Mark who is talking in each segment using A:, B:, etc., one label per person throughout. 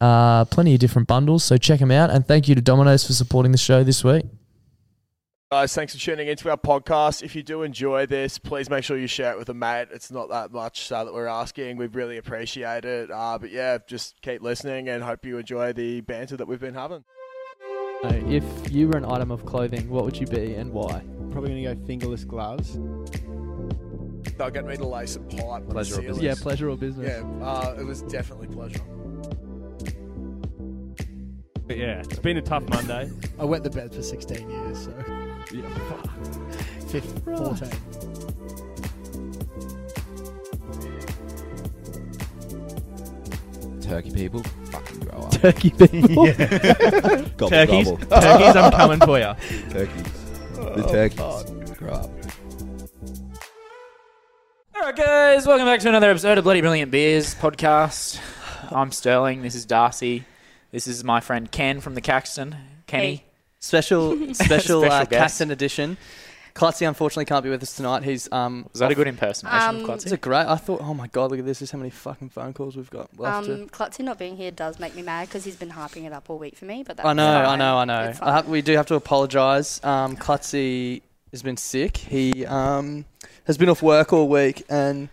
A: Uh, plenty of different bundles, so check them out. And thank you to Domino's for supporting the show this week.
B: Guys, thanks for tuning into our podcast. If you do enjoy this, please make sure you share it with a mate. It's not that much uh, that we're asking. We really appreciate it. Uh, but yeah, just keep listening and hope you enjoy the banter that we've been having.
A: If you were an item of clothing, what would you be and why?
C: Probably gonna go fingerless gloves.
D: They'll get me to lace a pipe.
E: Pleasure of business.
A: Yeah, pleasure or business.
D: Yeah, uh, it was definitely pleasure.
E: But yeah, it's been a tough Monday.
C: I wet the bed for 16 years, so
E: yeah,
C: fif- 14.
F: Turkey people, fucking grow up.
A: turkey people.
F: gobble,
E: turkeys,
F: gobble.
E: turkeys, I'm coming for you.
F: Turkeys. The turkeys. grow up.
G: All right, guys, welcome back to another episode of Bloody Brilliant Beers podcast. I'm Sterling. This is Darcy. This is my friend Ken from the Caxton. Kenny.
H: Hey.
I: special special, uh,
G: guest.
I: Caxton edition. Klutzy unfortunately can't be with us tonight. He's um.
G: Was that a good impersonation
H: Um,
G: of
I: This is
G: Clutzy?
I: a great. I thought, oh my god, look at this! This is how many fucking phone calls we've got left.
H: Um, Klutzy not being here does make me mad because he's been hyping it up all week for me. But that's
I: I know, I
H: fine.
I: know, I know.
H: It's
I: I ha-
H: fine.
I: we do have to apologise. Um, Klutzy has been sick. He um has been off work all week and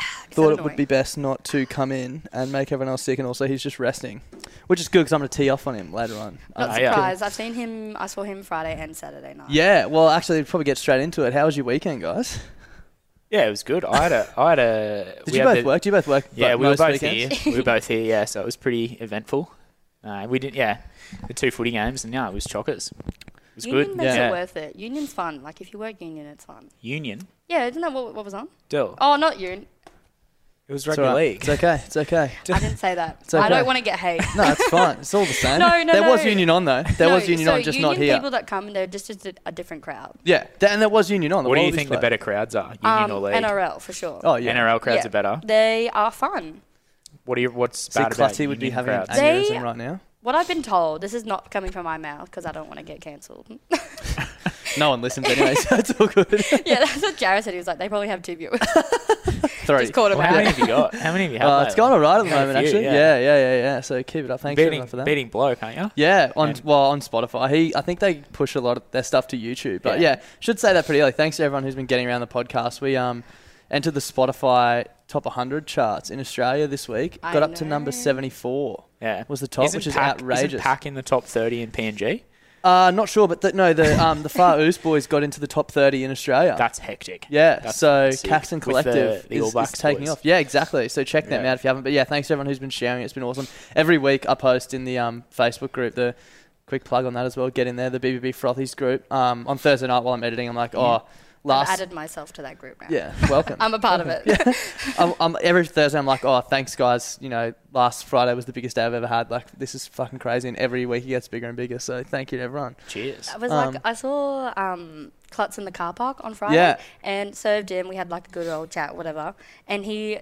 H: Is
I: thought
H: that
I: it would be best not to come in and make everyone else sick. And also, he's just resting, which is good because I'm gonna tee off on him later on. Um,
H: annoying?
G: Ah,
H: Not
G: yeah.
H: surprised. I've seen him. I saw him Friday and Saturday night.
I: Yeah. Well, actually, we'd probably get straight into it. How was your weekend, guys?
G: Yeah, it was good. I had a. I had a
I: Did you
G: we had
I: both
G: the-
I: work? Do you both work?
G: Yeah,
I: like,
G: we were
I: most
G: both
I: weekends?
G: here. We were both here. Yeah, so it was pretty eventful. Uh, we did. Yeah, the two footy games, and yeah, it was chockers. It was
H: Union
G: good.
H: makes
G: yeah.
H: it worth it. Union's fun. Like if you work union, it's fun.
G: Union.
H: Yeah, isn't that what, what was on?
G: Dill.
H: Oh, not union.
G: It was
A: It's
G: rugby
A: all right.
G: league.
A: It's okay. It's okay.
H: I didn't say that.
A: It's
H: I
A: okay.
H: don't want to get hate.
A: No, it's fine. It's all the same.
H: No, no,
A: There was
H: no.
A: union on though. There
H: No,
A: was union
H: so
A: on, just
H: union
A: not here.
H: people that come, they're just, just a, a different crowd.
A: yeah, th- and there was union on.
G: What do you
A: Wallabies
G: think the
A: played.
G: better crowds are? Union
H: Um,
G: or league?
H: NRL for sure.
A: Oh yeah.
G: NRL crowds
H: Yeah.
G: are better.
H: They are fun.
G: What do you? What's
A: See,
G: bad about
A: Clutty would be
G: union
A: having an
G: crowds?
H: They-
A: aneurysm right now.
H: What I've been told, this is not coming from my mouth because I don't want to get cancelled.
A: No one listens anyway, so it's all good.
H: yeah, that's what Jared said. He was like, they probably have two viewers.
A: Three.
H: Just caught him
G: Well, how
H: out.
G: many have you got? How many have you had?
A: Uh, it's going all right at the
G: Quite a
A: moment,
G: few,
A: actually.
G: yeah.
A: Yeah. yeah, yeah, yeah, So keep it up. Thanks
G: beating,
A: everyone for that.
G: beating bloke, aren't you?
A: Yeah, on
G: And-
A: well on Spotify. He, I think they push a lot of their stuff to YouTube. But
G: Yeah.
A: yeah, should say that pretty early. Thanks to everyone who's been getting around the podcast. We um entered the Spotify top 100 charts in Australia this week.
H: I
A: Got up to
H: know.
A: number 74.
G: Yeah.
A: Was the top,
G: Isn't
A: which is
G: Pack- Isn't
A: outrageous.
G: Pack in the top 30 in PNG?
A: Uh, not sure, but the, no, the um the Far East boys got into the top 30 in Australia.
G: That's hectic.
A: yeah,
G: that's
A: so
G: sick.
A: Caxton
G: With the-
A: Collective
G: the
A: is,
G: All
A: is
G: Blacks
A: taking
G: boys.
A: off. Yeah, exactly. So check them
G: Yeah.
A: out if you haven't. But yeah, thanks to everyone who's been sharing. it. It's been awesome. Every week I post in the um, Facebook group the quick plug on that as well. Get in there, the BBB Frothies group. Um, on Thursday night while I'm editing, I'm like, oh,
H: I've
A: last
H: added myself to that group now.
A: yeah, welcome.
H: I'm a part of it.
A: I'm, I'm, every Thursday I'm like, oh, thanks guys. You know, last Friday was the biggest day I've ever had. Like this is fucking crazy, and every week it gets bigger and bigger. So thank you to everyone.
G: Cheers.
H: I was
A: Um,
H: like, I saw um, Klutz in the car park on Friday
A: Yeah.
H: and served him. We had like a good old chat, whatever. And he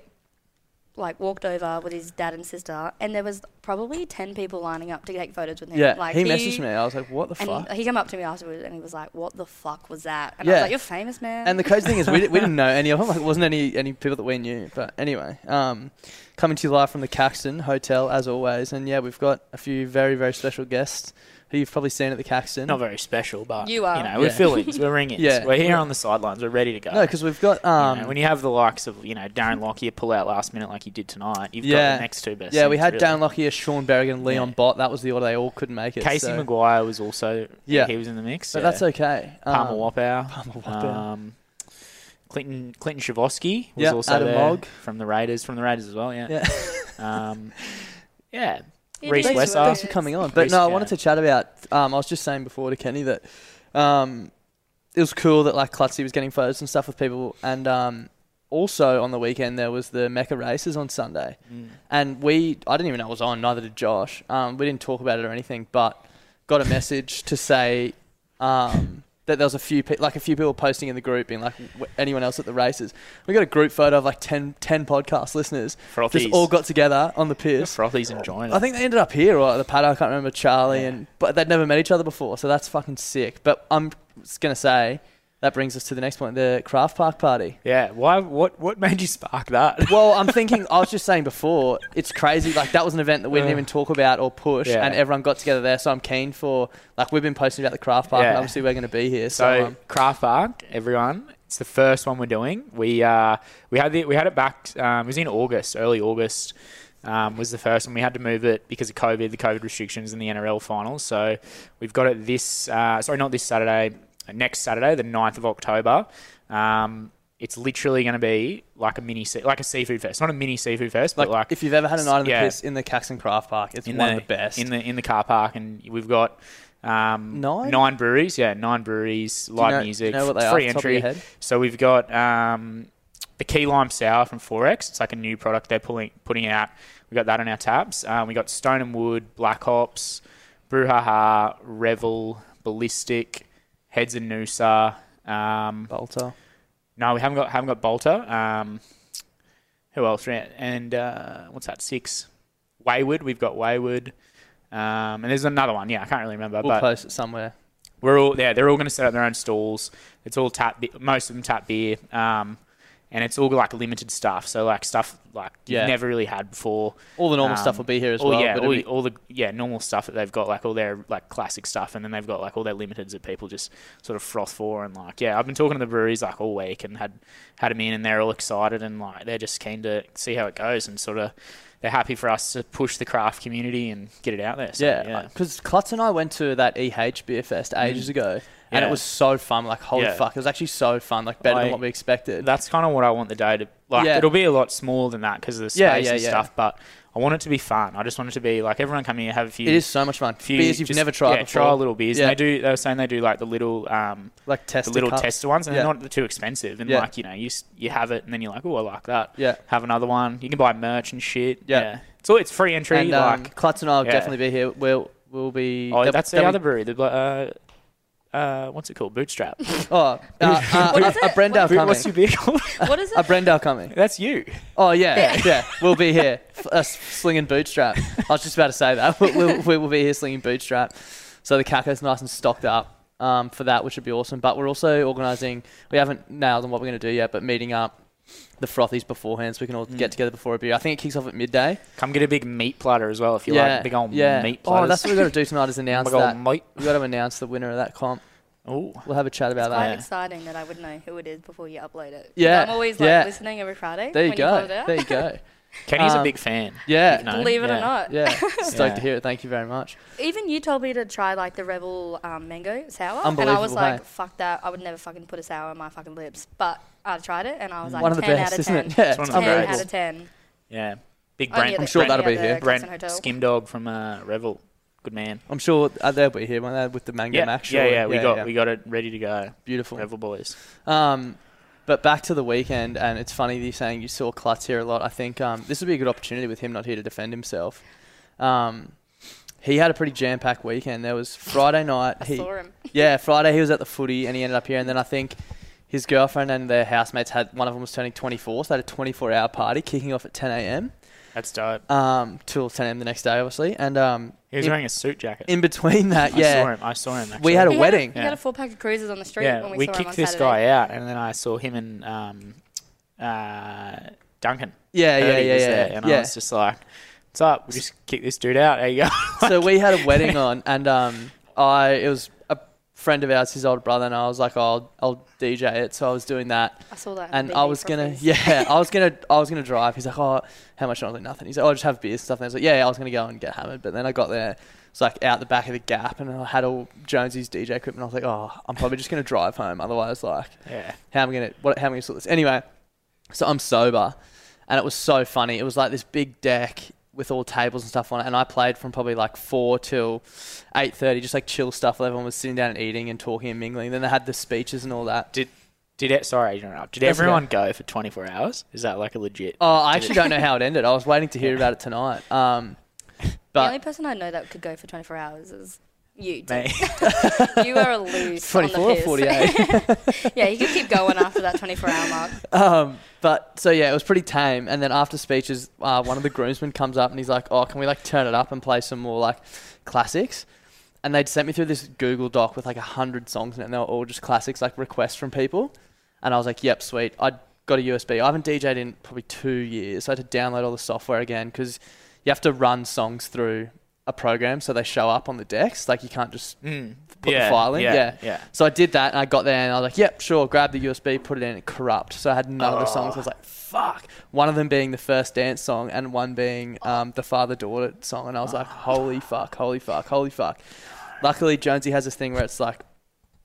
H: like walked over with his dad and sister, and there was probably ten people lining up to take photos with him.
A: Yeah,
H: like
A: he messaged me. I was like, what the
H: And
A: fuck?
H: he came up to me afterwards, and he was like, "What the fuck was that?" And I
A: Yeah.
H: was like, "You're famous, man."
A: And the crazy thing is, we, di- we didn't know any of them. Like, it wasn't any any people that we knew. But anyway, um, coming to you live from the Caxton Hotel as always, and yeah, we've got a few very very special guests who you've probably seen at the Caxton.
G: Not very special, but
H: You are.
G: know, we're
A: Yeah.
G: fillings, we're ringings,
A: Yeah.
G: we're here on the sidelines, we're ready to go.
A: no, because we've got um,
G: You know, when you have the likes of you know Darren Lockyer pull out last minute like he did tonight, you've got
A: Yeah.
G: the next two best.
A: yeah, we
G: things,
A: had
G: really.
A: Dan Lockyer, Sean Berrigan, Leon
G: Yeah.
A: Bott. That was the order they all couldn't make it.
G: Casey
A: so-
G: Maguire was also yeah
A: Yeah.
G: he was in the mix.
A: but
G: yeah.
A: that's okay.
G: Palmer
A: Um,
G: Wapau.
A: Palmer Wapau.
G: Um, Clinton Clinton Shavosky was
A: Yeah,
G: also
A: Adam
G: there
A: Mogg.
G: from the Raiders, from the Raiders as well. Yeah.
A: Yeah.
G: Yeah. um, yeah.
H: It
G: Reece
H: is
A: Thanks,
G: Wesser.
H: what it
A: thanks
H: is.
A: for coming on. But
G: Reece,
A: no, I
G: yeah.
A: wanted to chat about. Um, I was just saying before to Kenny that um, it was cool that like Klutzy was getting photos and stuff with people, and um, also on the weekend there was the Mecca races on Sunday,
G: Mm.
A: and we I didn't even know it was on. Neither did Josh. Um, we didn't talk about it or anything, but got a message to say. Um, that there was a few pe- like a few people posting in the group being like w- anyone else at the races. We got a group photo of like 10, 10 podcast listeners
G: Frothies.
A: just all got together on the piers.
G: Frothy's enjoying it.
A: I think they ended up here or at the paddock. I can't remember Charlie
G: Yeah.
A: and but they'd never met each other before, so that's fucking sick. But I'm just gonna say that brings us to the next point: the craft park party.
G: yeah. Why? What? What made you spark that?
A: Well, I'm thinking. I was just saying before, it's crazy. Like that was an event that we didn't even talk about or push,
G: Yeah.
A: and everyone got together there. So I'm keen for like we've been posting about the craft park, and
G: Yeah.
A: obviously we're gonna be here. So,
G: So
A: um,
G: craft art, everyone. It's the first one we're doing. We uh, we had the, we had it back. Um, it was in August, early August. Um, was the first one we had to move it because of COVID, the COVID restrictions, and the NRL finals. So we've got it this uh, sorry, not this Saturday, next Saturday, the 9th of October. Um, it's literally going to be like a mini, sea- like a seafood fest, not a mini seafood fest,
A: like,
G: but like
A: if you've ever had a night in the
G: yeah.
A: piss in the Caxton Craft Park, it's one of the best.
G: in the in the car park, and we've got um,
A: Nine?
G: breweries. Yeah, nine breweries,
A: you
G: live
A: know- do you
G: music,
A: know what they are
G: free
A: off the top of
G: entry.
A: your head?
G: So we've got um, the key lime sour from Forex. It's like a new product they're pulling putting out. We got that on our tabs. Um, we got Stone and Wood, Black Ops, Brouhaha, Revel, Ballistic, Heads and Noosa. Um,
A: Bolter.
G: no, we haven't got haven't got Bolter. Um, who else? Ran- And uh, what's that? Six. Wayward. We've got Wayward. Um, and there's another one. Yeah, I can't really remember.
A: We'll
G: but
A: post it somewhere.
G: we're all yeah, they're all going to set up their own stalls. It's all tap. Be- most of them tap beer. Um, and it's all like limited stuff. So like stuff like
A: Yeah.
G: you've never really had before.
A: All the normal
G: Um,
A: stuff will be here as
G: all-
A: well.
G: Yeah,
A: but
G: all,
A: it'll
G: the-
A: be-
G: all the yeah normal stuff that they've got, like all their like classic stuff, and then they've got like all their limiteds that people just sort of froth for, and like yeah, I've been talking to the breweries like all week and had had them in, and they're all excited and like they're just keen to see how it goes, and sort of they're happy for us to push the craft
A: uh,
G: community and get it out there. So,
A: E Yeah, because Klutz and I went to that EH Beer Fest ages ago, and
G: Mm. Yeah.
A: it was so fun. Like holy
G: Yeah.
A: fuck, it was actually so fun. Like better
G: I-
A: than what we expected.
G: That's kind of what I want the day to like.
A: Yeah.
G: It'll be a lot smaller than that because of the space
A: Yeah, yeah,
G: and
A: yeah.
G: stuff. But I want it to be fun. I just want it to be like everyone come here have a few.
A: It is so much fun. Beers you've never tried
G: Yeah, try
A: before.
G: a little beers.
A: Yeah.
G: And they do. They were saying they do like the little um
A: Like
G: the
A: tester
G: little
A: cups.
G: tester ones, and
A: Yeah.
G: they're not too expensive. And
A: Yeah.
G: like you know you s- you have it, and then you're like, oh, I like that.
A: Yeah.
G: Have another one. You can buy merch and shit.
A: Yeah.
G: So it's free entry.
A: And, um,
G: like
A: Klutz and I will
G: yeah.
A: definitely be here. We'll we'll be.
G: Oh,
A: they'll-
G: that's the
A: they'll be-
G: other brewery. The blo- uh, uh, what's it called? Bootstrap.
A: Oh, uh, uh,
G: What
A: a,
G: is
A: a
G: it?
A: Brendale
G: What-
A: coming.
G: what's your beer called?
H: What is
A: A Brendale coming.
G: That's you.
A: Oh yeah,
G: Yeah.
A: yeah. We'll be here, f- uh, slinging bootstrap. I was just about to say that. We'll, we'll, we will be here slinging bootstrap. So the caco's nice and stocked up um, for that, which would be awesome. But we're also organising. We haven't nailed on what we're going to do yet, but meeting up the frothies beforehand, so we can all
G: Mm.
A: get together before a beer. I think it kicks off at midday.
G: Come get a big meat platter as well if you like big old
A: yeah.
G: meat platters.
A: Oh, that's what we got to do tonight is announce
G: Big old
A: that.
G: meat.
A: We got to announce the winner of that comp.
G: Oh,
A: we'll have a chat about
H: quite
A: that.
H: exciting that I would know who it is before you upload it. 'Cause
A: Yeah,
H: I'm always like
A: yeah.
H: listening every Friday.
A: There you
H: when
A: go.
H: You put it out.
A: there you go. Um,
G: Kenny's a big fan.
A: Yeah.
G: You've known.
H: Believe it or Yeah. not.
A: Yeah. Stoked
G: Yeah.
A: to hear it. Thank you very much.
H: Even you told me to try like the Rebel um, mango sour, and I was
A: Unbelievable,
H: like,
A: hey?
H: "Fuck that! I would never fucking put a sour on my fucking lips." But I tried it, and I was like,
A: One of the
H: 10
A: best,
H: out of
A: isn't
H: 10.
A: it? Yeah, It's
G: one of the
H: ten
G: best.
H: out of ten.
G: Yeah. Big
H: Only
G: Brent.
H: at the- I'm sure that'll only be at the here. Claxton
G: Brent
H: Hotel.
G: Skim Dog from uh, Revel. Good man.
A: I'm sure uh, they'll be here, won't they, with the mango
G: Yeah.
A: mash?
G: yeah,
A: surely?
G: yeah, we got we got it ready to go. Beautiful. Revel boys.
A: Um, but back to the weekend, and it's funny that you're saying you saw Klutz here a lot. I think um, this would be a good opportunity with him not here to defend himself. Um, he had a pretty jam packed weekend. There was Friday night. he,
H: saw him.
A: Yeah, Friday he was at the footy and he ended up here. And then I think his girlfriend and their housemates had one of them was turning 24, so they had a 24 hour party kicking off at 10 a.m.
G: That's dope.
A: Um, till 10 a.m. the next day, obviously. And um,
G: He was
A: in-
G: wearing a suit jacket.
A: In between that,
G: I
A: yeah,
G: saw him. I saw him. Actually.
A: We had a
H: He
A: wedding.
H: Had a, He had a four pack of cruisers on the street
G: yeah,
H: when we,
G: we
H: saw him on
G: kicked this
H: Saturday.
G: guy out, and then I saw him and um, uh, Duncan.
A: Yeah, yeah,
G: Purdy was
A: yeah,
G: there,
A: yeah,
G: And I
A: yeah.
G: was just like, "What's up? We just kick this dude out." There you go.
A: so we had a wedding on, and um, I it was a friend of ours, his older brother, and I was like, "Oh, I'll I'll DJ it. So I was doing that.
H: I saw that.
A: And
H: big
A: I
H: big
A: was gonna,
H: frothies.
A: yeah, I was gonna, I was gonna drive. He's like, oh, how much? And I was like, nothing. He's like, oh, just have beer and stuff. And I was like, yeah, yeah, I was gonna go and get hammered, but then I got there. It's like out the back of the gap, and I had all Jonesy's DJ equipment. I was like, oh, I'm probably just gonna drive home. Otherwise, like,
G: Yeah.
A: how am I gonna, what, how am I gonna sort this? Anyway, so I'm sober, and it was so funny. It was like this big deck with all tables and stuff on it, and I played from probably like four till eight thirty, just like chill stuff. Everyone was sitting down and eating and talking and mingling. Then they had the speeches and all that.
G: Did did it? Sorry, to interrupt. Did
A: That's okay.
G: everyone go for 24 hours? Is that like a legit?
A: Oh, I
G: did
A: actually
G: it-
A: don't know how it ended. I was waiting to hear about it tonight. Um,
H: the
A: but
H: only person I know that could go for 24 hours is you. Tim.
A: Me.
H: you are a loose.
A: 24 or 48?
H: yeah, you could keep going after that 24 hour mark.
A: um, but so yeah, it was pretty tame. And then after speeches, uh, one of the groomsmen comes up and he's like, "Oh, can we like turn it up and play some more like classics?" And they'd sent me through this Google Doc with like a hundred songs in it, and they were all just classics, like requests from people. And I was like, "Yep, sweet." I got a USB. I haven't DJ'd in probably two years, so I had to download all the software again because you have to run songs through a program so they show up on the decks. Like you can't just
G: Mm.
A: put
G: Yeah,
A: the file in.
G: yeah,
A: Yeah,
G: yeah.
A: So I did that and I got there and I was like, yep, sure, grab the USB, put it in, and corrupt. So I had none
G: Ah.
A: of the songs. I was like, fuck. One of them being the first dance song and one being um, the father daughter song. And I was like,
G: Ah.
A: holy fuck, holy fuck, holy fuck. Luckily, Jonesy has this thing where it's like,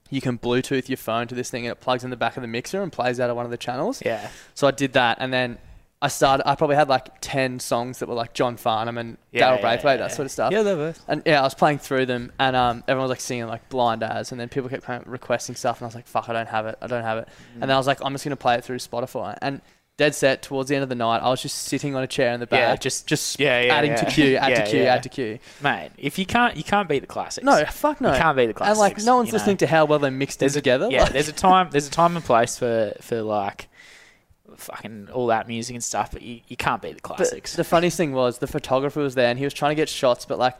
A: you can Bluetooth your phone to this thing and it plugs in the back of the mixer and plays out of one of the channels.
G: Yeah.
A: So I did that and then I started. I probably had like ten songs that were like John Farnham and
G: Yeah,
A: Daryl
G: yeah,
A: Braithwaite,
G: yeah.
A: that sort of stuff.
G: Yeah, they're both.
A: And yeah, I was playing through them, and um, everyone was like singing like blind as, and then people kept coming, requesting stuff, and I was like, fuck, I don't have it, I don't have it. And then I was like, I'm just gonna play it through Spotify. And dead set towards the end of the night, I was just sitting on a chair in the back,
G: Yeah, uh, just
A: just
G: yeah, yeah,
A: adding to
G: yeah.
A: queue, add
G: Yeah,
A: to queue,
G: yeah.
A: add to queue.
G: Mate, if you can't, you can't beat the classics.
A: No, fuck no.
G: You can't beat the classics.
A: And like, no one's
G: you know?
A: listening to how well they mixed it together.
G: Yeah,
A: like-
G: there's a time. There's a time and place for for like fucking all that music and stuff, but you, you can't beat the
A: But
G: classics.
A: the funniest thing was the photographer was there and he was trying to get shots, but like,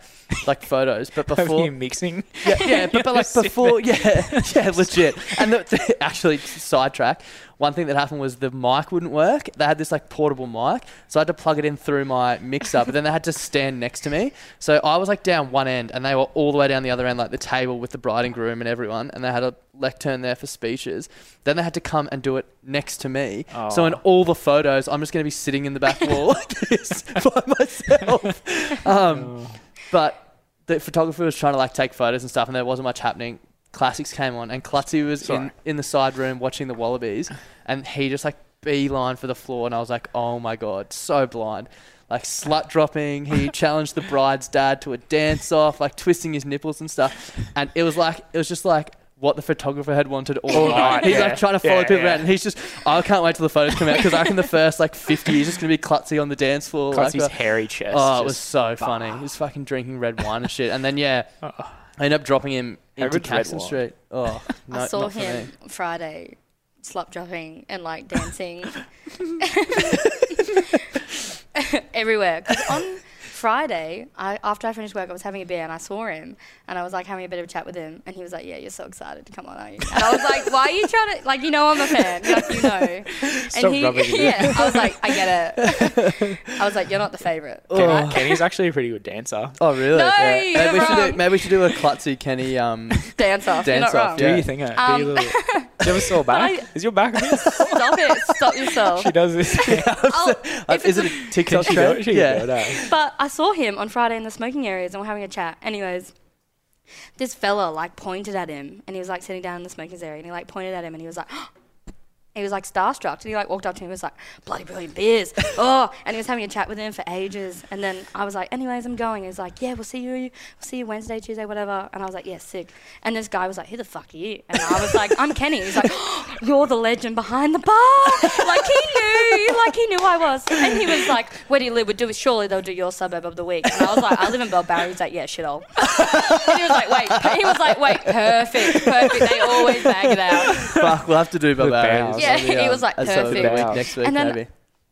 A: like photos. But
G: Of
A: before
G: you mixing,
A: yeah, yeah, but, but like before, yeah, yeah, legit. And the, actually, sidetrack. One thing that happened was the mic wouldn't work. They had this like portable mic, so I had to plug it in through my mixer. But then they had to stand next to me, so I was like down one end, and they were all the way down the other end, like the table with the bride and groom and everyone. And they had a lectern there for speeches. Then they had to come and do it next to me. So in
G: Oh.
A: all the photos, I'm just going to be sitting in the back wall like this by myself. Um, but the photographer was trying to like take photos and stuff, and there wasn't much happening. classics came on, and Klutzy was in,
J: Sorry.
A: in the side room watching the Wallabies, and he just like beeline for the floor, and I was like, oh my god, so blind. Like slut dropping, he challenged the bride's dad to a dance off, like twisting his nipples and stuff, and it was like it was just like what the photographer had wanted all
J: All
A: night.
J: night,
A: He's
J: yeah.
A: like trying to follow
J: Yeah,
A: people
J: yeah.
A: around, and he's just I can't wait till the photos come out because I reckon the first like 50 years is gonna be Klutzy on the dance floor. like,
G: Clutzy's
A: uh,
G: hairy chest,
A: Oh, it was
G: just
A: so funny. He was fucking drinking red wine and shit, and then yeah, I ended up dropping him
G: How
A: into
G: good's red
A: Caxton
G: wine?
A: Street. Oh, no,
H: I saw
A: not for me.
H: him Friday slop dropping and like dancing everywhere. 'Cause on Friday, I, after I finished work, I was having a beer and I saw him and I was like having a bit of a chat with him and he was like, "Yeah, you're so excited to come on, aren't you?" And I was like, "Why are you trying to like? You know I'm a fan, like you know." And
G: Stop rubbing it in.
H: yeah, I was like, "I get it." I was like, "You're not the favorite."
A: Oh.
G: Kenny's actually a pretty good dancer.
A: Oh really?
H: No,
A: Maybe,
H: you're
A: we should do,
H: wrong.
A: maybe we should do a Klutzy Kenny um,
H: Dance off. you're
A: dance
H: not wrong.
A: off. Yeah.
G: Do you think? eh?
H: Um,
G: do you, little, do you ever saw back? Is your back?
H: Stop it! Stop yourself.
G: she does this.
A: Uh, is it a TikTok
G: She go-
A: trend?
G: she
A: yeah.
G: go down.
H: but I saw him on Friday in the smoking areas and we're having a chat. Anyways, this fella like pointed at him and he was like sitting down in the smokers area and he like pointed at him and he was like he was like starstruck and he like walked up to him and was like bloody brilliant beers oh and he was having a chat with him for ages and then I was like anyways I'm going he was like yeah we'll see you we'll see you Wednesday Tuesday whatever and I was like yeah sick and this guy was like who the fuck are you and I was like I'm Kenny he's like "Oh, you're the legend behind the bar like he knew like he knew I was and he was like where do you live we do surely they'll do your suburb of the week and I was like I live in Belbarri he's like yeah shit all and he was like wait he was like wait perfect perfect they always bag it out
A: Fuck, we'll have to do Barbarians.
H: Yeah, he was like,
A: as some of the
H: perfect.
A: week- next week,
H: And then-
A: maybe.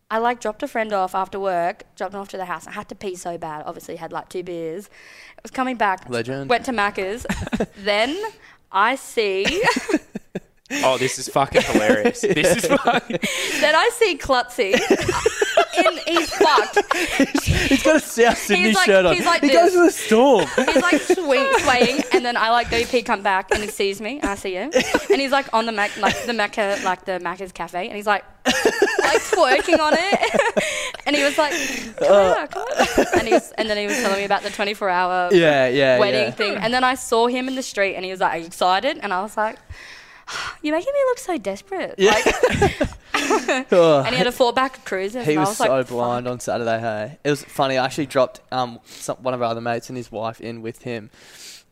H: I like dropped a friend off after work, dropped him off to the house. I had to pee so bad. Obviously, had like two beers. I was coming back.
A: Legend.
H: Went to Macca's. then I see,
G: Oh, this is fucking hilarious. This is fucking.
H: then I see Klutzy. and he's fucked.
A: He's got a South Sydney
H: like-
A: shirt on.
H: he's like
A: he
H: this.
A: goes to the storm.
H: He's like swing, swaying, and then I like go pee, come back, and he sees me, and I see him, and he's like on the Mac, like the Macca, like the Macca's cafe, and he's like, like twerking on it, and he was like, come
A: Uh,
H: on, come on. and he was, and then he was telling me about the 24 hour
A: Yeah, yeah,
H: wedding
A: yeah.
H: thing, and then I saw him in the street, and he was like, are you excited, and I was like. You're making me look so desperate. Like,
A: Oh.
H: and he had a four back cruiser.
A: He
H: and I
A: was,
H: was
A: so
H: like,
A: blind on Saturday. Hey, it was funny. I actually dropped um some, one of our other mates and his wife in with him,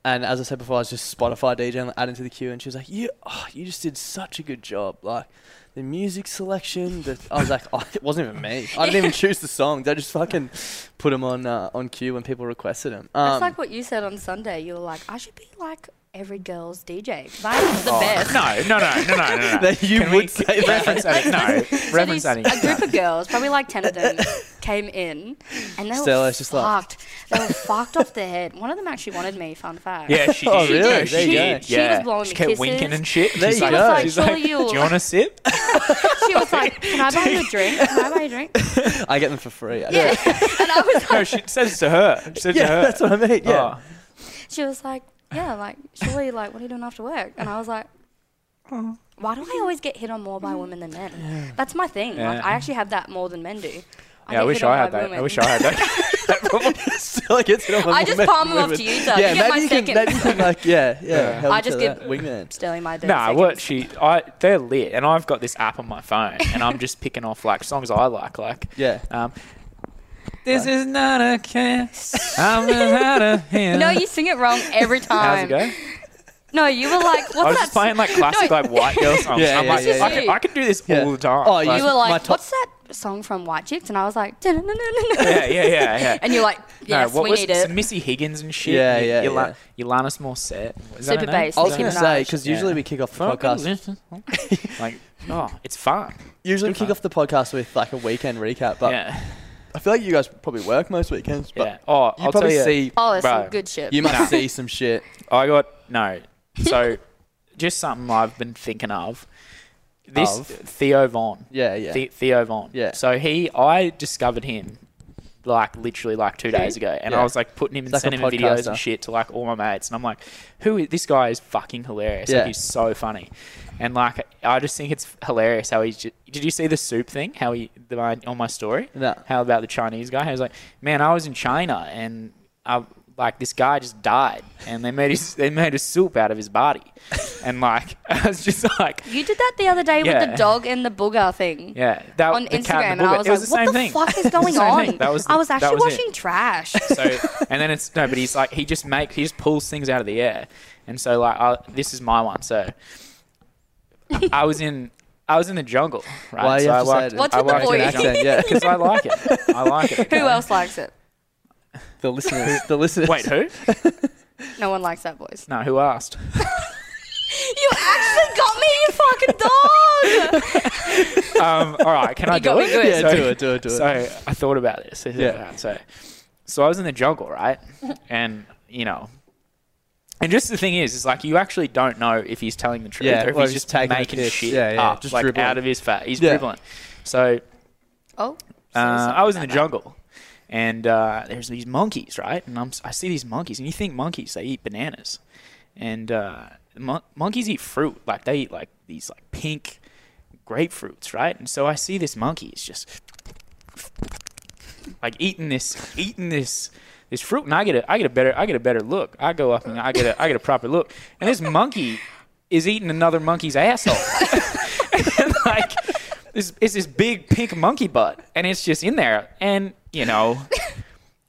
A: and as I said before, I was just Spotify DJ and added to the queue, and she was like, "You, oh, you just did such a good job, like." The music selection, the, I was like, oh, it wasn't even me. I didn't even choose the songs. I just fucking put them on uh, on cue when people requested Um, them.
H: That's like what you said on Sunday. You were like, I should be like every girl's DJ. Vine's the
G: Oh,
H: best.
G: No, no, no, no, no, no. no.
A: That you
G: Can
A: would
G: we,
A: say that.
G: reference only. No, reference
H: so
G: only.
H: these, a group of girls, probably like ten of them, came in, and they were
A: Stella's just like-
H: fucked. they were fucked off their head. One of them actually wanted me. Fun fact.
G: Yeah, she did.
A: Oh, really?
G: Yeah,
A: There
G: she
A: you go.
G: did.
H: She
G: yeah.
H: was blowing
G: She
H: me
G: kept
H: kisses.
G: winking and shit.
A: There
G: She's
A: you
G: like, "Oh,
A: go.
G: She's
H: Surely
G: like, do you
H: you'll-
G: want a sip?
H: She was like, "Can I buy you a drink? Can I buy you a drink?"
A: I get them for free. I
H: Yeah.
A: don't-
H: and I was
G: No, she says to her. She says
A: yeah,
G: to her.
A: that's what I mean. Yeah.
G: Oh.
H: she was like, "Yeah, like surely, like what are you doing after work?" And I was like, "Why do I always get hit on more by women than men? That's my thing. Like
G: Yeah.
H: I actually have that more than men do."
G: Yeah, I
H: get
G: wish
H: hit on
G: I
H: by
G: had that. I
H: women.
G: wish I had that.
A: Stella gets it off on
H: I just
A: women-
H: palm them off
A: women.
H: to you, Doug.
A: Yeah,
H: You get
A: maybe
H: my
A: you
H: second.
A: Can, maybe you can, like, yeah, yeah. help
H: I
A: each
H: just
A: other.
H: get-
A: wingman.
H: Sterling, my thirty
G: Oh. nah,
H: seconds.
G: what she, I, they're lit, and I've got this app on my phone, and I'm just picking off like songs I like, like.
A: Yeah.
G: Um, this is not a kiss. I'm out of here.
H: No, you sing it wrong every
G: How's
H: time.
G: it go?
H: No, you were like,
G: I
H: what's
G: was
H: that?
G: just playing like classic
H: No.
G: like white girl songs.
A: Yeah,
G: I'm
A: yeah,
G: like,
A: yeah,
G: I,
H: yeah.
G: Can, I can do this
A: Yeah.
G: all the time.
A: Oh, you
H: you were
A: my
H: like,
A: top-
H: what's that song from White Chicks? And I was like,
G: yeah,
H: yeah,
G: yeah, yeah, yeah.
H: And you're like, yes,
G: what
H: we
G: was
H: need
G: some
H: it.
G: Missy Higgins and shit.
A: Yeah,
G: and
A: yeah,
G: Yola- Yolanis Morissette. Is that her
H: Super
G: name?
H: bass.
A: I was
H: Nicki
A: going to
H: Minaj.
A: say because
G: Yeah.
A: usually we kick off the podcast.
G: like, oh, it's fun.
A: Usually we
G: Good
A: kick
G: fun.
A: off the podcast with like a weekend recap, but
G: yeah,
A: I feel like you guys probably work most weekends. But
G: yeah. Oh,
A: you
G: I'll
A: probably
G: tell you,
A: see,
H: Oh, there's some
G: Bro.
H: good shit.
A: you must
G: Nah.
A: see some shit.
G: I got no. So, just something I've been thinking of. This
A: Of?
G: Theo Vaughn.
A: Yeah, yeah.
G: The- Theo Vaughn.
A: Yeah.
G: So he, I discovered him like literally like two days ago, and
A: Yeah.
G: I was like putting him and
A: He's like a
G: sending him videos
A: podcaster.
G: and shit to like all my mates, and I'm like, who is this guy? Is fucking hilarious.
A: Yeah.
G: Like, he's so funny, and like I just think it's hilarious how he's. Just, did you see the soup thing? How he the, my, on my story?
A: No.
G: How about the Chinese guy? He was like, man, I was in China and. I like this guy just died, and they made his they made a soup out of his body, and like I was just like,
H: You did that the other day with
G: Yeah.
H: the dog and the booger thing.
G: yeah, that
H: on
G: the
H: Instagram,
G: cat
H: and
G: the
H: I
G: booger.
H: was like,
G: it was the
H: "What
G: same
H: the
G: thing.
H: fuck is
G: It was
H: going
G: the same
H: on?"
G: thing. That was
H: I was
G: that
H: actually
G: was it.
H: washing trash.
G: So and then it's no, but he's like he just make he just pulls things out of the air, and so like I, this is my one. So I- I was in I was in the jungle, right?
A: Why do you
G: so
A: have to say
G: I
A: it in- What's with the voice?
G: because I like it. I like it.
H: Who else likes it?
A: The listeners. the listeners.
G: Wait, who?
H: No one likes that voice.
G: No, who asked?
H: You actually got me, you fucking dog.
G: um, all right, can I
H: You got
G: do
H: me
G: it?
H: good. Yeah, do it,
A: do it, do it.
G: So I thought about this. This is
A: Yeah.
G: about- So, so I was in the jungle, right? And you know, and just the thing is, is like you actually don't know if he's telling the truth
A: Yeah,
G: or if
A: or
G: he's
A: he's
G: just
A: taking a
G: making
A: piss.
G: shit
A: Yeah, yeah,
G: up,
A: just
G: like
A: dribbling.
G: out of his fat. He's
A: Yeah.
G: dribbling. So
H: Oh,
G: uh, I was in the jungle, and uh, there's these monkeys, right? And I'm, I see these monkeys, and you think monkeys they eat bananas, and uh, mon- monkeys eat fruit, like they eat like these like pink grapefruits, right? And so I see this monkey is just like eating this, eating this. This fruit, and I get a, I get a better, I get a better look. I go up and I get a, I get a proper look. And this monkey is eating another monkey's asshole. like this it's this big pink monkey butt and it's just in there and you know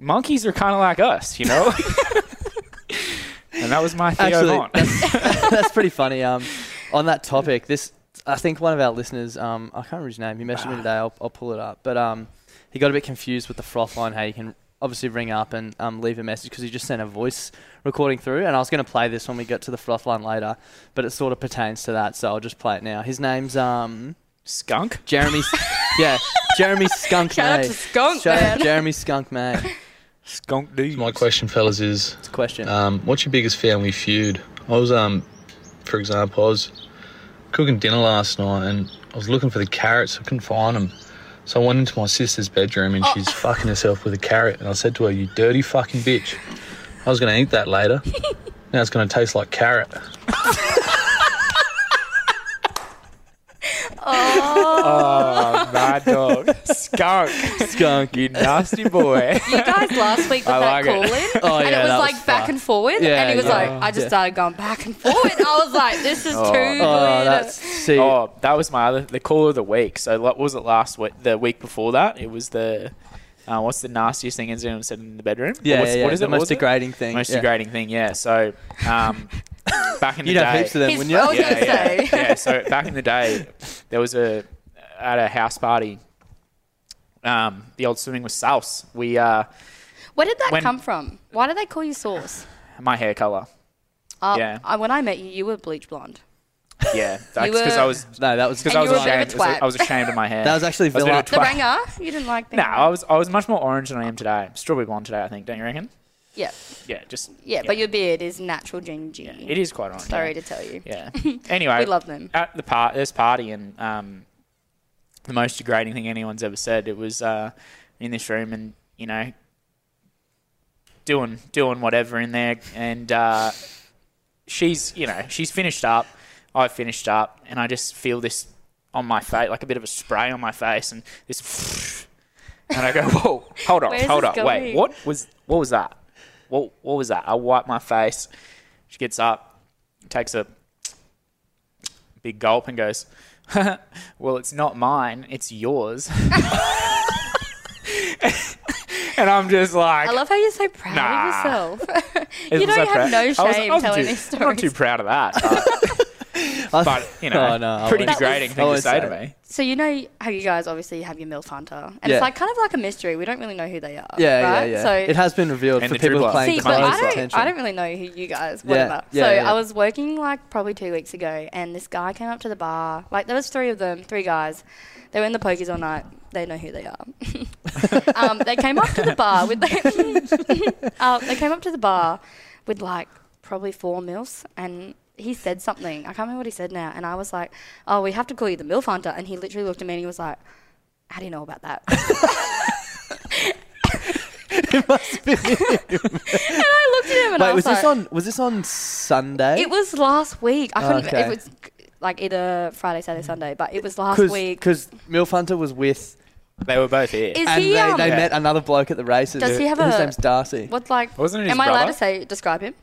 G: monkeys are kind of like us you know and that was my Theo Vaughn.
A: that's, that's pretty funny. Um, on that topic, this I think one of our listeners, um, I can't remember his name. He messaged me today. I'll, I'll pull it up. But um, he got a bit confused with the froth line. How you can obviously ring up and um, leave a message because he just sent a voice recording through. And I was going to play this when we get to the froth line later, but it sort of pertains to that, so I'll just play it now. His name's um
G: Skunk.
A: Jeremy. yeah, Jeremy Skunk.
H: Shout out
A: May.
H: to Skunk,
A: Shout out to
H: man.
A: Jeremy Skunk May.
G: Skunk dude.
K: My question, fellas, is
A: it's a question.
K: Um, what's your biggest family feud? I was, um, for example, I was cooking dinner last night and I was looking for the carrots. I couldn't find them, so I went into my sister's bedroom and
A: Oh.
K: she's fucking herself with a carrot. And I said to her, "You dirty fucking bitch! I was going to eat that later. now it's going to taste like carrot."
G: oh my dog skunk skunk you nasty boy
H: You guys last week with
G: I
H: that
G: like it.
H: call in,
G: Oh,
H: and
G: yeah,
H: it was
G: that
H: like
G: was
H: back
G: fun.
H: and forward,
G: Yeah,
H: and he was
G: yeah.
H: like, I just
G: Yeah.
H: started going back and forward. I was like, this is too good.
A: Oh,
G: uh, oh, that was my other the call of the week. So what was it last week? The week before that, it was the uh, what's the nastiest thing anyone said in the bedroom? Or
A: Yeah,
G: what's,
A: yeah,
G: what is
A: the
G: it?
A: most
G: What was it?
A: degrading thing,
G: Most
A: yeah.
G: degrading thing. Yeah. So um, back in the
A: You'd have
G: day,
A: heaps of them, He's- wouldn't you? I was
G: yeah,
A: gonna
G: yeah,
A: say.
G: yeah. So back in the day, there was a at a house party. Um, the old swimming with sauce. We uh,
H: Where did that
G: When-
H: come from? Why did they call you Sauce?
G: my hair color.
H: Uh,
G: Yeah.
H: I, when I met you, you were bleach blonde.
G: Yeah, that's
H: were-
G: because I was
A: no, that was
G: because
H: And
G: I
H: you
G: was
H: were a bit of a
G: ashamed. I was-
H: twat.
G: I was ashamed of my hair.
A: That was actually
G: I a bit
A: Villa-
G: of a
H: The
G: twat.
H: ringer? You didn't like that?
G: No, I was I was much more orange than I am today. Strawberry blonde today, I think. Don't you reckon?
H: Yeah.
G: Yeah, just
H: Yeah, but your beard is natural ginger.
G: it is quite orange.
H: Sorry
G: yeah.
H: to tell you.
G: Yeah. Anyway,
H: We love them.
G: at the part this party and um, the most degrading thing anyone's ever said. It was uh, in this room and you know doing doing whatever in there and uh, she's you know she's finished up. I finished up and I just feel this on my face like a bit of a spray on my face and this and I go whoa hold on
L: Where's
G: hold
L: this
G: on
L: going?
G: wait what was what was that what what was that I wipe my face. She gets up, takes a big gulp and goes, "Well, it's not mine. It's yours." and I'm just like,
H: I love how you're so proud
G: Nah.
H: of yourself.
G: it
H: you
G: was
H: don't
G: so
H: have
G: proud. I
H: no
G: was- I was
H: shame telling
G: too-
H: these
G: I'm not
H: stories.
G: too proud of that. But, but, you know,
A: Oh, no, I
G: pretty
A: wouldn't-
G: degrading
A: I
G: thing to
A: wouldn't
G: say
A: say
G: to
A: it.
G: me.
H: So you know how you guys obviously have your MILF hunter, and
A: Yeah.
H: it's like kind of like a mystery. We don't really know who they are.
A: Yeah, yeah,
H: right?
A: yeah.
H: So
A: it has been revealed
G: And
A: for
G: the
A: people
G: dribbler.
A: playing
H: See, but
A: close
H: I don't,
A: attention.
H: I don't really know who you guys,
A: Yeah,
H: whatever.
A: yeah,
H: so
A: yeah, yeah.
H: I was working like probably two weeks ago, and this guy came up to the bar. Like there was three of them, three guys. They were in the pokies all night. They know who they are. um, they came up to the bar with. uh, they came up to the bar with like probably four milfs, and he said something. I can't remember what he said now. And I was like, "Oh, we have to call you the milf hunter." And he literally looked at me and he was like, "How do you know about that?" and I looked at him and I
A: Wait,
H: was,
A: was
H: like,
A: this on? Was this on Sunday?
H: It was last week. I
A: Oh,
H: couldn't.
A: okay.
H: It
A: Mm.
H: was like either Friday, Saturday, Sunday, but it was last
A: Cause,
H: week.
A: Because Milf Hunter was with
G: They were both here.
H: Is
A: and
H: he,
A: they,
H: um,
A: they
H: Yeah.
A: met another bloke at the races.
H: Does he have
A: His
H: a-
A: name's Darcy.
H: What like?
A: Wasn't it his
H: am I allowed
A: brother?
H: to say describe him?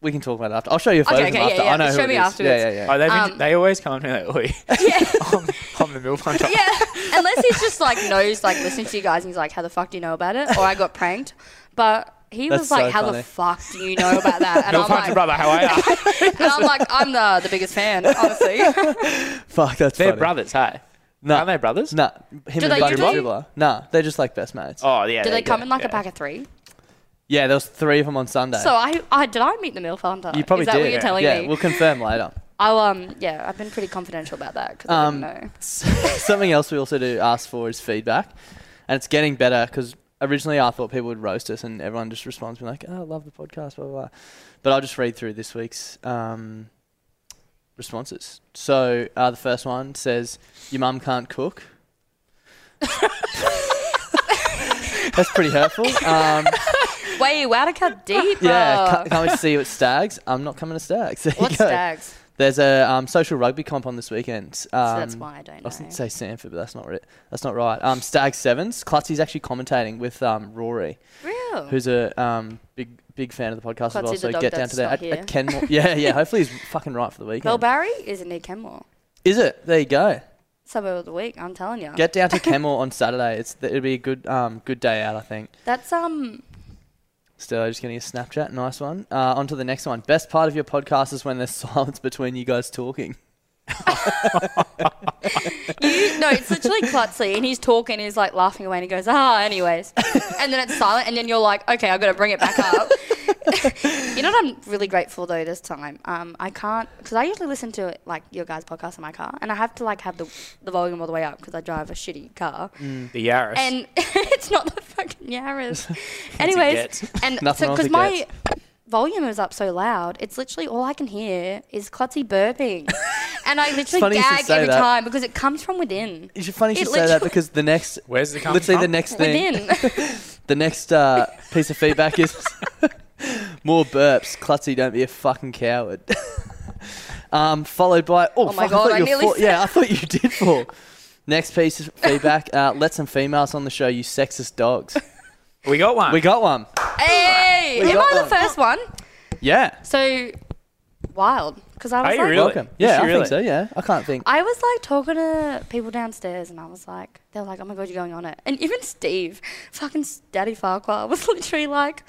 A: We can talk about it after. I'll show you a
H: Okay,
A: photo of
H: okay,
A: him
H: yeah,
A: after.
H: yeah.
A: I know
H: Show
A: who
H: me
A: it is.
H: afterwards.
A: Yeah, yeah, yeah.
G: Oh, they,
H: Um,
G: they always come up to me like, oi. I'm, I'm the milk hunter.
H: Unless he's just like knows like listening to you guys and he's like, how the fuck do you know about it? Or I got pranked, but. He
G: That's
H: was like,
G: so
H: "How
G: funny.
H: the fuck do you know about that?" And
G: Milk
H: I'm
G: hunter
H: like,
G: brother, how are you?
H: and I'm like, "I'm the the biggest fan, honestly."
A: Fuck, that's
G: They're
A: funny.
G: brothers, hey?
A: No.
G: Aren't they brothers?
A: No. Him
H: Do
A: and
H: they
A: Bucky
H: usually-
A: Dribbler. Nah, they're just like best mates.
G: Oh, yeah.
H: Did they come in like a pack of three?
A: Yeah, there was three of them on Sunday.
H: So I, I did I meet the milf hunter?
A: you probably
H: Is that
A: did.
H: what you're telling
A: yeah,
H: me?
A: we'll confirm later.
H: I'll, um, yeah, I've been pretty confidential about that because
A: Um,
H: I don't know.
A: something else we also do ask for is feedback, and it's getting better because originally I thought people would roast us, and everyone just responds, be like, "Oh, I love the podcast," blah blah. blah. But I'll just read through this week's um, responses. So uh, the first one says, "Your mum can't cook." That's pretty hurtful. Um,
H: Wait, wow, to cut deep, bro.
A: yeah, ca- can't wait to see you at Stags. I'm not coming to Stags. There you
H: What's
A: go.
H: Stags?
A: There's a um, social rugby comp on this weekend. Um,
H: that's why I don't
A: I was going to say Sanford, but that's not right. That's not right. Um, Stag Sevens. Clutzy's actually commentating with um, Rory,
H: Real?
A: who's a um, big big fan of the podcast as well.
H: Clutzy's a
A: So
H: dog
A: get down
H: that's
A: to there
H: not
A: at,
H: here.
A: at Kenmore. yeah, yeah. Hopefully he's fucking right for the weekend.
H: Bill Barry is in near Kenmore.
A: Is it? There you go.
H: Suburb of the week, I'm telling you.
A: Get down to Kenmore on Saturday. It's it'll be a good um, good day out. I think.
H: That's, um,
A: Still, just getting a Snapchat. Nice one. Uh, on to the next one. Best part of your podcast is when there's silence between you guys talking.
H: you, no, it's literally Clutzy, and he's talking, he's like laughing away, and he goes, ah, anyways. and then it's silent, and then you're like, okay, I've got to bring it back up. you know what I'm really grateful though this time? Um, I can't, because I usually listen to like your guys' podcast in my car, and I have to like have the, the volume all the way up because I drive a shitty car.
A: Mm.
G: The Yaris.
H: And it's not the fucking Yaris.
G: a
H: Anyways,
G: get.
H: and
G: Nothing wrong
H: so because
G: with a
H: my volume is up so loud, it's literally all I can hear is Clutzy burping, and I literally
A: funny you should
H: gag
A: say
H: every
A: that.
H: time because it comes from within.
A: It's funny you should say that because the next
G: where's the
A: literally the next thing
H: within.
A: the next uh, piece of feedback is more burps. Clutzy, don't be a fucking coward. um, followed by oh,
H: Oh my
A: fuck,
H: God,
A: I thought
H: I
A: you were
H: nearly
A: full-
H: said-
A: yeah, I thought you did fall. Next piece of feedback: uh, let some females on the show. You sexist dogs.
G: We got one.
A: We got one.
H: hey,
A: We
H: am
A: got
H: I the
A: one.
H: first one?
A: Yeah.
H: So wild because I was like,
A: Welcome. Yeah, I think so. Yeah, I can't think.
H: I was like talking to people downstairs, and I was like, they were like, "Oh my god, you're going on it." And even Steve, fucking Daddy Farquhar, was literally like,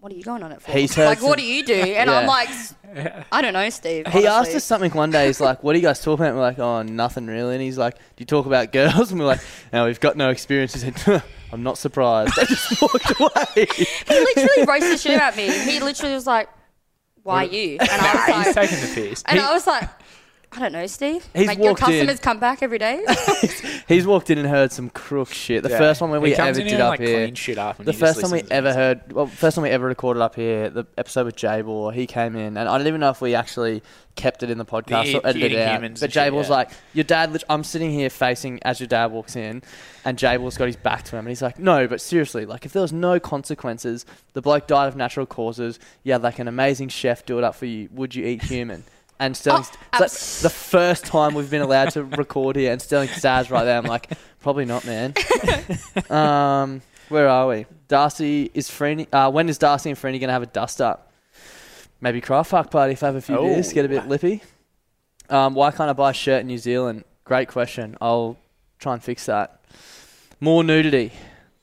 H: "What are you going on it for?"
A: He's heard
H: like,
A: some-
H: "What do you do?" And
A: Yeah.
H: I'm like, "I don't know, Steve."
A: He asked
H: honestly."
A: us something one day. He's like, "What are you guys talking about?" We're like, "Oh, nothing really." And he's like, "Do you talk about girls?" And we're like, "No, we've got no experience." He said, "I'm not surprised." I just walked away.
H: He literally roasted the shit out of me. He literally was like, "Why you?" And I was like,
G: He's taking the piss.
H: and I was like, "I don't know, Steve.
A: He's
H: like your
A: walked in.
H: customers come back every day."
A: He's walked in and heard some crook shit. The
G: Yeah.
A: first one where
G: He
A: we
G: comes
A: ever
G: in
A: did
G: here and,
A: up
G: like,
A: here,
G: cleans shit up and
A: the
G: you just
A: first time we
G: listen to
A: ever heard, well, first time we ever recorded up here, the episode with Jay Ball, he came in, and I don't even know if we actually kept it in the podcast
G: The
A: or edited it
G: eating
A: out.
G: humans
A: But
G: and
A: Jay
G: shit,
A: Ball's
G: yeah.
A: like, "Your dad." lit- I'm sitting here facing as your dad walks in, and Jay Ball's got his back to him, and he's like, "No, but seriously, like if there was no consequences, the bloke died of natural causes. Yeah, like an amazing chef do it up for you. Would you eat human?" And Sterling's it's like the first time we've been allowed to record here, and Sterling Stars right there. I'm like, probably not, man. um, where are we? Darcy is Freeney. Uh, when is Darcy and Freeney going to have a dust up? Maybe craft fuck party if I have a few
K: Oh.
A: beers, get a bit lippy. Um, why can't I buy a shirt in New Zealand? Great question. I'll try and fix that. More nudity.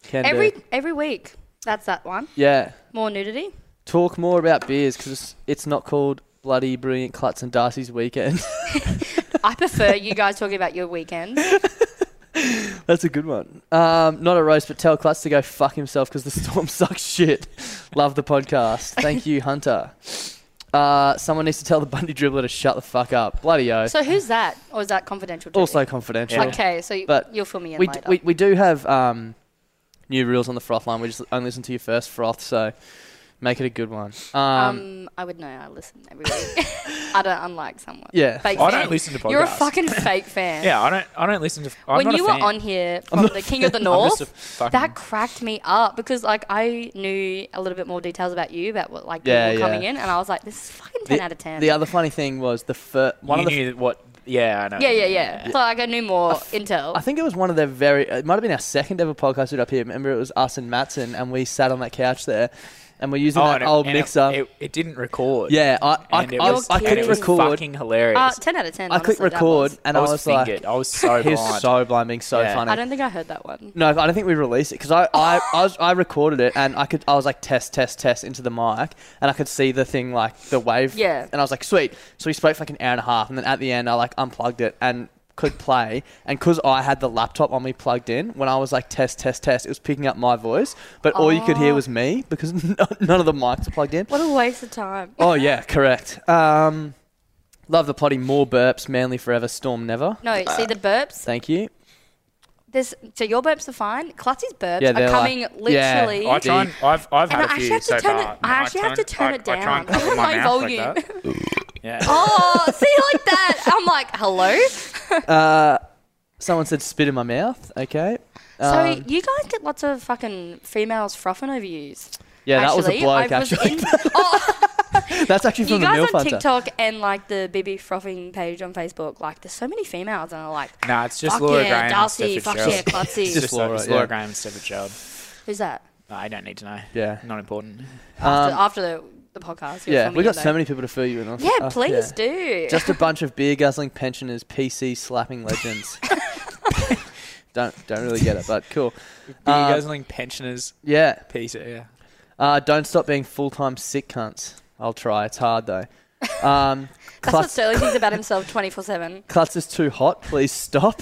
A: Can do.
H: every every week. That's that one.
A: uh, Yeah.
H: More nudity.
A: Talk more about beers because it's, it's not called bloody brilliant clutz and Darcy's weekend.
H: I prefer you guys talking about your weekend.
A: That's a good one. Um, not a roast, but tell Klutz to go fuck himself because the storm sucks shit. Love the podcast. Thank you, Hunter. Uh, someone needs to tell the Bundy dribbler to shut the fuck up. Bloody oh.
H: So who's that? Or is that confidential? too?
A: also confidential.
H: Okay, so you- you'll fill me in
A: we,
H: later.
A: We, we do have um, new rules on the froth line. We just only listen to your first froth, so make it a good one. Um,
H: Um, I would know. I listen every week. I don't unlike someone.
A: Yeah.
H: Fake
G: I
H: fan.
G: don't listen to
H: You're a
G: podcasts.
H: fucking fake fan.
G: Yeah, I don't. I don't listen to. I'm
H: when
G: not a
H: you were
G: fan.
H: on here
G: I'm
H: from
G: not
H: the
G: a
H: King of the
G: fan. I'm just a
H: North,
G: fucking-
H: that cracked me up because like I knew a little bit more details about you about what like
A: Yeah,
H: people
A: yeah.
H: coming in, and I was like, this is fucking ten
A: the,
H: out of ten.
A: the other funny thing was the first one
G: You
A: of the
G: knew what Yeah, I know.
H: Yeah, yeah, yeah. So like I knew more intel.
A: I think it was one of their very. It might have been our second ever podcast we did up here. Remember, it was us and Matson, and we sat on that couch there, and we're using
G: Oh,
A: that
G: and it-
A: old
G: and it-
A: mixer.
G: It, it didn't record.
A: yeah, I I,
G: And it
A: I,
G: was-
A: I
G: and
A: clicked
G: it was
A: record.
G: fucking hilarious.
H: Uh, ten out of ten.
A: I clicked
H: honestly, that
A: record,
H: was.
A: and I
G: I was
A: was, like,
G: fingered. I was so
A: he's
G: blind.
A: so blind, being so
G: Yeah.
A: funny.
H: I don't think I heard that one.
A: No, I don't think we released it because I, I, I, was, I recorded it and I could I was like test test test into the mic and I could see the thing like the wave
H: Yeah.
A: and I was like sweet so we spoke for like an hour and a half and then at the end I like unplugged it and clicked play and because I had the laptop on me plugged in when I was like test test test it was picking up my voice but all you could hear
H: Oh.
A: was me because none of the mics were plugged in
H: What a waste of time.
A: oh yeah correct um love the potty more burps manly forever storm never
H: No,
G: Uh,
H: see the burps.
A: thank you
H: This so your burps are fine. Klutzy's burps
A: Yeah,
H: are
A: they're
H: coming
A: like- yeah.
H: literally.
A: I try and-
G: I've, I've
H: And
G: had
H: I
G: a
H: actually
G: few
H: have to
G: so
H: turn it-
G: far.
H: I actually have to turn it
G: I try and
H: down. My
G: cover my mouth like
H: volume.
G: that. Yeah.
H: oh, see like that. I'm like, hello.
A: Uh, someone said spit in my mouth. Okay. Um,
H: so you guys get lots of fucking females frothing over yous.
A: yeah, that was a bloke.
H: I was
A: Actually,
H: in- Oh.
A: that's actually
H: you
A: from the
H: guys
A: Milf
H: on
A: Hunter.
H: TikTok and like the BB frothing page on Facebook, like there's so many females, and I'm like,
G: Nah, it's just
H: fuck
G: Laura
H: yeah,
G: Graham
H: Darcy,
G: and
H: fuck
G: Stephen
H: yeah,
G: Gerrard.
H: Clutzy.
G: it's just Laura, it's Laura Graham and Stephen Gerrard.
H: Who's that?
G: No, I don't need to know.
A: Yeah.
G: Not important.
H: After,
A: Um,
H: after the, the podcast, you'll
A: yeah,
H: fill me
A: we got
H: in
A: so
H: though.
A: many people to fill you in on.
H: Yeah,
A: Uh,
H: please do.
A: Just a bunch of beer guzzling pensioners, PC slapping legends. don't don't really get it, but cool.
G: Beer
A: Um,
G: guzzling pensioners.
A: Yeah.
G: Piece of, yeah.
A: Uh, don't stop being full time sick cunts. I'll try. It's hard though. Um,
H: That's what Sterling thinks about himself 24 seven.
A: Klutz is too hot. Please stop.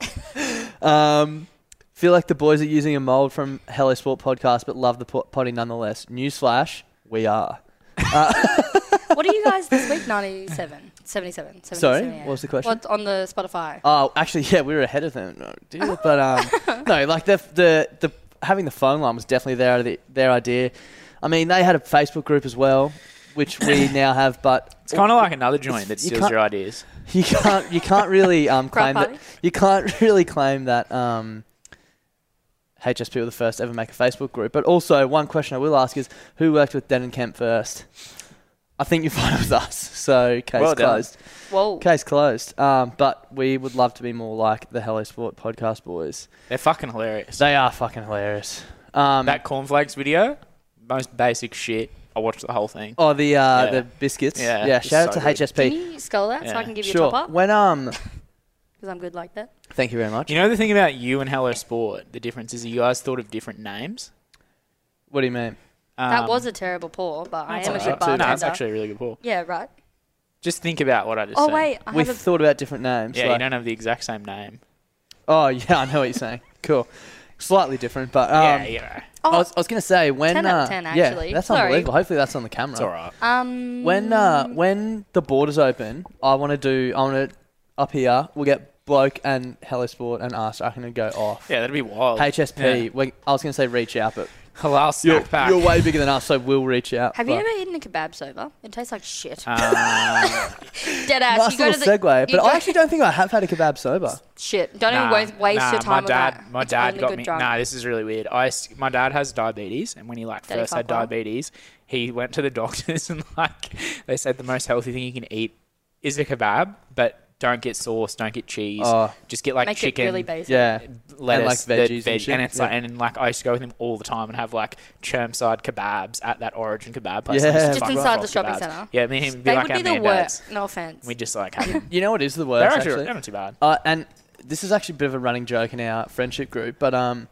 A: um, feel like the boys are using a mold from Hello Sport podcast, but love the po- potty nonetheless. Newsflash: we are. Uh,
H: What are you guys this week? 97, 77, 77
A: Sorry,
H: 78.
A: what was the question?
H: What's on the Spotify?
A: Oh, actually, yeah, we were ahead of them. No, deal. But um, no, like the the the having the phone line was definitely their ide- their idea. I mean, they had a Facebook group as well, which we now have. But
G: It's kind of like another joint that
A: You
G: steals
A: can't-
G: your ideas.
A: You can't you can't really um,
G: Crowd
A: claim that
G: party?
A: you can't really claim that um, HSP were the first to ever make a Facebook group. But also one question I will ask is who worked with Den and Kemp first? I think you find it was us. So case
G: Well done.
A: closed.
H: Whoa.
A: Case closed. Um, but we would love to be more like the Hello Sport podcast boys.
G: They're fucking hilarious.
A: They are fucking hilarious. Um,
G: that cornflakes video, most basic shit. I watched the whole thing.
A: Oh, the uh,
G: Yeah.
A: the biscuits.
G: Yeah,
A: Yeah.
G: it's
A: shout
G: so
A: out to
G: good.
A: HSP.
H: Can you scroll that so I can give you
A: sure.
H: a top up?
A: When um,
H: Because I'm good like that.
A: thank you very much.
G: You know the thing about you and Hello Sport, the difference is you guys thought of different names. Um,
A: What do you mean?
H: that was a terrible pour, but I
G: that's
H: am a
G: all
H: good
G: right. No,
H: bartender.
G: that's actually a really good pour.
H: Yeah, right.
G: Just think about what I just
H: Oh,
G: said.
H: wait, I
A: we
H: have a-
A: thought about different names.
G: Yeah,
A: like-
G: you don't have the exact same name.
A: Oh yeah, I know what you're saying. Cool, slightly different, but um,
G: Yeah, you're right.
A: I was, I was going to say when
H: 10
A: uh,
H: Oh, out of 10 actually.
A: yeah, that's
H: Sorry.
A: unbelievable. Hopefully that's on the camera. It's
G: all right.
H: Um,
A: When uh, when the borders open, I want to do. I want to up here. We'll get bloke and hello sport and us. I can go off.
G: Yeah, that'd be wild.
A: HSP.
G: Yeah.
A: we- I was going to say reach out, but
G: halal
A: you're,
G: snack pack.
A: You're way bigger than us, so we'll reach out.
H: Have
A: but-
H: you ever eaten a kebab sober? It tastes like shit.
A: Um,
H: Dead ass.
A: nice
H: you go to
A: little
H: the,
A: segue,
H: you
A: but
H: go-
A: I actually don't think I have had a kebab sober.
H: shit. Don't even
G: Nah,
H: waste, waste
G: nah,
H: your time
G: my
H: with
G: dad,
H: that.
G: My
H: It's
G: dad
H: only
G: got
H: good
G: me.
H: drunk.
G: Nah, this is really weird. I, s- my dad has diabetes, and when he like
H: Daddy
G: first had
H: fuck off.
G: diabetes, he went to the doctors and like they said the most healthy thing you can eat is a kebab, but don't get sauce, don't get cheese,
A: Oh.
G: just get like
H: Make it
G: chicken,
H: really basic.
A: Yeah.
G: lettuce,
A: And, like,
G: the
A: veggies and
G: veg-
A: shit.
G: and it's like
A: Yeah.
G: and like I used to go with him all the time and have like Chermside kebabs at that Origin kebab place.
A: Yeah.
G: Like,
A: Just
G: fuck
H: inside
G: off
H: the shopping
G: kebabs.
H: centre.
G: Yeah, me and him would be
H: They
G: like
H: would
G: our
H: be the
G: man dads.
H: worst. No offense.
G: We just like have
A: You know what is the worst?
G: They're actually-
A: actually?
G: they're not too bad.
A: Uh, and this is actually a bit of a running joke in our friendship group, but um,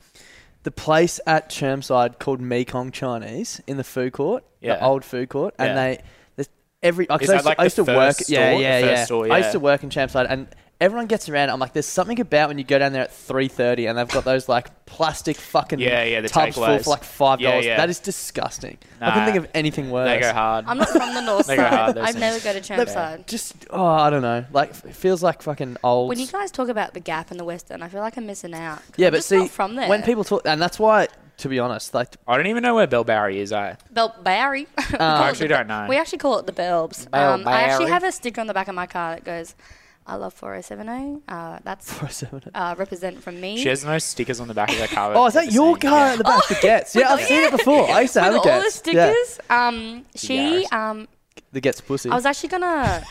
A: the place at Chermside called Mekong Chinese in the food court,
G: Yeah.
A: the old food court, and
G: Yeah.
A: they there's every. I,
G: Is
A: 'cause
G: that
A: I used, to-
G: like
A: I used
G: the
A: to work.
G: first
A: yeah,
G: store-
A: yeah,
G: the first
A: yeah.
G: store,
A: I
G: yeah.
A: used to work in Chermside, and everyone gets around. I'm like, there's something about when you go down there at three thirty, and they've got those like plastic fucking
G: Yeah, yeah, the
A: tubs full
G: takeaways.
A: for like five
G: Yeah,
A: dollars.
G: yeah.
A: That is disgusting. I
G: Nah.
A: can think of anything worse.
G: They go hard.
H: I'm not from the north
G: They go
H: side.
G: hard, those
H: I've never go to
G: things.
H: Chermside.
A: Just oh, I don't know. Like it feels like fucking old.
H: When you guys talk about the gap in the western, I feel like I'm missing out. 'Cause
A: Yeah,
H: I'm
A: but
H: just
A: see,
H: not from there.
A: when people talk, and that's why, to be honest, like
G: I don't even know where Bell Bowery is. I
H: Bel- Bowery. We call
G: I
H: it
G: actually
H: the-
G: don't know.
H: We actually call it the Belbs.
G: Bel-
H: Um, I actually
G: Bowery.
H: have a sticker on the back of my car that goes, "I love 4070." Uh, that's
A: 407.
H: uh, represent from me.
G: oh She has no stickers on the back of her car.
A: Oh, is that your car
H: Oh,
A: at the back? the gets. Yeah, I've seen it before. I used to have
H: with
A: a
H: all the
A: gets. Yeah.
H: stickers. Um, she um,
A: that gets pussy.
H: I was actually gonna.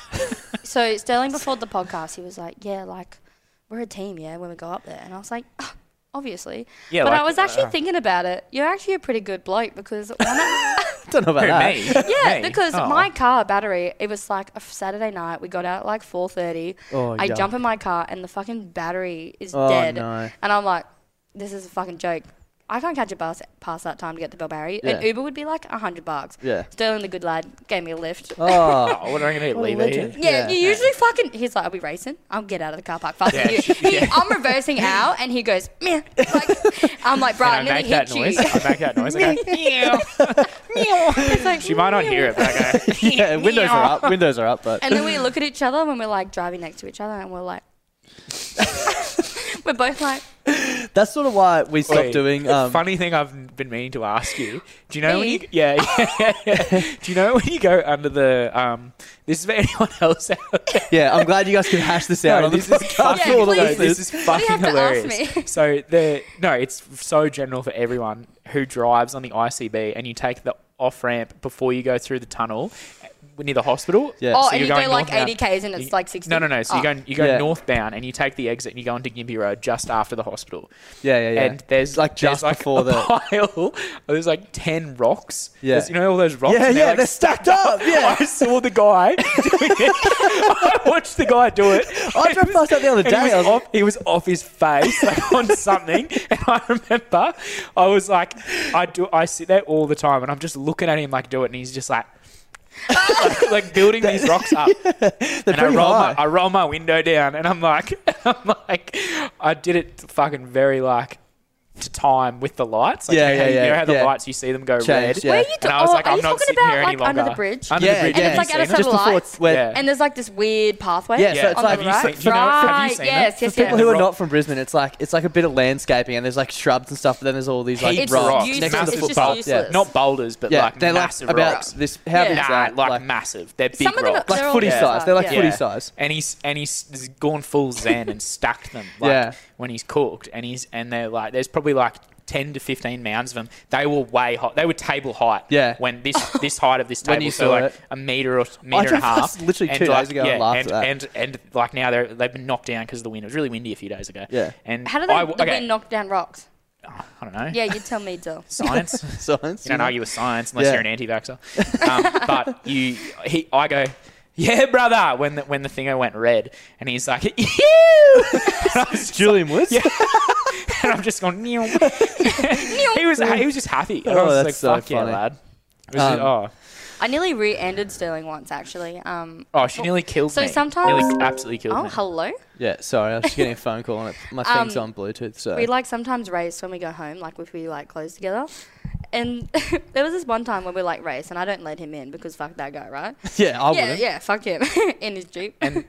H: so Sterling before the podcast, he was like, "Yeah, like we're a team, yeah, when we go up there," and I was like. "Ah, Obviously,
A: Yeah,
H: but I
A: like,
H: was actually
A: uh,
H: thinking about it. You're actually a pretty good bloke because why not?
A: don't know about
H: Who,
A: that.
H: yeah, because
G: Oh.
H: my car battery, it was like a f- Saturday night. We got out at like 4.30.
A: Oh,
H: I
A: yuck.
H: jump in my car and the fucking battery is
A: Oh,
H: dead.
A: no.
H: And I'm like, this is a fucking joke. I can't catch a bus past that time to get to Bilberry. An
A: Yeah.
H: Uber would be like 100 bucks.
A: Yeah.
H: Sterling the good lad gave me a lift.
A: Oh. Oh,
G: what am I gonna do, What a leave it legend. here?
H: Yeah,
G: Yeah.
H: you usually fucking. He's like, "Are we racing? I'll get out of the car park faster
G: Yeah,
H: than you." He, I'm reversing out, and he goes, "Meh." Like, I'm like, "Bro,
G: I
H: and then
G: make
H: he
G: that
H: hits you."
G: noise. I make that noise. I go,
H: it's like,
G: she might not hear it, but I go,
A: yeah, windows are up. Windows are up, but
H: And then we look at each other when we're like driving next to each other, and we're like, we're both like,
A: that's sort of why we stopped
G: Wait,
A: doing. Um,
G: funny thing I've been meaning to ask you. Do you know when
H: Me?
G: you yeah, yeah, yeah. Do you know when you go under the um this is for anyone else out there.
A: Yeah, I'm glad you guys can hash this out
G: No,
A: on the
G: this is
A: podcast
G: fucking
A: for all the
G: hilarious. This is
A: listeners.
G: fucking
A: to ask me?
G: hilarious. So the no, it's so general for everyone who drives on the ICB and you take the off ramp before you go through the tunnel eh, near the hospital.
H: Yeah. Oh, and you
G: you're
H: go
G: going
H: like
G: northbound.
H: 80 Ks and it's
G: You-
H: like 60.
G: No, no, no. So
H: Oh.
G: you go you go
A: Yeah.
G: northbound and you take the exit and you go onto Gympie Road just after the hospital.
A: Yeah, yeah, yeah.
G: And there's like
A: just before the-
G: pile. There's like ten rocks.
A: Yeah.
G: There's- you know all those rocks.
A: Yeah,
G: and
A: yeah,
G: like
A: they're stacked up, yeah.
G: I saw the guy doing it. I watched the guy do it.
A: I drove past that the other
G: And
A: day.
G: He was,
A: I was
G: off, he was off his face like, on something, and I remember I was like, I do. I sit there all the time, and I'm just looking at him like do it, and he's just like. like, like building these rocks up, and I
A: pretty
G: roll
A: high.
G: my I roll my window down, and I'm like, I'm like, I did it fucking very like to time with the lights. Like,
A: Yeah,
G: you know, how-
A: yeah,
G: you know
A: yeah,
G: how the
A: yeah.
G: lights you see them go
A: Change,
G: red.
A: yeah. Where you
H: do-
G: and I was
H: oh,
G: like,
H: are
G: I'm
H: you
G: not
H: talking
G: sitting
H: about,
G: here any
H: like, under
G: longer.
H: the bridge?
G: Under
A: Yeah,
G: the bridge,
A: yeah.
G: have
H: and
G: you
H: it's like at a
G: seen it?
H: satellite lights,
A: where- Yeah.
H: and there's like this weird pathway.
A: Yeah, so it's
H: on
A: like-
H: the
A: Have you
H: right.
A: seen- you know- have
G: you
H: Right,
G: seen
H: yes,
G: that?
H: yes,
A: people
H: yes.
A: who are not from Brisbane, it's like it's like a bit of landscaping, and there's like shrubs and stuff. But then there's all these like
G: Heaps of
A: rocks
G: rocks,
A: next to
G: massive
A: the footpath.
G: boulders.
A: Yeah.
G: Not boulders, but
A: Yeah,
G: like
A: they're like
G: massive
A: about
G: rocks.
A: this- how big is
G: Nah,
A: that?
G: like,
A: Like-
G: massive. They're big
H: Some of them are-
G: rocks.
H: Like they're all footy big size. size. They're like
A: footy size.
G: And he's and he's, he's gone full zen and stacked them. Like,
A: Yeah.
G: When he's cooked and he's and they're like there's probably like. 10 to 15 mounds of them they were way high they were table height
A: Yeah.
G: when this this height of this
A: When
G: table
A: you
G: so
A: saw
G: like
A: it.
G: a meter or meter and a
A: drove
G: half
A: past literally
G: and,
A: two days
G: like,
A: ago and
G: yeah,
A: laughed
G: and,
A: at that.
G: and and like now they're they've been knocked down because of the wind it was really windy a few days ago
A: Yeah.
G: and
H: How do they
G: I,
H: the
G: okay,
H: wind knock down rocks?
G: I don't know
H: Yeah, you tell me, Dill.
G: science.
A: Science,
G: You don't
A: yeah.
G: argue with science unless
A: Yeah.
G: you're an anti-vaxxer. Um, but you, he, I go, yeah, brother. When the, when the thing went red, and he's like, ew.
A: Julian Woods.
G: Yeah. and I'm just going, "Meow." he was he was just happy. And I
A: Oh,
G: was
A: that's
G: like,
A: so
G: fuck yeah,
A: funny.
G: lad. It was just-
A: Um,
G: oh.
H: I nearly rear-ended Sterling once, actually. Um,
G: Oh, she nearly killed
H: so
G: me.
H: sometimes-
G: Nearly absolutely killed
H: oh,
G: me.
H: hello.
A: Yeah, sorry, I was just getting a phone call, and it, my
H: Um,
A: thing's on Bluetooth. So
H: We like sometimes race when we go home, like if we like close together. And there was this one time when we like race, and I don't let him in because fuck that guy, right?
A: Yeah, I
H: yeah,
A: wouldn't.
H: yeah, fuck him in his jeep. And,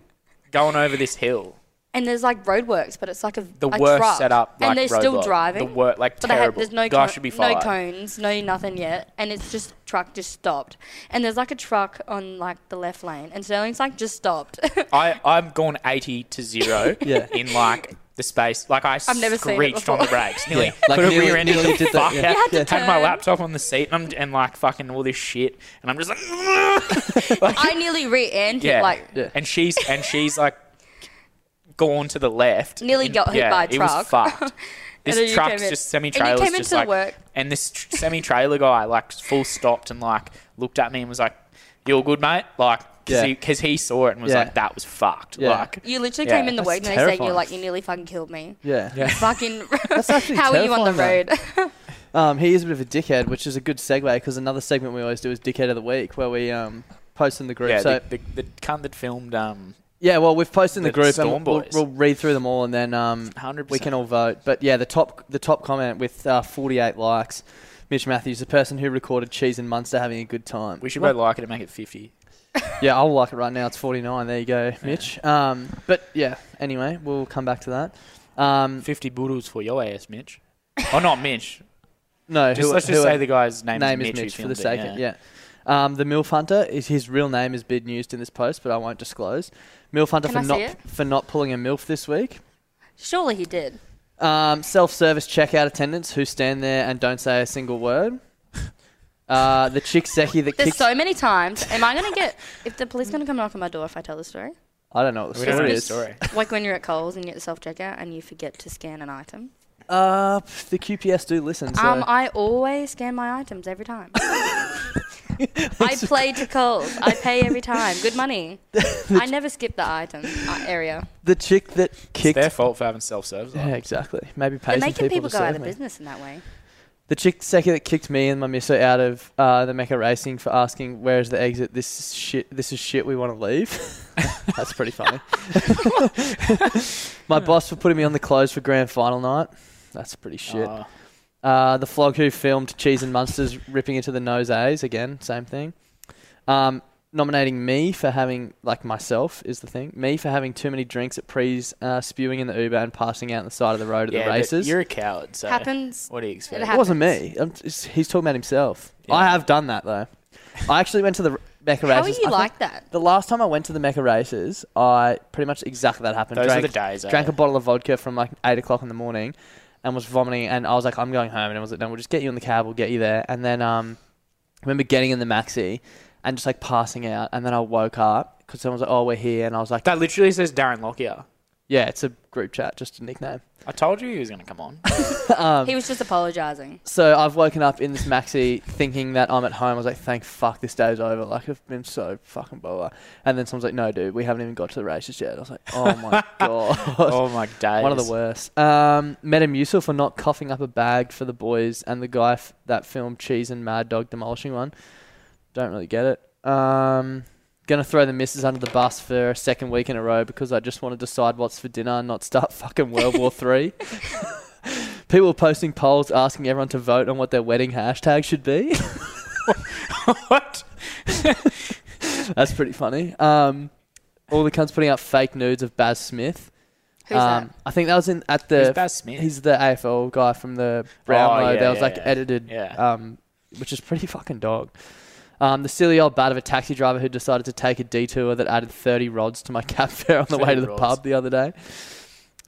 G: Going over this hill,
H: there's like roadworks, but it's like a
G: the
H: a
G: worst
H: truck,
G: setup. Like
H: and they're still
G: roadblock.
H: driving.
G: The work like
H: But they had,
G: terrible.
H: there's no
G: guy
H: co-
G: should be
H: no
G: fired.
H: cones, no nothing yet, and it's just truck just stopped. And there's like a truck on like the left lane, and Sterling's like just stopped.
G: I I've gone eighty to zero
A: Yeah.
G: in like the space. Like I
H: I've never seen it
G: screeched on the
H: before.
G: brakes, nearly
A: Yeah.
G: like
A: Like,
G: put
A: nearly-
G: a rear end in
A: nearly
G: the
A: did that,
G: fuck
A: yeah.
G: out.
A: You had to
G: had my
H: turn.
G: laptop on the seat and, I'm, and like fucking all this shit, and I'm just like, "Mm,
H: I nearly rear-ended,
G: yeah.
H: like
G: and she's and she's like gone to the left.
H: Nearly
G: In-
H: got hit
G: yeah,
H: by a
G: It
H: truck.
G: was fucked.
H: And then
G: This
H: you
G: truck's
H: came in-
G: just
H: and you
G: semi trailer's
H: came
G: just
H: into
G: like,
H: work.
G: and this tr- semi trailer guy like full stopped and like looked at me and was like, "You're good, mate." Like, because
A: Yeah.
G: he, 'cause he saw it and was
A: Yeah.
G: like, "That was fucked."
A: Yeah.
G: Like,
H: you literally
G: yeah.
H: came in the work the next day, and you're like, you nearly fucking killed me.
A: yeah,
G: Yeah.
H: Fucking.
A: That's actually
H: how are you on the
A: terrifying,
H: road?
A: Um, he is a bit of a dickhead, which is a good segue because another segment we always do is Dickhead of the Week, where we um, post in the group.
G: Yeah,
A: so
G: the, the, the cunt that filmed um,
A: yeah, well, we've posted in the,
G: The
A: group
G: Storm
A: and we'll,
G: Boys.
A: we'll read through them all, and then um, we
G: 100%.
A: can all vote. But yeah, the top the top comment with uh, 48 likes, Mitch Matthews, the person who recorded Cheese and Munster having a good time.
G: we should both like it and make it fifty.
A: Yeah, I'll like it right now. It's 49. There you go, Mitch. Um, but yeah, anyway, we'll come back to that. Um,
G: Fifty boodles for your ass, Mitch. oh, not Mitch.
A: No,
G: Just-
A: who-
G: let's just
A: who-
G: say the guy's name is
A: name
G: Mitch who
A: for the
G: filmed
A: sake
G: it,
A: of yeah. Um, the MILF Hunter is his real name has been used in this post, but I won't disclose. MILF Hunter
H: Can
A: for
H: I see
A: not
H: it?
A: for not pulling a MILF this week.
H: Surely he did.
A: Um, self-service checkout attendants who stand there and don't say a single word. Uh, the chick Zeki that
H: There's
A: kicks.
H: so many times. Am I gonna get? If the police gonna come knock on my door if I tell the story?
A: I don't know what the
G: We don't know
A: story
G: the
A: is.
G: story.
H: Like when you're at Coles and you're at the self checkout and you forget to scan an item.
A: Uh, pff, the QPS do listen. So.
H: Um, I always scan my items every time. I play to Coles. I pay every time. Good money. I never skip the item uh, area.
A: the chick that
G: It's
A: kicked.
G: their fault for having self service.
A: yeah, exactly. Maybe pay
H: They're
A: some
H: making people,
A: to
H: go
A: serve
H: out of
A: me.
H: business in that way.
A: The chick Seki that kicked me and my misso out of uh, the Mecha Racing for asking where is the exit. This is shit. This is shit. We want to leave. That's pretty funny. my boss for putting me on the clothes for grand final night. That's pretty shit.
G: Ah.
A: Uh, the flog who filmed Cheese and Munsters ripping into the nose A's again. Same thing. Um, nominating me for having like myself is the thing. Me for having too many drinks at pre's, uh, spewing in the Uber and passing out on the side of the road at
G: Yeah,
A: the
G: but
A: races.
G: You're a coward. So
H: Happens.
G: What do you expect?
A: It wasn't me. I'm just, he's talking about himself. I have done that though. I actually went to the Mecca
H: How are
A: races.
H: you
A: I think
H: like that?
A: The last time I went to the Mecca races, I pretty much exactly that happened.
G: Those are
A: drank,
G: the days, eh?
A: Drank a bottle of vodka from like eight o'clock in the morning, and was vomiting. And I was like, I'm going home. And I was like, No, we'll just get you in the cab. We'll get you there. And then um, I remember getting in the maxi and just like passing out. And then I woke up because someone was like, Oh, we're here. And I was like,
G: That literally says Darren Lockyer.
A: Yeah, it's a group chat, just a nickname.
G: I told you he was going to come on.
A: um,
H: He was just apologising.
A: So I've woken up in this maxi thinking that I'm at home. I was like, thank fuck, this day's over. Like, I've been so fucking blah. And then someone's like, no, dude, we haven't even got to the races yet. I was like, oh my God.
G: Oh my days.
A: One of the worst. Um, Madam Yusuf for not coughing up a bag for the boys and the guy f- that filmed Cheese and Mad Dog demolishing one. Don't really get it. Um, gonna throw the missus under the bus for a second week in a row because I just want to decide what's for dinner and not start fucking World War Three. People were posting polls asking everyone to vote on what their wedding hashtag should be.
G: what?
A: That's pretty funny. Um, all the cunts putting out fake nudes of Baz Smith.
H: Who's
A: um, I think that was in at the.
G: Who's Baz Smith?
A: He's the AFL guy from the Brownlow.
G: yeah,
A: that was
G: yeah,
A: like
G: yeah.
A: edited,
G: Yeah.
A: um, which is pretty fucking dog. Um, the silly old bat of a taxi driver who decided to take a detour that added 30 rods to my cab fare on the way
G: 30
A: to the
G: rods.
A: pub the other day.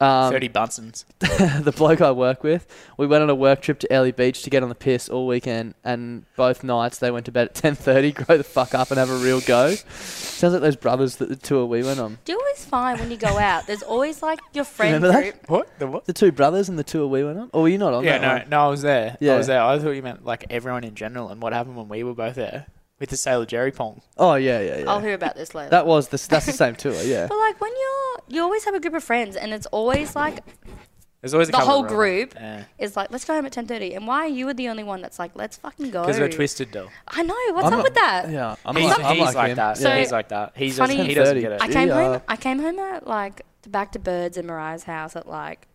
A: Um,
G: 30 Bunsons.
A: the bloke I work with, we went on a work trip to Ellie Beach to get on the piss all weekend, and both nights they went to bed at ten thirty, grow the fuck up, and have a real go. Sounds like those brothers that the tour we went on.
H: Do you always find when you go out, there's always like your friend
A: Remember
H: group.
A: that?
G: What? The what?
A: The two brothers and the tour we went on. Oh, were you not on?
G: Yeah,
A: that
G: no,
A: one?
G: no, I was there.
A: Yeah.
G: I was there. I thought you meant like everyone in general and what happened when we were both there with the Sailor Jerry Pong.
A: Oh yeah, yeah, yeah.
H: I'll hear about this later.
A: that was the s- that's the same tour. Yeah.
H: but like when you're, you always have a group of friends, and it's always like
G: There's always a
H: the
G: couple
H: whole
G: of
H: group
G: Because
H: is like, let's go home at ten thirty, and why are you the only one that's like, let's fucking go?
G: we're twisted, though.
H: I know. What's
A: I'm
H: up
A: not-
H: with that?
A: Yeah, I'm
G: he's
A: like, I'm
G: he's like,
A: him.
G: that.
H: So-
G: he's like that. He doesn't,
H: Funny-
G: he doesn't
A: 10:30.
G: get it.
H: I came
A: Yeah.
H: home. I came home at like to back to Birds and Mariah's house at like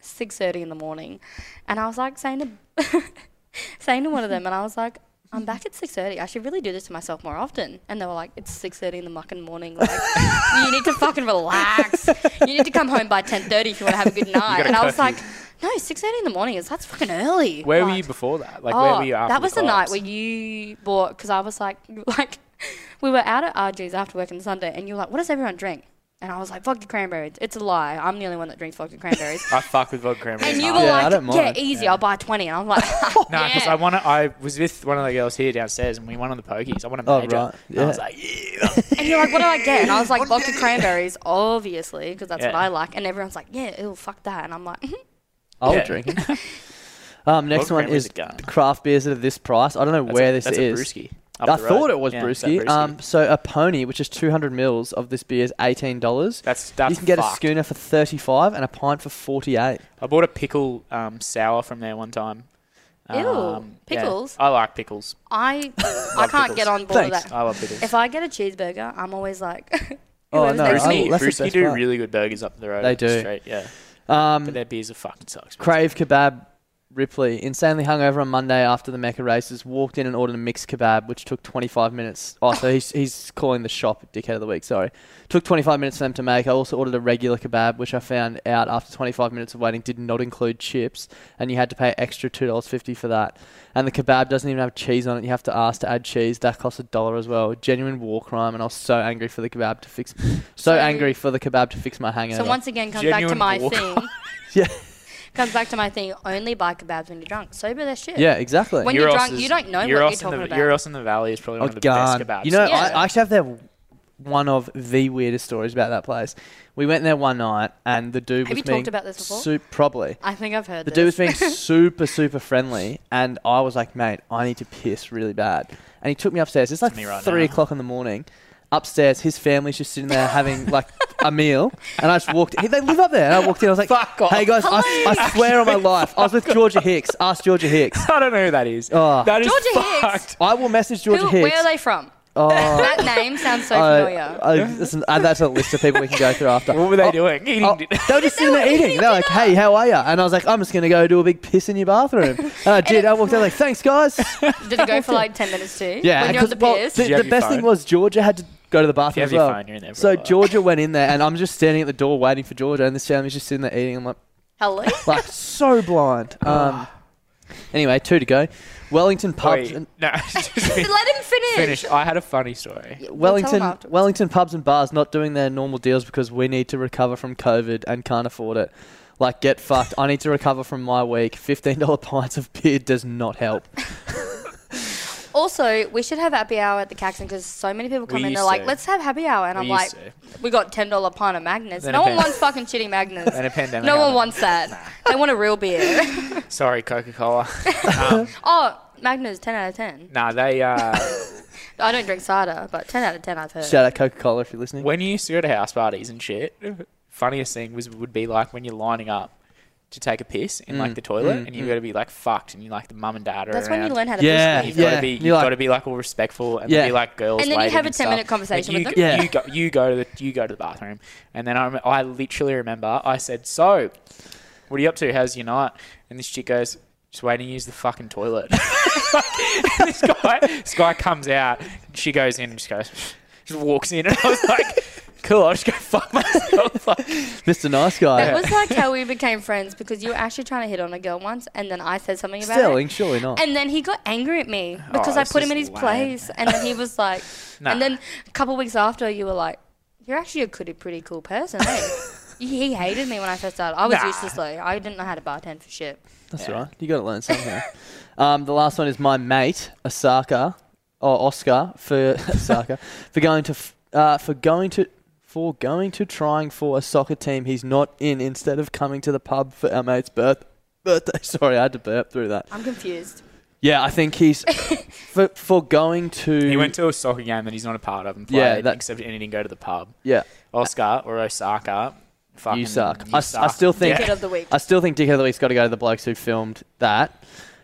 H: six thirty in the morning, and I was like saying to saying to one of them, and I was like, "I'm back at six thirty. I should really do this to myself more often." And they were like, "It's six thirty in the mucking morning. Like, you need to fucking relax. You need to come home by ten thirty if you want to have a good night."
G: got a
H: And I was like,
G: curfew.
H: "No, six thirty in the morning is that's fucking early."
G: Where were
H: Like- oh,
G: you before that? Like, where were you after
H: that was the, night
G: class?
H: where you bought because I was like, you were like we were out at RG's after work on Sunday, and you were like, "What does everyone drink?" And I was like, "Vodka cranberries." It's a lie. I'm the only one that drinks vodka cranberries.
G: I fuck with vodka cranberry.
H: and you
G: hard.
H: were
A: Yeah, I
H: like,
A: don't
H: "Yeah,
A: mind.
H: easy. I'll buy 20. And I'm like,
G: No, because
H: yeah.
G: I want to. I was with one of the girls here downstairs, and we won on the pokies. I won a
A: Oh,
G: major.
A: right.
G: And I was
A: Yeah.
G: like, yeah.
H: And you're like, "What do I get?" And I was like, "Vodka cranberries, obviously, because that's what
G: Yeah.
H: I like." And everyone's like, "Yeah, ew, fuck that." And I'm like, "Mhm."
A: I'll
G: Yeah.
A: drink. it. Um, next
G: Vodka
A: one
G: cranberries
A: is
G: are gone.
A: the craft beers that are this price. I don't know where this
G: that's
A: is.
G: A brewski up
A: I
G: the road.
A: thought it was
G: Yeah, it's that
A: brewski. Um,
G: brewski.
A: so a pony, which is 200 mils of this beer, is eighteen dollars.
G: That's- that's
A: you can get a
G: fucked.
A: schooner for 35 and a pint for 48.
G: I bought a pickle um, sour from there one time. Um,
H: Ew,
G: yeah.
H: pickles?
G: I like pickles.
H: "I, I can't get on board with
A: Thanks.
H: that."
G: I love pickles.
H: If I get a cheeseburger, I'm always like,
A: Oh,
H: whoever's
A: no,
H: next to
A: I-
H: me-
G: Brewski,
A: that's the
G: brewski
A: best
G: do
A: part.
G: really good burgers up the road.
A: They do.
G: Straight, yeah.
A: Um,
G: But their beers are fucking sucks.
A: Crave kebab. Ripley, insanely hungover on Monday after the Mecca races, walked in and ordered a mixed kebab, which took 25 minutes. Oh, so he's, he's calling the shop dickhead of the week, sorry. Took 25 minutes for them to make. I also ordered a regular kebab, which I found out after 25 minutes of waiting did not include chips, and you had to pay extra $2.50 for that. And the kebab doesn't even have cheese on it. You have to ask to add cheese. That costs a dollar as well. Genuine war crime, and I was so angry for the kebab to fix... So angry for the kebab to fix my hangover.
H: So once again, comes back to
G: Genuine
H: my
G: walk.
H: thing.
A: Yeah.
H: Comes back to my thing. Only buy kebabs when you're drunk. Sober, they're shit.
A: Yeah, exactly.
H: When you're, drunk, you don't know what you're talking
G: the,
H: about.
G: Euros in the Valley is probably one of the best
A: Gone.
G: kebabs.
A: Oh, You know,
H: Yeah.
A: I, I actually have their one of the weirdest stories about that place. We went there one night, and the dude
H: Have
A: was
H: you
A: being
H: talked about this before?
A: sup- probably.
H: I think I've heard
A: The dude was
H: this.
A: being super, super friendly, and I was like, "Mate, I need to piss really bad." And he took me upstairs. It's like
G: Me right
A: three
G: now.
A: o'clock in the morning. Upstairs, his family's just sitting there having like a meal, and I just walked. He, they live up there, and I walked in. I was like, "Hey guys, I, I swear on my life, I was with Georgia Hicks. Ask Georgia Hicks.
G: I don't know who that is.
A: Oh.
G: That is
H: Georgia Hicks.
A: I will message Georgia
H: Who,
A: Hicks.
H: where are they from?
A: Oh.
H: that name sounds so
A: I-
H: familiar.
A: I, listen, add that to the list of people we can go through after. What
G: were they doing? Eating
A: they were just sitting there eating. They're like, hey, how are you? And I was like, I'm just going to go do a big piss in your bathroom. And I did. I walked out like, thanks, guys.
H: Did it go for like 10 minutes too?
A: Yeah,
H: When you're on
A: 'cause-
H: the
A: well,
H: piss?
A: the, the best thing was Georgia had to go to the
G: you
A: bathroom
G: have
A: as
G: your
A: well.
G: phone, you're in there for
A: so
G: a while.
A: Georgia went in there, and I'm just standing at the door waiting for Georgia, and this family's just sitting there eating. I'm like,
H: Hello?
A: like so blind.
G: Ah.
A: Um, anyway, two to go. Wellington pubs.
G: Wait,
A: and,
G: no,
H: Let him finish.
G: finish. I had a funny story.
A: Wellington Wellington pubs and bars not doing their normal deals because we need to recover from COVID and can't afford it. Like get fucked. I need to recover from my week. Fifteen dollar pints of beer does not help.
H: Also, we should have happy hour at the Caxton because so many people come
A: We
H: in. They're
A: used
H: like,
A: to.
H: "Let's have happy hour," and
A: We
H: I'm like,
A: used
H: "We got ten dollar pint of Magnus.
G: Then
H: No
G: a
H: one
G: pan-
H: wants fucking shitty Magnus.
G: Then a pandemic
H: no one
G: happened.
H: wants that. They want a real beer.
G: Sorry, Coca Cola. um,
H: oh, Magnus, ten out of ten.
G: nah, they. Uh,
H: I don't drink cider, but ten out of ten I've heard.
A: Shout out Coca Cola if you're listening.
G: When you used to go to house parties and shit, funniest thing was would be like when you're lining up to take a piss in like
A: Mm,
G: the toilet,
A: mm,
G: and you've
A: mm.
G: got to be like fucked, and you like the mum and dad are
H: That's
G: around.
H: when you learn how to
A: Yeah,
H: piss.
A: piss,
G: You've got
A: yeah.
G: to be, you've
A: You're like-
G: got to be like all respectful and
A: Yeah.
G: be like girls.
H: And then you
G: waiting
H: have a 10
G: and stuff.
H: minute conversation
G: And
H: with
G: you,
H: them. Yeah.
G: You go, you go to the you go to the bathroom, and then I rem- I literally remember I said, "So, what are you up to? How's your night?" And this chick goes. Just waiting to use the fucking toilet. And this guy, this guy comes out. She goes in and just goes, just walks in, and I was like, "Cool, I'll just go fuck myself." Like,
A: Mr. Nice Guy.
H: That was like how we became friends because you were actually trying to hit on a girl once, and then I said something about
A: Sterling,
H: it.
A: surely not.
H: And then he got angry at me
A: Oh,
H: because I
A: this
H: put him
A: is
H: in his
A: lame.
H: place, and then he was like,
A: Nah.
H: and then a couple weeks after, you were like, "You're actually a pretty pretty cool person." eh?" he he hated me when I first started. I was
A: Nah.
H: useless though. I didn't know how to bartend for shit.
A: That's all right. You got to learn somehow. um, the last one is my mate Osaka or Oscar for Osaka for going to f- uh, for going to for going to trying for a soccer team he's not in instead of coming to the pub for our mate's birth birthday. Sorry, I had to burp through that.
H: I'm confused.
A: Yeah, I think he's for for going to.
G: He went to a soccer game that he's not a part of and played,
A: Yeah, that-
G: except he didn't go to the pub.
A: Yeah.
G: Oscar or Osaka. Fucking
A: You suck.
G: you
A: I, I still think
G: Yeah.
A: I still think Dickhead of the Week's got to go to the blokes who filmed that.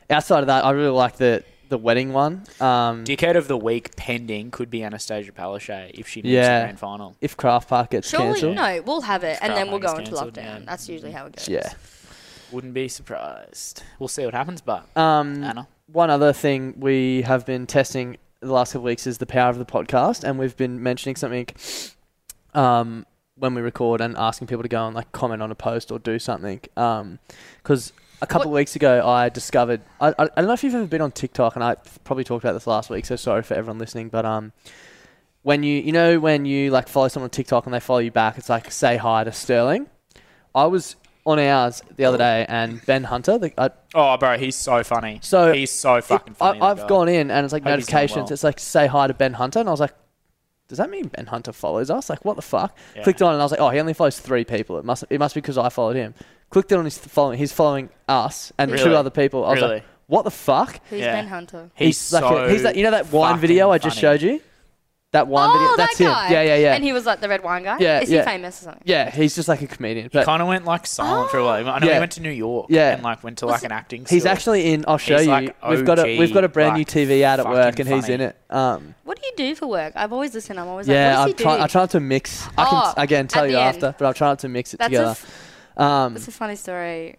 A: Outside of that, I really like the the wedding one. Um,
G: Dickhead of the week pending could be Anastasia Palaszczuk if she makes
A: yeah,
G: the grand final.
A: If Craft Park gets
H: Surely
A: cancelled,
H: no, we'll have it,
G: If
H: and then we'll go
G: Kraft
H: into
G: Heinz
H: lockdown.
G: cancelled, yeah.
H: That's usually how it goes.
A: Yeah.
G: Wouldn't be surprised. We'll see what happens, but
A: Um,
G: Anna.
A: One other thing we have been testing the last couple of weeks is the power of the podcast, and we've been mentioning something um, when we record and asking people to go and like comment on a post or do something. Because a couple of weeks ago, I discovered I, I, I don't know if you've ever been on TikTok, and I probably talked about this last week, so sorry for everyone listening, but um. When you you know when you like follow someone on TikTok and they follow you back, it's like say hi to Sterling. I was on ours the other day, and Ben Hunter, the, uh, I,
G: Oh, bro, he's so funny.
A: So
G: he's so fucking
A: I,
G: funny. that guy.
A: I've gone in and it's like
G: Hope he's doing
A: notifications.
G: well.
A: It's like say hi to Ben Hunter, and I was like, does that mean Ben Hunter follows us? Like what the fuck?
G: Yeah.
A: Clicked on and I was like, oh, he only follows three people. It must it must be because I followed him. Clicked on his following. He's following us and two
G: Really?
A: other people. I was
G: Really?
A: like, what the fuck?
H: Who's
G: Yeah.
H: Ben Hunter?
G: He's
A: like
G: so
A: he's that you know that wine
G: fucking
A: video I just
G: funny.
A: showed you. That wine
H: Oh,
A: video.
H: that
A: That's
H: guy.
A: him. Yeah, yeah, yeah.
H: And he was like the red wine guy.
A: yeah,
H: Is
A: yeah.
H: he famous or something?
A: Yeah, he's just like a comedian.
G: He
A: But
G: kind of went like silent for a while. I know
A: Yeah.
G: he went to New York.
A: Yeah.
G: and like went to like an acting.
A: he's
G: school.
A: actually in. I'll show
G: He's
A: you.
G: like
A: we've got a
G: OG,
A: we've got a brand
G: like,
A: new TV ad at work, and
G: fucking
A: he's in
G: funny.
A: it. Um,
H: What do you do for work? I've always listened. I'm always
A: yeah,
H: like,
A: I'm
H: what does he
A: try-
H: do?
A: I try not to mix. I
H: Oh,
A: can t- again tell
H: at
A: you
H: the
A: after,
H: end.
A: but I'll try not to mix it
H: That's a
A: together. um,
H: It's a funny story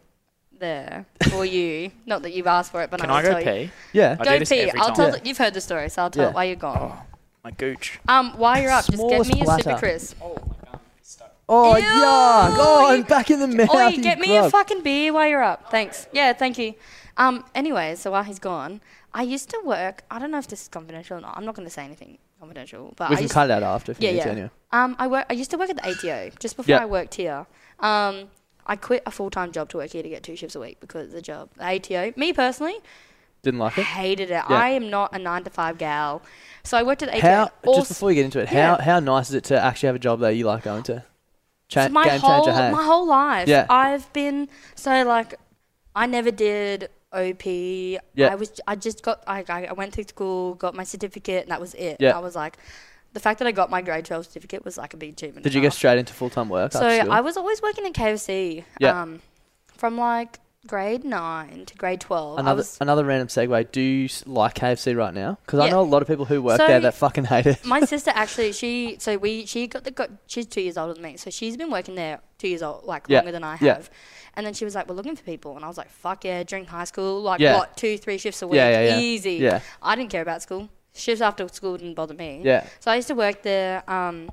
H: there for you. Not that you've asked for it, but
G: Can
H: I will
G: I go
H: tell you.
G: pee? Yeah. I do
H: Don't
G: this
H: pee.
G: every
H: I'll tell.
G: time.
H: The, you've heard the story, so I'll tell
G: Yeah.
H: it while you're gone.
G: my gooch.
H: Um, while you're up, just
A: Smallest
H: get me a super
A: platter.
H: crisp.
A: oh
H: Ew,
A: yuck! Oh, I'm back in the mouth.
H: Oi,
A: you
H: get me a
A: grub.
H: fucking beer while you're up. Thanks. Yeah, thank you. Um, anyway, so while he's gone, I used to work. I don't know if this is confidential or not. I'm not going to say anything confidential, but
A: We
H: I
A: can
H: used
A: cut it out after if you
H: yeah,
A: need
H: yeah.
A: to anyway.
H: Um, I work. I used to work at the ATO just before
A: Yeah.
H: I worked here. Um, I quit a full time job to work here to get two shifts a week because the job, the ATO. Me personally,
A: Didn't like it.
H: hated it.
A: Yeah.
H: I am not a nine to five gal. So I worked at ATO.
A: How
H: all
A: just before you get into it,
H: Yeah.
A: how how nice is it to actually have a job that you like going to? Cha-
H: my
A: game
H: whole
A: changer, hey?
H: my whole life.
A: Yeah.
H: I've been so like I never did OP. I was I just got I I I went through school, got my certificate, and that was it.
A: Yeah.
H: I was like the fact that I got my grade 12 certificate was like a big achievement.
A: Did you
H: in
A: go
H: my
A: straight into full time work?
H: So
A: after school?
H: I was always working at KFC.
A: Yeah.
H: Um, from like grade nine to grade twelve. I
A: Another
H: was
A: another random segue. Do you s- like KFC right now? Because I
H: Yeah.
A: know a lot of people who work
H: So-
A: there that fucking hate it.
H: my sister actually she so we she got the got she's two years older than me so she's been working there two years old like
A: Yeah,
H: longer than i have
A: yeah.
H: and then she was like we're looking for people and i was like fuck yeah during high school like
A: Yeah.
H: what two three shifts a week
A: Yeah, yeah, yeah.
H: easy
A: Yeah.
H: i didn't care about school shifts after school didn't bother me
A: Yeah.
H: so i used to work there um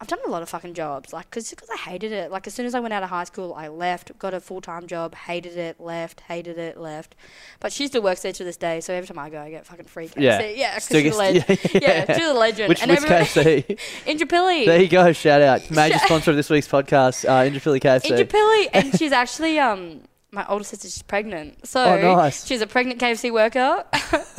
H: I've done a lot of fucking jobs, like, cause, 'cause I hated it. Like, as soon as I went out of high school, I left, got a full time job, hated it, left, hated it, left. But she still works there to this day, so every time I go, I get fucking free KFC.
A: Yeah.
H: yeah, 'cause
A: Still
H: she's a legend.
A: gets- yeah,
H: Yeah,
A: yeah.
H: she's a legend.
A: Which-
H: and
A: which
H: everyone-
A: KFC?
H: Indrapilli.
A: There you go. Shout out, major
H: Shout-
A: sponsor of this week's podcast, uh, Indrapilli KFC.
H: Indrapilli, and she's actually um my older sister. She's pregnant, so
A: Oh, nice.
H: she's a pregnant KFC worker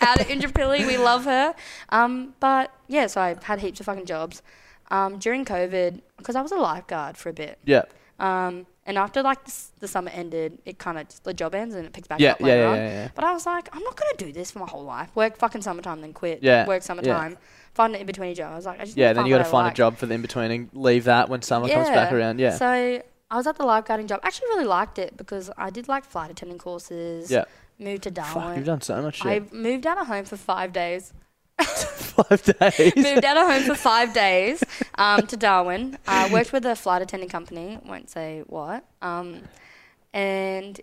H: out of Indrapilli. We love her. Um, but yeah, so I had heaps of fucking jobs um, during COVID because I was a lifeguard for a bit.
A: Yeah.
H: Um, and after like the, s- the summer ended, it kind of the job ends and it picks back
A: Yeah,
H: up
A: yeah,
H: later
A: yeah,
H: on.
A: yeah, yeah.
H: But I was like, I'm not gonna do this for my whole life. Work fucking summertime, then quit.
A: Yeah,
H: Work
A: yeah.
H: summertime. Find an in between job. I was like, I just need
A: Yeah.
H: to
A: Then
H: find
A: you got to
H: what I
A: find
H: like.
A: a job for the in between and leave that when summer comes back around. Yeah.
H: So I was at the lifeguarding job. Actually, really liked it because I did like flight attendant courses.
A: Yeah.
H: Moved to Darwin.
A: Fuck, you've done so much shit.
H: I moved out of home for five days.
A: Five days.
H: moved out of home for five days um, to Darwin. I worked with a flight attendant company. Won't say what. Um, and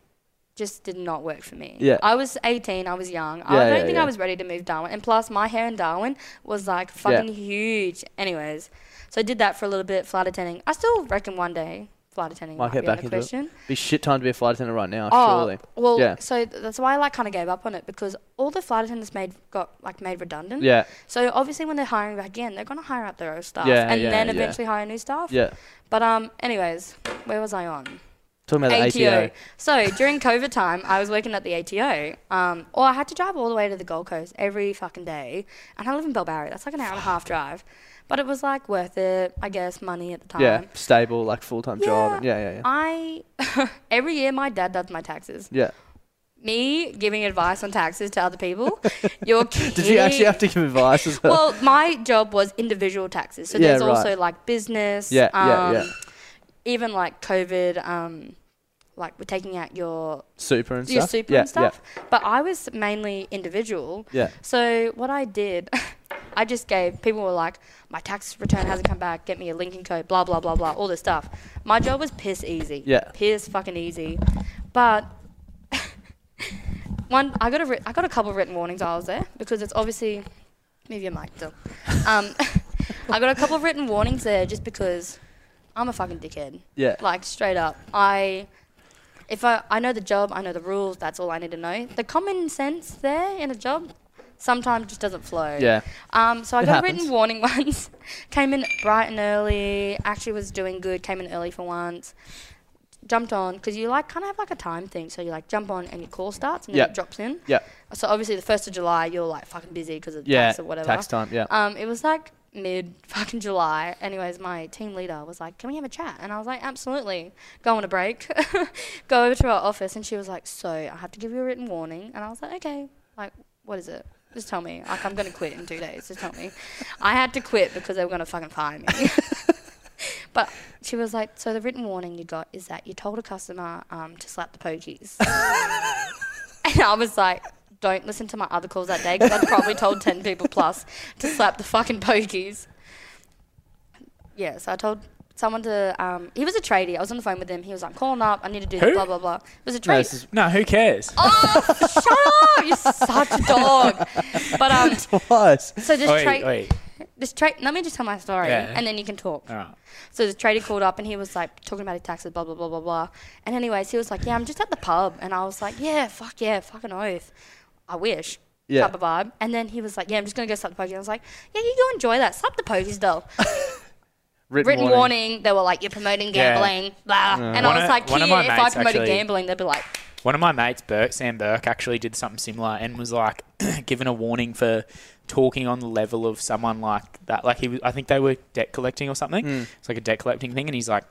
H: just did not work for me.
A: Yeah.
H: I was 18. I was young. I
A: Yeah,
H: don't
A: yeah,
H: think
A: yeah.
H: I was ready to move to Darwin. And plus, my hair in Darwin was like fucking huge. Anyways, so I did that for a little bit, flight attending. I still reckon one day flight attending
A: Might
H: might,
A: get
H: be
A: back
H: on the
A: into
H: question.
A: it. Be shit time to be a flight attendant right now. Oh, surely.
H: Oh, well,
A: yeah.
H: so th- that's why I like kind of gave up on it because all the flight attendants made got like made redundant.
A: Yeah.
H: So obviously, when they're hiring back in, they're gonna hire out their own staff
A: Yeah,
H: and
A: yeah,
H: then
A: yeah.
H: eventually hire new staff.
A: Yeah.
H: But um, anyways, where was I on?
A: Talking about the ATO.
H: So during COVID time, I was working at the ATO. Um, or I had to drive all the way to the Gold Coast every fucking day, and I live in Belbarri. That's like an hour and a half drive, but it was like worth it, I guess, money at the time.
A: Yeah. Stable, like full time job. and- Yeah, yeah, yeah.
H: I every year my dad does my taxes.
A: yeah.
H: Me giving advice on taxes to other people. You're kidding.
A: Did you actually have to give advice as well?
H: Well, my job was individual taxes. So
A: Yeah,
H: there's
A: right.
H: also like business. um,
A: Yeah, yeah, yeah.
H: Even like COVID, um, like we're taking out your
A: Super and
H: your
A: stuff?
H: super
A: Yeah,
H: and stuff. But I was mainly individual.
A: Yeah.
H: So what I did, I just gave people were like, my tax return hasn't come back. Get me a Lincoln code. Blah blah blah blah. All this stuff. My job was piss easy.
A: Yeah.
H: Piss fucking easy. But one, I got a writ- I got a couple of written warnings while I was there because it's obviously move your mic still. Um, I got a couple of written warnings there just because I'm a fucking dickhead.
A: Yeah.
H: Like straight up, I if I I know the job, I know the rules. That's all I need to know. The common sense there in a job sometimes just doesn't flow.
A: Yeah.
H: Um, so I
A: It
H: got a
A: happens.
H: written warning once. Came in bright and early. Actually was doing good. Came in early for once. Jumped on because you like kind of have like a time thing. So you like jump on and your call starts and then
A: Yeah.
H: it drops in.
A: Yeah.
H: So obviously the first of July you're like fucking busy because of
A: Yeah,
H: tax or whatever.
A: tax time, yeah.
H: Um, it was like mid fucking July. Anyways, my team leader was like, "Can we have a chat?" And I was like, "Absolutely." Go on a break. Go over to our office, and she was like, "So I have to give you a written warning," and I was like, "Okay." Like, what is it? Just tell me. Like, I'm gonna quit in two days. Just tell me. I had to quit because they were gonna fucking fire me. But she was like, "So the written warning you got is that you told a customer um, to slap the pokies," and I was like, "Don't listen to my other calls that day because I probably told ten people plus to slap the fucking pokies." Yeah, so I told someone to. Um, he was a tradie. I was on the phone with him. He was like, "I'm calling up. I need to do this,
G: Who?
H: blah blah blah." It was a
G: No,
H: tradie.
G: this is- no, who cares?
H: Shut up! You're such a dog. But um,
A: Twice.
H: so this
G: Oi,
H: trade,
G: oi.
H: this trade. Let me just tell my story,
G: Yeah.
H: and then you can talk.
G: Alright.
H: So the trader called up, and he was like talking about his taxes, blah blah blah blah blah. And anyways, he was like, "Yeah, I'm just at the pub," and I was like, "Yeah, fuck yeah, fucking oath, I wish."
A: Yeah.
H: Type of vibe. And then he was like, "Yeah, I'm just gonna go slap the pokies." I was like, "Yeah, you go enjoy that. Slap the pokies, though." written, warning. They were like, "You're promoting
G: Yeah.
H: gambling." Blah.
G: Yeah.
H: And I
G: One
H: was
G: of-
H: like,
G: one
H: "Here,
G: of
H: if
G: my
H: I
G: mates
H: promoted
G: actually-
H: gambling, they'd be like."
G: One of my mates, Burke, Sam Burke, actually did something similar and was like given a warning for talking on the level of someone like that. Like he, was, I think they were debt collecting or something.
A: Mm.
G: It's like a debt collecting thing, and he's like,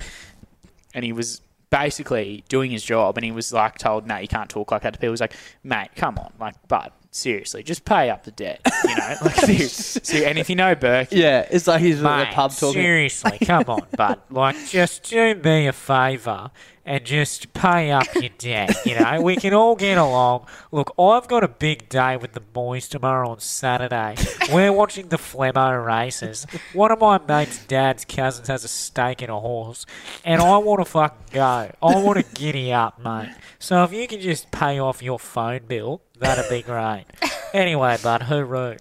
G: and he was basically doing his job, and he was like told, "No, you can't talk like that to people." He was like, "Mate, come on, like, but." Seriously, just pay up the debt, you know. Like, seriously. So, and if you know Burke,
A: yeah, it's like he's at the
G: Mate,
A: pub talking.
G: Seriously, come on, bud. Like, just do me a favour and just pay up your debt. You know, we can all get along. Look, I've got a big day with the boys tomorrow on Saturday. We're watching the Flemo races. One of my mate's dad's cousins has a stake in a horse, and I want to fucking go. I want to giddy up, mate. So if you can just pay off your phone bill, that'd be great. Anyway, bud, hooroo.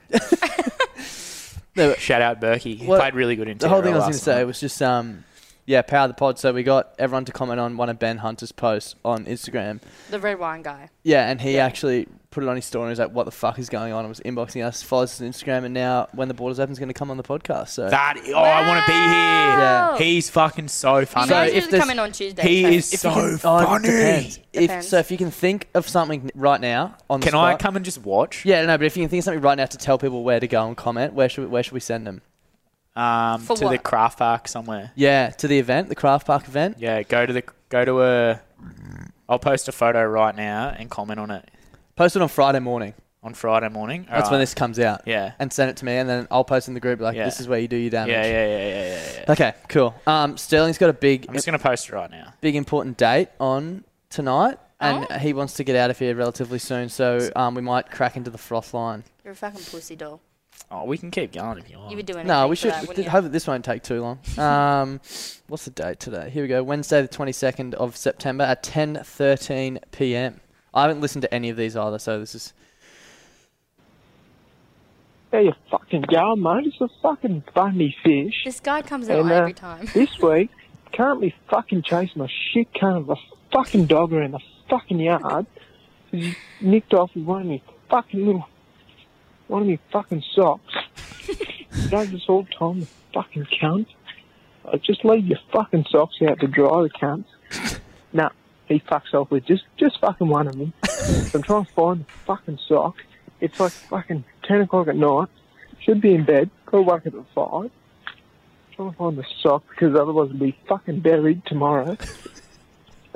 G: Shout out Berkey. He
A: What-
G: played really good in
A: The whole thing
G: TRL
A: I was going to
G: last
A: say
G: night.
A: was just um, yeah, power the pod. So we got everyone to comment on one of Ben Hunter's posts on Instagram.
H: The red wine guy.
A: Yeah, and he actually put it on his story and was like, "What the fuck is going on?" And was inboxing us, follows us on Instagram, and now when the borders open, is going to come on the podcast. So
G: That oh, I want to be here.
A: Yeah.
G: He's fucking so funny.
A: So guys if need to there's- come in
H: on Tuesday.
G: He is
A: you
G: so
A: can- oh, it
G: funny.
A: depends. If, so if you can think of something right now on the
G: Can I
A: spot-
G: come and just watch?
A: Yeah, no, but if you can think of something right now to tell people where to go and comment, where should we, where should we send them?
G: Um,
A: For
G: to the
A: what?
G: craft park somewhere.
A: Yeah, to the event, the craft park event.
G: Yeah, go to the go to a. I'll post a photo right now and comment on it
A: Post it on Friday morning.
G: on Friday morning.
A: That's when
G: Alright.
A: this comes out.
G: Yeah.
A: And send it to me, and then I'll post in the group like,
G: Yeah.
A: this is where you do your damage.
G: Yeah, yeah, yeah, yeah, yeah. yeah.
A: Okay, cool. Um, Sterling's got a big.
G: I'm just gonna post it right now. Oh.
A: Big important date on tonight, and he wants to get out of here relatively soon, so um, we might crack into the froth line.
H: You're a fucking pussy doll.
G: Oh, we can keep going if you want.
H: You would do anything.
A: No, we
H: for
A: should.
H: That,
A: we
H: wouldn't
A: did, hope that this won't take too long. Um, what's the date today? Here we go. Wednesday, the twenty second of September at ten thirteen p.m. I haven't listened to any of these either, so this is.
M: There you fucking go, mate. It's a fucking funny fish.
H: This guy comes out
M: And, uh,
H: every time.
M: this week, currently fucking chasing a shit kind of a fucking dog around the fucking yard. He's nicked off with one of me fucking little, one of me fucking socks. He does this all the time, the fucking cunt. I just leave your fucking socks out to dry, the cunt. Nah, he fucks off with just, just fucking one of them. So I'm trying to find the fucking sock. It's like fucking 10 o'clock at night. Should be in bed. Go work at the five. Trying to find the sock because otherwise it'll be fucking buried tomorrow.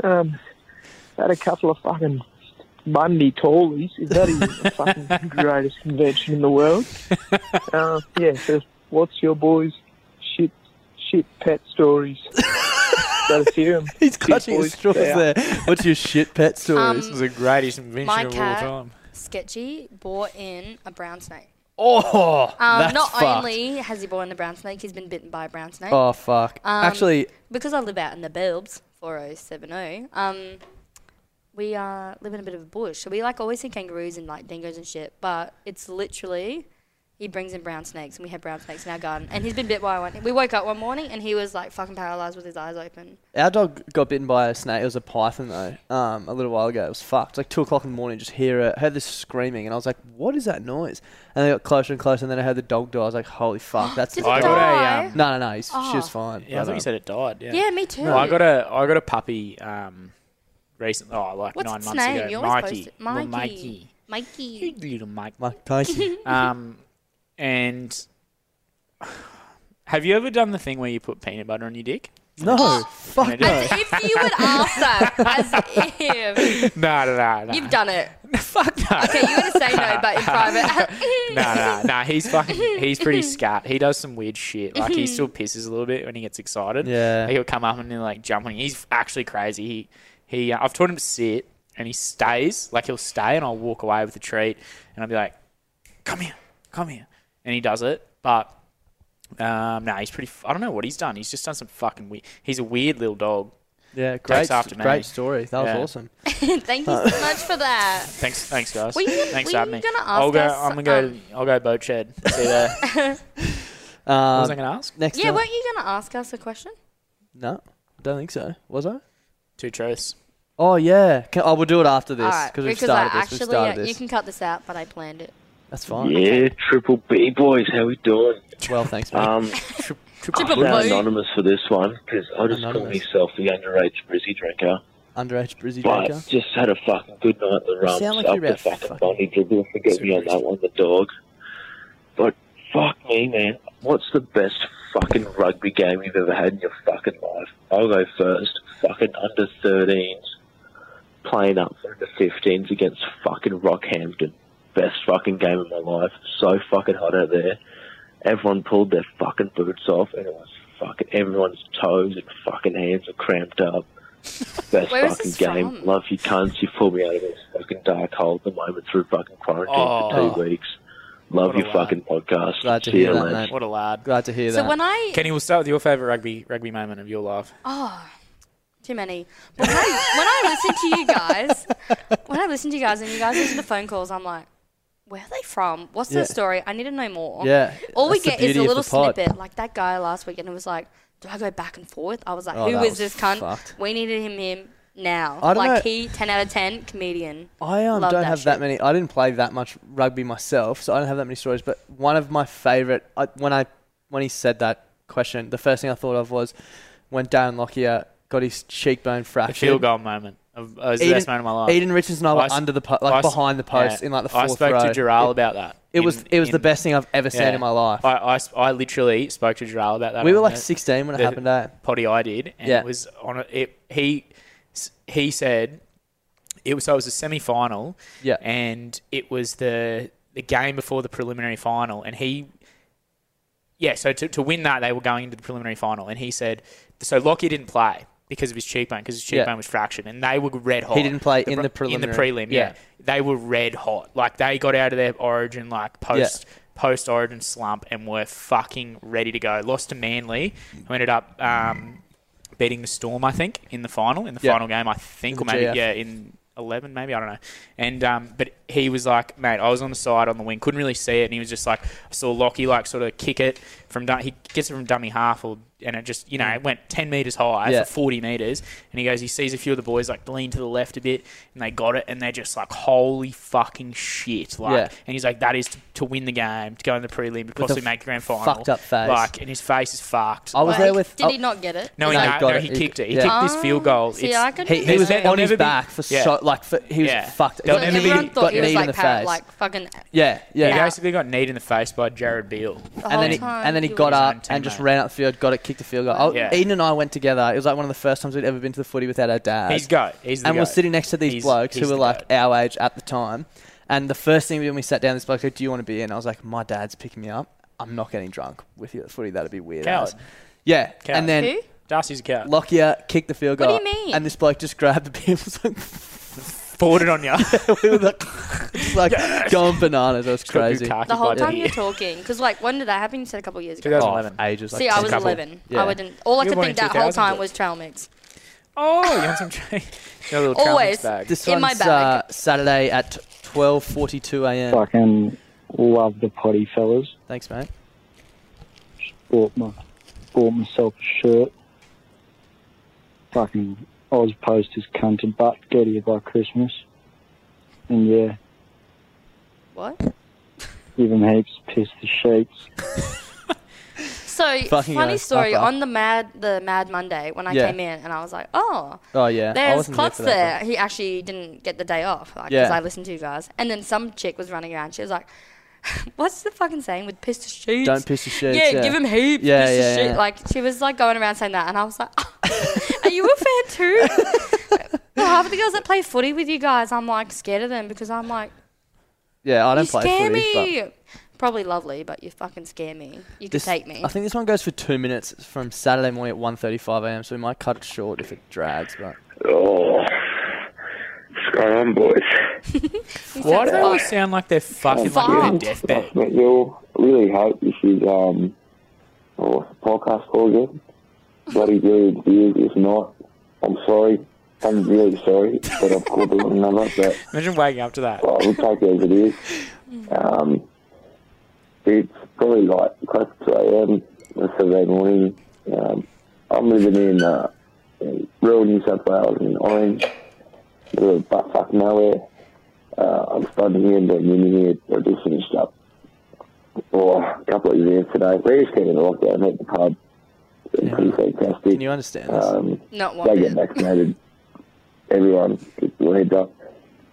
M: Um, had a couple of fucking Monday tallies. Is that even the fucking greatest invention in the world? Uh, yeah, it says, what's your boys' shit, shit pet stories? Gotta see 'em.
A: He's
M: clutching
A: his straws there. What's your shit pet stories?
H: Um,
G: This is the greatest invention
H: My
G: of
H: cat,
G: all time.
H: Sketchy, bought in a brown snake.
A: Oh,
H: Um,
A: that's
H: not
A: fucked.
H: only has he bought in a brown snake, he's been bitten by a brown snake.
A: Oh fuck!
H: Um,
A: Actually,
H: because I live out in the burbs, 4070, um, we uh, live in a bit of a bush. So we like always see kangaroos and like dingoes and shit, but it's literally he brings in brown snakes and we have brown snakes in our garden. And he's been bit by one. We woke up one morning and he was like fucking paralyzed with his eyes open.
A: our dog got bitten by a snake. It was a python though. Um, a little while ago, it was fucked. Like two o'clock in the morning, just hear it. Heard this screaming, and I was like, "What is that noise?" And they got closer and closer, and then I heard the dog die. I was like, "Holy fuck!" That's
G: Did it I got a, die? um,
A: no, no, no. He's, She was
G: Oh.
A: fine.
G: Yeah, I thought you said it died. Yeah.
H: Yeah, me too.
G: No, I got a I got a puppy um recently. Oh, like
H: What's
G: nine
H: its
G: months
H: name?
G: ago.
H: You always post
G: Mikey.
H: it.
G: Little
H: Mikey. Mikey.
G: Mikey. Little Mike.
A: Mike Tyson.
G: um, and have you ever done the thing where you put peanut butter on your dick?
A: No, fuck
G: And it
A: no.
G: just-
H: If you would ask that as if
G: no, no, no, no.
H: you've done it.
G: Fuck no.
H: Okay, you're gonna say no, but in private.
G: no, no, no. He's fucking. He's pretty scat. He does some weird shit. Like he still pisses a little bit when he gets excited.
A: Yeah.
G: Like, he'll come up and then like jump on you. He's actually crazy. He he. Uh, I've taught him to sit, and he stays. Like he'll stay, and I'll walk away with a treat, and I'll be like, "Come here, come here," and he does it. But um, no, he's pretty. F- I don't know what he's done. He's just done some fucking weird. He's a weird little dog.
A: Yeah,
G: Takes
A: great,
G: after me.
A: great story. That was
G: Yeah.
A: awesome.
H: Thank you so much for that.
G: Thanks, thanks guys.
H: Were you-
G: thanks
H: were
G: for having
H: you
G: me.
H: gonna ask
G: I'll go.
H: us, um,
G: I'm gonna go. I'll go boat shed. See you there.
A: Um,
G: was I gonna ask?
A: Next
H: yeah,
A: up-
H: weren't you gonna ask us a question?
A: No, don't think so. Was I?
G: Two truths.
A: Oh yeah. Can, oh, we'll do it after this
H: All right,
A: because we've
H: I
A: started this.
H: actually
A: We've started
H: uh, you
A: this.
H: can cut this out, but I planned it.
A: That's fine.
N: Yeah, triple B boys, how we doing?
A: Well, thanks, mate.
N: Um,
A: Triple
N: we're
A: B.
N: anonymous for this one because I just call
A: Anonymous.
N: myself the underage brizzy drinker.
A: Underage brizzy
N: But
A: drinker.
N: just had a fucking good night at the
A: You
N: rumps.
A: sound like
N: up
A: you're
N: the
A: about
N: fucking Bondi dribble. Forget me on that one, the dog. But fuck me, man. What's the best fucking rugby game you've ever had in your fucking life? I'll go first. Fucking under 13s playing up for under 15s against fucking Rockhampton. Best fucking game of my life. So fucking hot out there. Everyone pulled their fucking boots off and it was fucking everyone's toes and fucking hands were cramped up. Best
O: Where is
N: fucking
O: this
N: game. Love you cunts. You pulled me out of this fucking dark hole at the moment through fucking quarantine
G: Oh.
N: for two weeks. Love
G: What a
N: your fucking podcast.
G: Glad to
N: See
G: hear
N: you,
G: that,
N: lads.
G: What a lad.
A: Glad to hear
H: So that. when I-
G: Kenny, we'll start with your favourite rugby rugby moment of your life.
H: Oh, too many. But when, I, when I listen to you guys, when I listen to you guys and you guys listen to phone calls, I'm like, where are they from? What's
A: Yeah.
H: their story? I need to know more.
A: Yeah,
H: All we
A: that's the
H: get is
A: beauty
H: a
A: of the
H: little
A: pod.
H: snippet. Like that guy last weekend was like, do I go back and forth? I was like,
A: Oh,
H: who
A: that
H: is
A: was
H: this cunt?
A: fucked.
H: We needed him him now.
A: I don't
H: Like
A: know-
H: he, 10 out of 10, comedian.
A: I um,
H: Love
A: don't
H: that
A: have that many. I didn't play that much rugby myself, so I don't have that many stories. But one of my favorite I, when I when he said that question, the first thing I thought of was when Darren Lockyer got his cheekbone
G: The
A: fractured.
G: field goal moment. Of, uh, was the best moment of my life.
A: Eden Richardson and I were
G: s-
A: under the po- like
G: I s-
A: behind the post
G: yeah.
A: in like the
G: I
A: fourth
G: spoke
A: row.
G: to Giral
A: It-
G: about that.
A: It was
G: in-
A: it was the
G: in-
A: best thing I've ever seen
G: yeah.
A: in my life.
G: I, I s- I literally spoke to Giral about that.
A: We were
G: on
A: like
G: the-
A: 16 when it
G: the
A: happened, eh?
G: Potty I did, and
A: Yeah.
G: it was on a, it. He s- he said it was so it was a semi final.
A: Yeah.
G: and it was the the game before the preliminary final, and he yeah, so to, to win that, they were going into the preliminary final. And he said, so Lockie didn't play because of his cheekbone, because his
A: Yeah.
G: cheekbone was fractured. And they were red hot.
A: didn't play
G: pre-
A: in the preliminary.
G: In the prelim,
A: Yeah.
G: yeah. They were red hot. Like, they got out of their origin, like, post. Post Origin slump and were fucking ready to go. Lost to Manly, who ended up um, beating the Storm, I think, in the final. In the
A: Yeah.
G: final game, I think,
A: In
G: or
A: the
G: maybe
A: GF.
G: yeah, in eleven, maybe I don't know. And um, but he was like, mate, I was on the side on the wing, couldn't really see it, and he was just like, I saw Lockie like sort of kick it from dum- he gets it from dummy half, or and it just you know it went ten meters high
A: Mm. Yeah.
G: for forty meters, and he goes, he sees a few of the boys like lean to the left a bit, and they got it, and they're just like, holy fucking shit, like,
A: Yeah.
G: and he's like, that is to, to win the game, to go in the prelim, to
A: the
G: possibly
A: f-
G: make the grand final,
A: fucked up face.
G: like, and his face is fucked.
A: I was
G: Like-
A: there with.
H: Did he not get it?
G: no, he,
A: No,
G: no,
A: got
G: no,
A: it.
G: he
A: He-
G: kicked it. He
A: yeah.
G: kicked his field goal.
H: Oh, See,
G: It's-
H: I couldn't
A: He, he was
G: There's-
A: on his
G: there'll never be-
A: back for
G: Yeah.
A: so like for, he was
G: Yeah.
A: fucked.
G: They'll
A: Got
G: never be-
H: Everyone thought
A: got
H: he was
A: kneed in
H: like,
A: the
H: para-
A: face.
H: like fucking
A: Yeah, yeah.
G: He basically got kneed in the face by Jared Beal.
A: and then he, and then he got up and just ran up the field, got it, kicked the field goal. I-
G: Yeah.
A: Eden and I went together. It was like one of the first times we'd ever been to the footy without our dad.
G: He's goat. He's the
A: and we're
G: goat.
A: sitting next to these
G: He's-
A: blokes who
G: he's
A: were
G: the
A: like our age at the time. And the first thing we did when we sat down, this bloke said, "Do you want to be in?" I was like, "My dad's picking me up. I'm not getting drunk with you at the footy. That'd be weird."
G: Coward.
A: as." Yeah,
G: Coward.
A: and then
G: Who? Darcy's a coward.
A: Lockyer kicked the field
G: What
A: goal.
G: do you mean?
A: And this bloke just grabbed the beer and was like,
G: forwarded on you.
A: we were like, just like going bananas. That was
G: Could be
A: crazy.
G: cocky
H: the whole time you're talking. Because, like, when did that happen? You said a couple of years ago.
A: 2011. Oh, ages, like
H: See, I was
A: couple.
H: 11.
A: Yeah.
H: I wouldn't. All I
A: You
H: could
A: were
H: think
A: born
H: that
A: in
H: whole
A: 2000,
H: time
A: but-
H: was trail mix.
G: Oh, you want some trail?
H: Always.
A: This
H: in my
A: one's,
H: bag.
A: Uh, Saturday at 12:42 a.m.
P: Fucking love the potty, fellas.
A: Thanks, mate.
P: Bought my bought myself a shirt. Fucking Oz posters cunt and butt. Get here by Christmas. And yeah,
H: What?
P: give 'em heaps. Piss the sheets.
H: So
P: Fucking
H: funny
P: oath,
H: story
P: fucker.
H: on the mad the Mad Monday when I
A: Yeah.
H: came in and I was like, oh,
A: Oh yeah, I
H: there's
A: wasn't
H: Klotz
A: for
H: there.
A: that,
H: He actually didn't get the day off because
A: Yeah.
H: I listened to you guys. And then some chick was running around. She was like, what's the fucking saying with piss to sheets?
A: Don't piss the sheets,
H: Yeah,
A: yeah.
H: give him heaps.
A: Yeah,
H: Yeah, piss
A: yeah,
H: to sheets.
A: yeah.
H: Like she was like going around saying that, and I was like, are you a fan too? Well, half of the girls that play footy with you guys, I'm like scared of them because I'm like,
A: but- Yeah, I don't
H: you
A: play
H: scare
A: footy. but-
H: me. Probably lovely, but you fucking scare me. You could
A: This-
H: take me.
A: I think this one goes for two minutes from Saturday morning at 1.35 a.m., so we might cut it short if it drags, but...
N: Oh, what's going on, boys?
G: Why do they all sound like they're fucking like on their deathbed?
Q: Mate, you really hope this is um, oh, what's the podcast called again? Bloody brilliant beers. If not, I'm sorry. I'm really sorry that I've called the wrong number, but
G: Imagine waking up to that.
Q: well, we'll take it as it is.
A: Mm.
Q: Um, it's probably like close to 2 a.m. on Saturday morning. Um, I'm living in uh, rural New South Wales in Orange, little butt fuck nowhere. Uh, I'm studying here in the uni here. I just finished up for a couple of exams today. We just came in lockdown at the pub. It's been pretty fantastic.
A: Can you understand this?
Q: Um,
A: Not
Q: They
A: one
Q: get vaccinated. Everyone, just your heads up.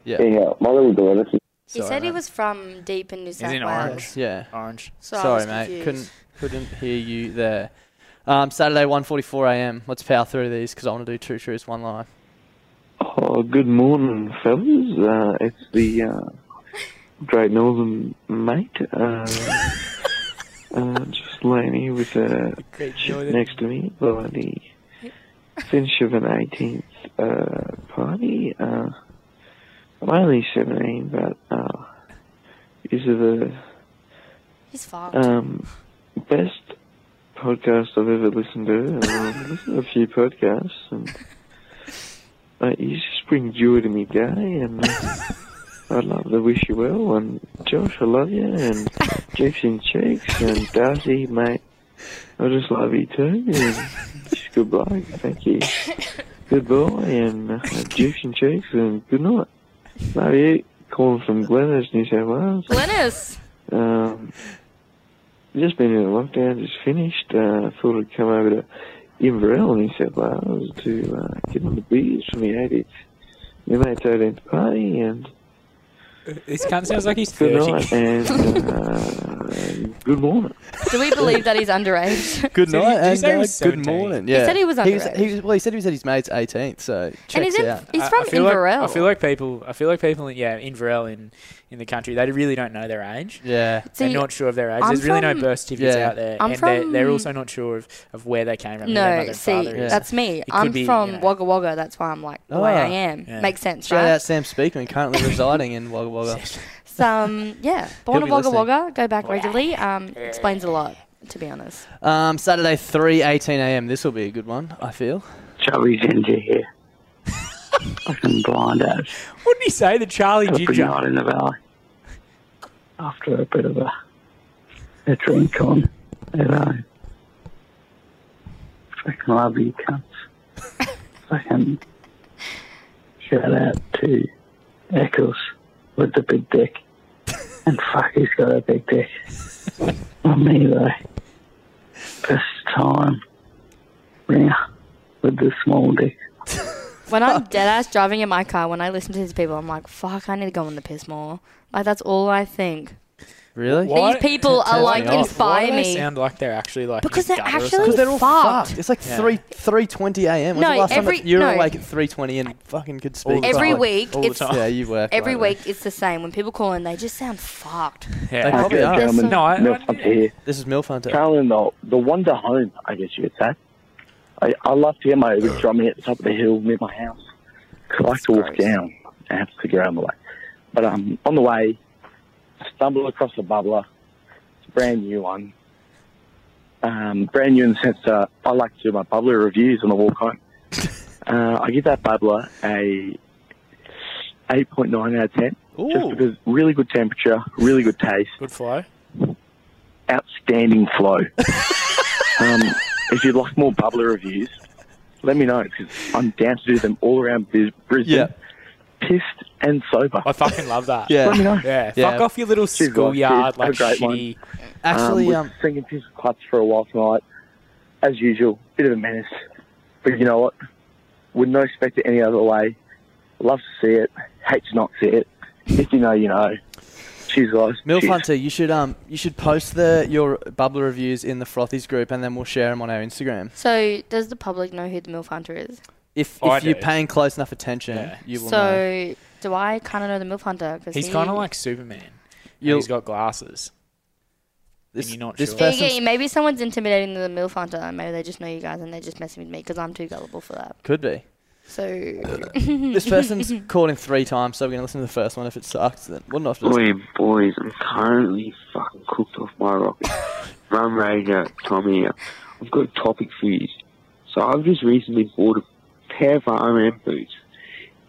A: Yeah.
Q: Anyhow, my little daughter, she's
H: He said he was from deep in New South Wales.
A: Yeah,
G: orange.
H: So I
A: Sorry,
H: was
A: mate, couldn't
H: confused.
A: couldn't hear you there. Um, Saturday, 1.44 a.m. Let's power through these because I want to do two truths, one lie.
O: Oh, good morning, fellas. Uh, it's the uh, Great Northern Mate. Uh, uh, just laying here with a
M: Great
O: chick
M: Northern.
O: next to me by the finish of an 18th uh, party. Uh, I'm only 17, but uh, these are the
H: He's fucked.
O: um, best podcast I've ever listened to. And I've listened to a few podcasts, and uh, you just bring joy to me day. And uh, I'd love to wish you well. And Josh, I love you. And Jeeps and Cheeks and Darcy, mate, I just love you too. And she's a good bloke. Thank you. Good boy. And uh, Jeeps and Cheeks. And good night. Love you. Calling from Glennis, New South Wales.
H: Glennis.
O: Um, just been in a lockdown, just finished. Uh, thought I'd come over to Inverell, New South Wales, to uh, get on the beers for my 80th, my mate's 18th party, and
G: This cunt sounds like he's
O: good
G: 30.
O: night and uh, good morning.
H: Do we believe that he's underage?
A: Good night
G: did you
A: and
G: say he
A: uh,
G: was
A: good
G: 17?
A: morning.
H: He
A: Yeah.
H: said he was underage.
A: he was- well, he said he was at his mate's 18th, so
H: And
A: checks
H: he's in-
A: out.
H: he's from
G: feel
H: Inverell.
G: Like, I feel like people. I feel like people. In, yeah, Inverell in in the country, they really don't know their age.
A: Yeah.
H: See,
G: they're not sure of their age.
H: I'm
G: There's really no
H: from-
G: birth certificates
H: Yeah.
G: out there,
H: I'm
G: and they're, they're
H: from-
G: also not sure of, of where they came from. who their mother
H: No,
G: and
H: see,
G: father is.
H: that's me.
G: It could
H: I'm
G: be,
H: from
G: you know,
H: Wagga Wagga. That's why I'm like the way I am. Makes sense,
A: Ah, Shout
H: right?
A: Oh, out Sam Speakman, currently residing in Wagga Wagga.
H: So, um, yeah,
A: He'll
H: born in
A: be
H: Wagga
A: listening.
H: Wagga. Go back regularly. Um, explains a lot, to be honest.
A: Um, Saturday, 3.18 a.m. This will be a good one, I feel.
R: Charlie Ginger here. Fucking blind ass.
G: What did he say? The Charlie
R: Had a pretty
G: Ginger.
R: night in the valley. After a bit of a, a drink on at home. Fucking love you, cunts. Fucking shout out to Eccles with the big dick. And fuck, he's got a big dick. Not me, though. This time, ringer with the small dick.
H: When I'm dead ass driving in my car, when I listen to these people, I'm like, fuck, I need to go on the piss more. Like, that's all I think.
A: Really?
H: These people are like
G: Why
H: inspire
G: do they
H: me.
G: sound like they're actually like
H: Because they're
G: together or
H: actually
G: something?
A: they're all
H: fucked.
A: It's like
G: Yeah.
A: 3 3.20 a.m. When's
H: No,
A: the last
H: every-
A: time that you were
H: no.
A: awake at 3.20 and fucking could
H: All
A: speak?
H: the Every
A: Like,
H: week,
A: all the
H: it's-
A: time. Yeah, you work.
H: Every
A: like that.
H: week, it's the same. When people call in, they just sound fucked.
A: They probably
R: Okay,
A: are.
R: gentlemen,
A: No, I-
R: Milf Hunter here.
A: This is Milf Hunter.
R: Carolyn, the, the wonder home, I guess you could say. I, I love to hear my Uber drumming at the top of the hill near my house. 'Cause I like to walk down and have to figure out my way. But um, on the way, I stumbled across a bubbler. It's a brand new one. Um, brand new in the sense that I like to do my bubbler reviews on the walk home. Uh, I give that bubbler a 8.9 out of 10. Just because really good temperature, really good taste
G: Good flow.
R: outstanding flow. um, if you'd like more bubbler reviews, let me know because I'm down to do them all around Bris- Brisbane. Pissed and sober. I
G: fucking love that.
R: Yeah.
G: Yeah. Yeah. Fuck off your little schoolyard, like, shitty- Actually,
R: Actually, um,
G: um,
R: we're drinking piss clutch for a while tonight, as usual. Bit of a menace, but you know what? Would not expect it any other way. Love to see it. Hate to not see it. If you know, you know. Cheers, guys.
A: Milf
R: Cheers.
A: Hunter, you should um you should post the your bubbler reviews in the Frothies group and then we'll share them on our Instagram.
H: So, does the public know who the MILF Hunter is?
A: If
G: Oh, I
A: if you're
G: do.
A: paying close enough attention, you will
H: so,
A: know.
H: do I kind of know the MILF Hunter? Cause
G: He's
H: he-
G: kind of like Superman.
A: You'll-
G: and he's got glasses. This, and you're not
A: this
G: sure.
H: Yeah, yeah, yeah, maybe someone's intimidating the MILF Hunter, and maybe they just know you guys and they're just messing with me because I'm too gullible for that.
A: Could be.
H: So,
A: this person's called in three times, so we're gonna listen to the first one. If it sucks, then we'll not.
S: Oi, boys, I'm currently fucking cooked off my rocket. Rum Ranger, Tommy here. I've got a topic for you. So I've just recently bought a pair of RM boots.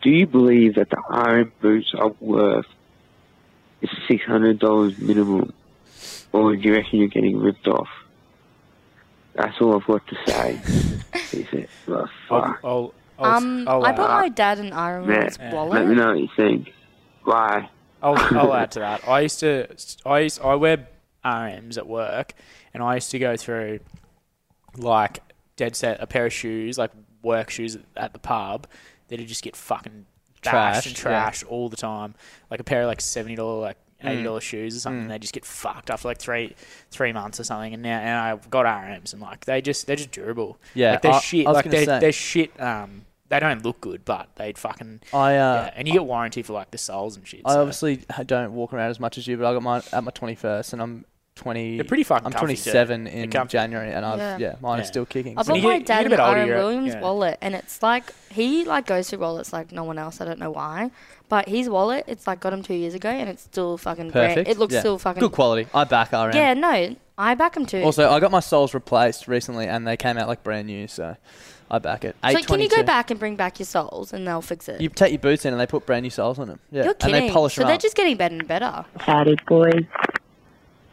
S: Do you believe that the RM boots are worth $600 minimum? Or do you reckon you're getting ripped off? That's all I've got to say. Is it? Well,
G: I'll,
S: fuck.
G: I'll, I'll,
H: um,
G: I'll,
H: I
G: uh,
H: bought my dad an Iron Man's
S: Matt,
H: wallet.
S: let me know what you think. Bye.
G: I'll, I'll add to that. I used to, I used, I wear RMs at work, and I used to go through like dead set a pair of shoes, like work shoes at- at the pub, that would just get fucking bashed and
A: Trashed, yeah.
G: trashed all the time. Like a pair of like seventy dollar, like
A: Mm.
G: eighty dollar shoes or something.
A: Mm.
G: They just get fucked after like three three months or something. And now, and I've got RMs, and like they just they're just durable.
A: Yeah,
G: like they're
A: I-
G: shit.
A: I was
G: like
A: gonna
G: they're,
A: say.
G: they're shit. Um, they don't look good, but they fucking.
A: I, uh,
G: yeah, and you get warranty for like the soles and shit.
A: I
G: so-
A: obviously ha- don't walk around as much as you, but I got mine at my 21st, and I'm 20.
G: They're pretty fucking
A: I'm
G: comfy, too.
A: 27
G: They're
A: in
G: comfy.
A: January, and I've yeah,
H: Yeah.
A: mine are
G: Yeah.
A: still kicking.
H: I
A: so-
H: bought my dad an
G: bit older,
H: Aaron
G: you're-
H: Williams
G: yeah.
H: wallet, and it's like he like goes through wallets like no one else. I don't know why, but his wallet, it's like got him two years ago, and it's still fucking
A: perfect.
H: Grand. It looks
A: yeah.
H: still fucking
A: good quality. I back RM.
H: Yeah, no, I back him too.
A: Also, I got my soles replaced recently, and they came out like brand new, so I back it.
H: so can you go
A: 822.
H: back and bring back your soles, and they'll fix it?
A: You take your boots in, and they put brand new soles on them. Yeah,
H: You're kidding.
A: and they polish
H: so
A: them
H: they're
A: up.
H: just getting better and better.
T: Howdy, boys.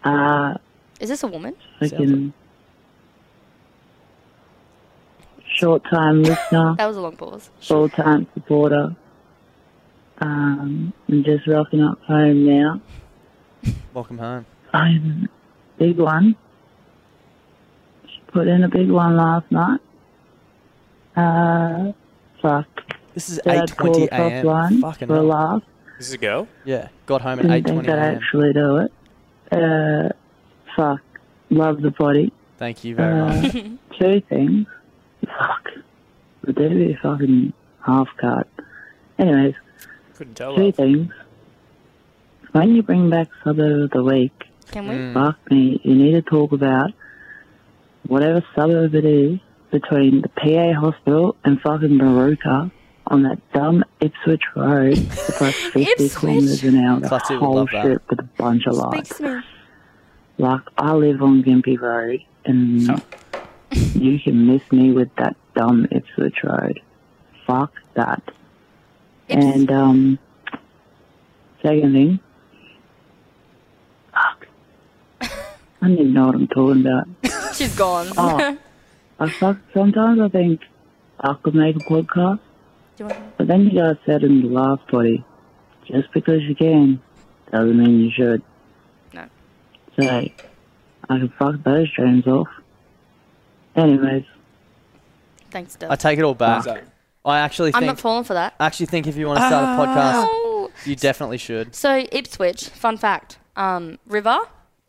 T: Uh,
H: Is this a woman?
T: freaking short time listener,
H: That was a long pause.
T: full time supporter. Um, I'm just rocking up home now.
A: Welcome home.
T: I'm big one. She put in a big one last night. Uh, fuck.
A: This is
T: Dad called
A: 8:20
T: the top
A: a.m.
T: line
A: Fucking
T: for a
A: hell.
T: laugh.
G: This is a girl.
A: Yeah, got home at
T: Didn't
A: eight
T: think
A: twenty
T: I'd
A: a.m.
T: actually do it. Uh, fuck. Love the body.
A: Thank you very
T: Uh,
A: much.
T: Two things. Fuck. The dirty fucking half cut. Anyways,
G: couldn't tell.
T: two things. When you bring back suburb of the week,
H: Can
G: we? Mm.
T: fuck me, you need to talk about whatever suburb it is between the PA hospital and fucking Baruka on that dumb Ipswich road. It's like 50 kilometres an hour. The
A: Clutzy would
T: whole
A: love that.
T: shit with a bunch of lights.
H: Speaks to me.
T: Like I live on Gympie Road, and you can miss me with that dumb Ipswich Road. Fuck that. And um, second thing, fuck. I don't even know what I'm talking about.
H: She's gone.
T: Oh. I fuck. Sometimes I think I could make a podcast,
H: Do you want-
T: but then you guys said in the last body, just because you can doesn't mean you should.
H: No.
T: So I can fuck those dreams off. Anyways,
H: Thanks, Dad.
A: I take it all back.
H: Fuck.
A: I actually
H: I'm
A: think.
H: not falling for that.
A: I actually think if you want to start a podcast,
H: Oh.
A: you definitely should.
H: So Ipswich, fun fact. Um, river.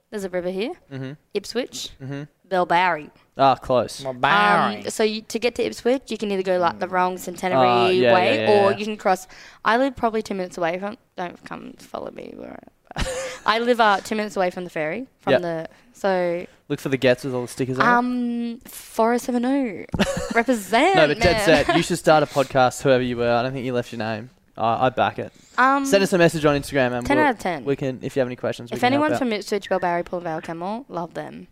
H: There's a river here.
A: Mhm.
H: Ipswich.
A: Mhm.
H: Belbarri.
A: Ah, close.
H: Um, so you, to get to Ipswich, you can either go like the wrong Centenary
A: Ah, yeah,
H: way,
A: yeah, yeah,
H: or
A: yeah.
H: you can cross. I live probably two minutes away from. Don't come follow me. we're right. I live uh, two minutes away from the ferry. From
A: Yep.
H: the so
A: Look for the gets with all the stickers on. it.
H: um Forest Seven O represent.
A: No, but dead
H: man.
A: set. You should start a podcast, whoever you were. I don't think you left your name. I I back it.
H: Um,
A: Send us a message on Instagram, and
H: 10
A: we'll-
H: out of 10.
A: We can, if you have any questions. we
H: if
A: can help
H: anyone's
A: out.
H: from Ipswich, Belbarri, Port Vale, Camel, love them.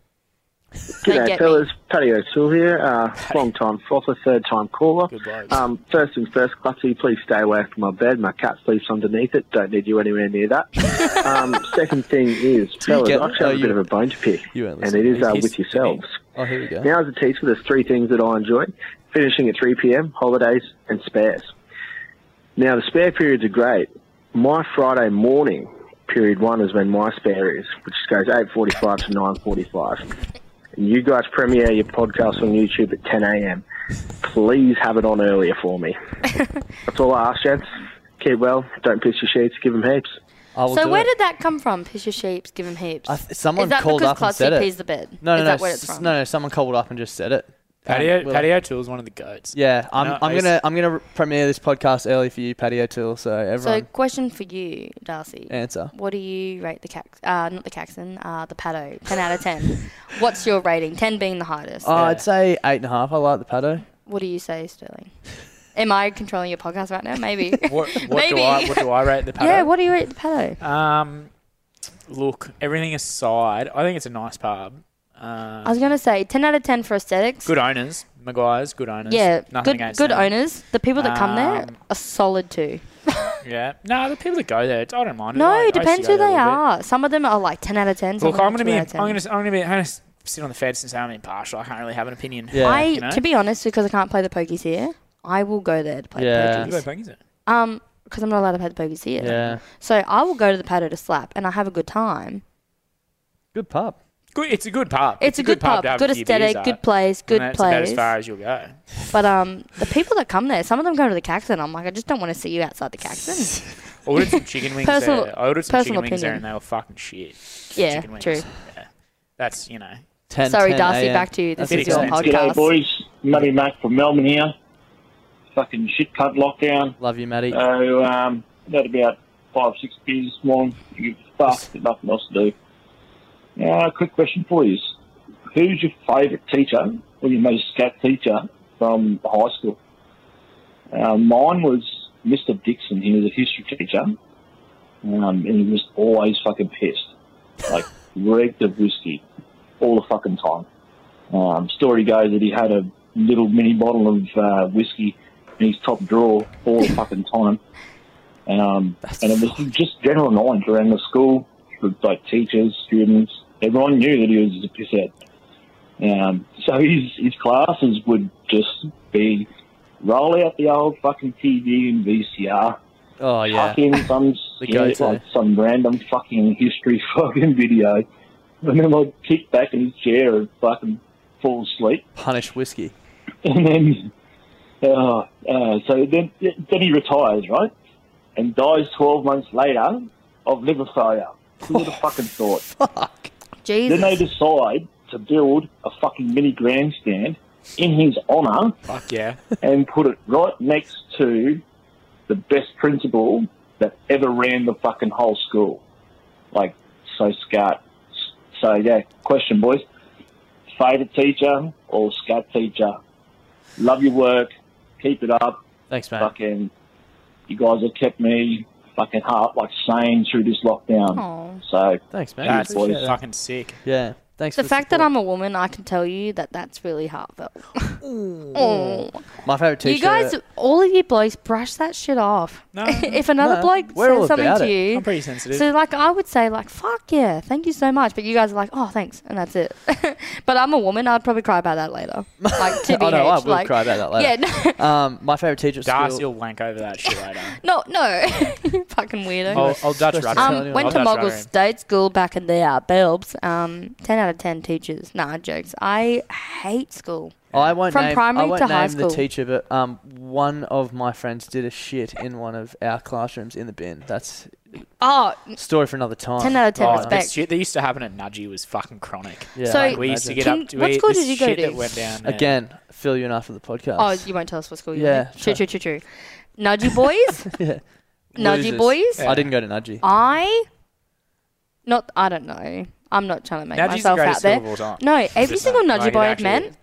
H: They
M: G'day,
H: get
M: fellas. Paddy O'Toole here. Uh, long time frother, third time caller. Um, first and first, Clutzy, please stay away from my bed. My cat sleeps underneath it. Don't need you anywhere near that. um, second thing is, fellas, I
A: get-
M: actually have
A: oh,
M: a
A: you-
M: bit of a bone to pick, and it is uh, with yourselves.
A: Oh, here we go.
M: Now's the teaser. There's three things that I enjoy finishing at 3 p.m., holidays, and spares. Now, the spare periods are great. My Friday morning, period one, is when my spare is, which goes 8.45 to 9.45. And you guys premiere your podcast on YouTube at 10 a.m. Please have it on earlier for me. That's all I ask, gents. Keep well. Don't piss your sheets. Give them heaps.
H: So where did that come from? Piss your sheeps, give them heaps.
A: I th- someone
H: Is that
A: called
H: because
A: up and
H: Clutzy
A: said it.
H: pees the bed?
A: No, no,
H: Is
A: no,
H: that where it's
A: s-
H: from?
A: no, no. Someone called up and just said it.
G: Patio,
A: Um, well-
G: Patio Tool is one of the goats.
A: Yeah, I'm,
G: No,
A: I'm
G: I used-
A: gonna I'm gonna premiere this podcast early for you, Patio Tool. So
H: So
A: everyone
H: question for you, Darcy.
A: answer.
H: What do you rate the cax? Uh, not the Caxon, uh, the Pato. Ten out of ten. What's your rating? Ten being the highest.
A: Oh, I'd say eight and a half. I like the Pato.
H: What do you say, Sterling? Am I controlling your podcast right now? Maybe.
G: What, what
H: Maybe.
G: do I what do I rate the Pato?
H: Yeah. What do you rate the
A: Uh,
H: Pato?
G: Um, look, everything aside, I think it's a nice pub. Um,
H: I was gonna say ten out of ten for aesthetics.
G: good owners, Maguires, good owners.
H: Yeah.
G: nothing
H: good.
G: against
H: Good
G: them.
H: owners. The people that come there
G: Um,
H: are solid too.
G: Yeah, no, the people that go there, I don't mind. it.
H: No,
G: I- I used
H: it
G: to
H: depends
G: go
H: who
G: there a
H: they
G: little bit.
H: are. Some of them are like ten out of ten. Some
G: Look, I'm
H: of
G: gonna
H: them
G: be,
H: are
G: I'm
H: 2 out of 10.
G: gonna, I'm gonna be, I'm gonna sit on the fence and say I'm impartial. I can't really have an opinion.
H: I,
G: you know?
H: to be honest, because I can't play the pokies here, I will go there to play
G: Yeah.
H: the
G: You
H: pokies.
G: play pokies there?
H: Um, because I'm not allowed to play the pokies here.
A: Yeah.
H: So I will go to the paddo to slap, and I have a good time.
A: Good pub.
G: Good, it's a good pub.
H: It's a good pub,
G: to have
H: good
G: a few beers
H: aesthetic,
G: at.
H: good place, good
G: and that's About as
H: place.
G: far as you'll go.
H: But um, the people that come there, some of them go to the Caxton. I'm like, I just don't want to see you outside the Caxton.
G: Ordered some chicken wings
H: Personal-
G: there. I ordered some chicken
H: personal
G: wings there,
H: opinion.
G: and they were fucking shit.
H: Yeah,
G: Chicken wings.
H: true.
G: Yeah. That's you know.
A: 10,
H: Sorry, 10 Darcy, a.m. back to you. This
G: Bit
H: is your
G: expensive.
H: podcast.
P: G'day, boys. Matty Mac from Melbourne here. Fucking shit cut lockdown.
A: Love you, Matty.
P: So, um, had about five, six beers this morning. You fucked, got nothing else to do. Now, a quick question for you. Who's your favourite teacher or your most scat teacher from high school? Uh, mine was Mr. Dixon. He was a history teacher. Um, and he was always fucking pissed. Like, reeked of whiskey all the fucking time. Um, story goes that he had a little mini bottle of uh, whiskey in his top drawer all the fucking time. Um, and it was just general knowledge around the school, with, like teachers, students. Everyone knew that he was a piss head. Um, so his, his classes would just be roll out the old fucking TV and VCR,
A: Oh yeah.
P: tuck in some,
A: The
P: yeah,
A: go-to.
P: like some random fucking history fucking video, and then I'd kick back in his chair and fucking fall asleep.
A: Punish whiskey.
P: And then, uh, uh, so then, then he retires, right? And dies 12 months later of liver failure. Who would
A: Oh,
P: have fucking thought?
H: Jesus.
P: Then they decide to build a fucking mini grandstand in his honour
G: Fuck yeah.
P: and put it right next to the best principal that ever ran the fucking whole school. Like, so scat. So, yeah, question, boys. Favourite teacher or scat teacher? Love your work. Keep it up.
A: Thanks, man.
P: Fucking, you guys have kept me fucking heart like sane through this lockdown.
H: Aw.
P: So,
A: thanks, man.
G: That's
P: boys.
G: fucking sick.
A: Yeah. Thanks.
H: the
A: for
H: fact that I'm a woman, I can tell you that that's really heartfelt. oh.
A: My favorite t-shirt.
H: You guys, all of you blokes, brush that shit off.
G: No,
H: if another
A: no,
H: bloke
A: we're all
H: says something
A: about
H: to
A: it.
H: you,
A: I'm pretty sensitive.
H: So, like, I would say, like, fuck yeah, thank you so much. But you guys are like, oh, thanks, and that's it. but I'm a woman. I'd probably cry about that later. Like, to be
A: oh no, I
H: engaged,
A: will
H: like,
A: cry about that later.
H: Yeah,
A: Yeah. um, my favorite teacher at
G: Darcy
A: school.
G: will wank over that shit later.
H: no, no, no. fucking weirdo.
G: I'll- I'll Dutch rudder him.
H: Um, went
G: I'll
H: to
G: Dutch rudder
H: Mogul
G: him.
H: State School back in the uh, Belbs. Um, ten out of ten teachers. Nah, jokes. I hate school.
A: Oh, I won't
H: From
A: name,
H: primary
A: I won't
H: to
A: name
H: high school.
A: the teacher, but um, one of my friends did a shit in one of our classrooms in the bin. That's
H: Oh,
A: story for another time.
G: Oh, The shit that used to happen at Nudgy was fucking chronic.
A: Yeah.
H: So,
G: Like, we used to get
H: can-
G: up to
H: what
G: we-
H: school
G: this
H: did you go
G: shit
H: to?
G: That went down there.
A: Again, Phil, you and after the podcast.
H: Oh, you won't tell us what school you're
A: Yeah,
H: in. True, true, true, true. Nudgy boys.
A: yeah.
H: Nudgy boys.
A: I didn't go to Nudgy.
H: I, not. I don't know. I'm not trying to make
A: Nudgy's the
H: myself
A: greatest
H: out there.
A: school of all time.
H: No, every
A: Just
H: single
A: not-
H: nudgy
A: like,
H: boy
A: it
H: I've
A: actually
H: met,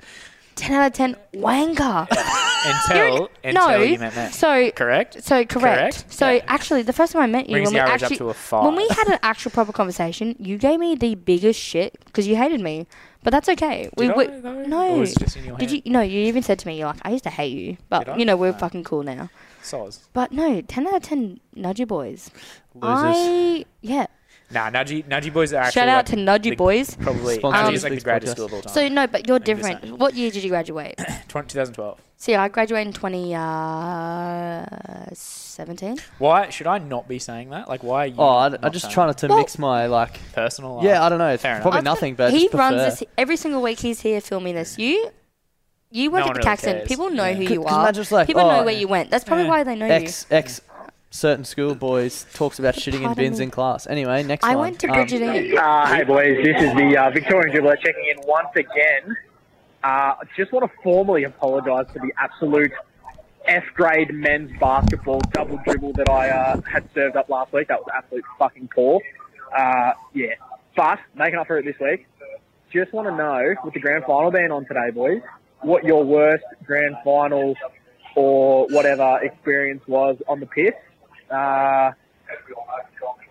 H: ten out of ten wanker.
G: Until, until
H: no.
G: you met Matt.
H: So-
G: correct?
H: So correct.
G: Correct?
H: So actually, the first time I met you,
G: Brings
H: when we
G: the average up
H: actually
G: to a five.
H: when we had an actual proper conversation, you gave me the biggest shit because you hated me. But that's okay. We,
G: Did
H: we-
G: I, though?
H: no.
G: Or was it just in your
H: Did
G: head?
H: you? No, you even said to me, "You're like, I used to hate you,
G: Did I?
H: but you know we're
G: No.
H: fucking cool now."
G: Soz.
H: But no, ten out of ten nudgy boys.
G: Losers.
H: I yeah.
G: Nah, Nudgy, Nudgy boys are actually.
H: Shout out
G: like,
H: to Nudgy Boys. Um,
G: Probably.
A: Sponsor
G: Nudgy
A: this
G: is like the
A: week's
G: greatest
A: podcast.
G: school of all time.
H: So no, but you're
G: I think it's
H: different. What year did you graduate?
G: 20, 2012.
H: See, I graduated in uh, 2017.
G: Why should I not be saying that? Like, why are you?
A: Oh, I, am
G: not
A: just
G: saying
A: trying to
H: Well-
A: mix my like
G: personal.
A: Yeah,
G: life?
A: I don't know. It's
G: Fair enough.
A: probably
G: I've got-
A: nothing, but I
H: he
A: just
H: runs
A: prefer-
H: this every single week. He's here filming this. You, you work
A: No
H: at
A: one
H: the
A: really
H: Caxton.
A: cares.
H: People know who
A: C-
H: you
A: 'cause
H: are.
A: Madge's like,
H: People
A: "Oh,
H: know where you went. That's probably why they know you.
A: X X certain school boys talks about shitting in
H: Pardon
A: bins
H: me.
A: in class. Anyway, next
H: I
A: one.
H: went to
A: Um,
H: Bridget Inn.
E: Uh, hey boys, this is the uh, Victorian Dribbler checking in once again. Uh, I just want to formally apologise for the absolute F grade men's basketball double dribble that I uh, had served up last week. That was absolute fucking poor. Uh, yeah, but making up for it this week. Just want to know, with the grand final being on today, boys, what your worst grand final or whatever experience was on the piss. Uh,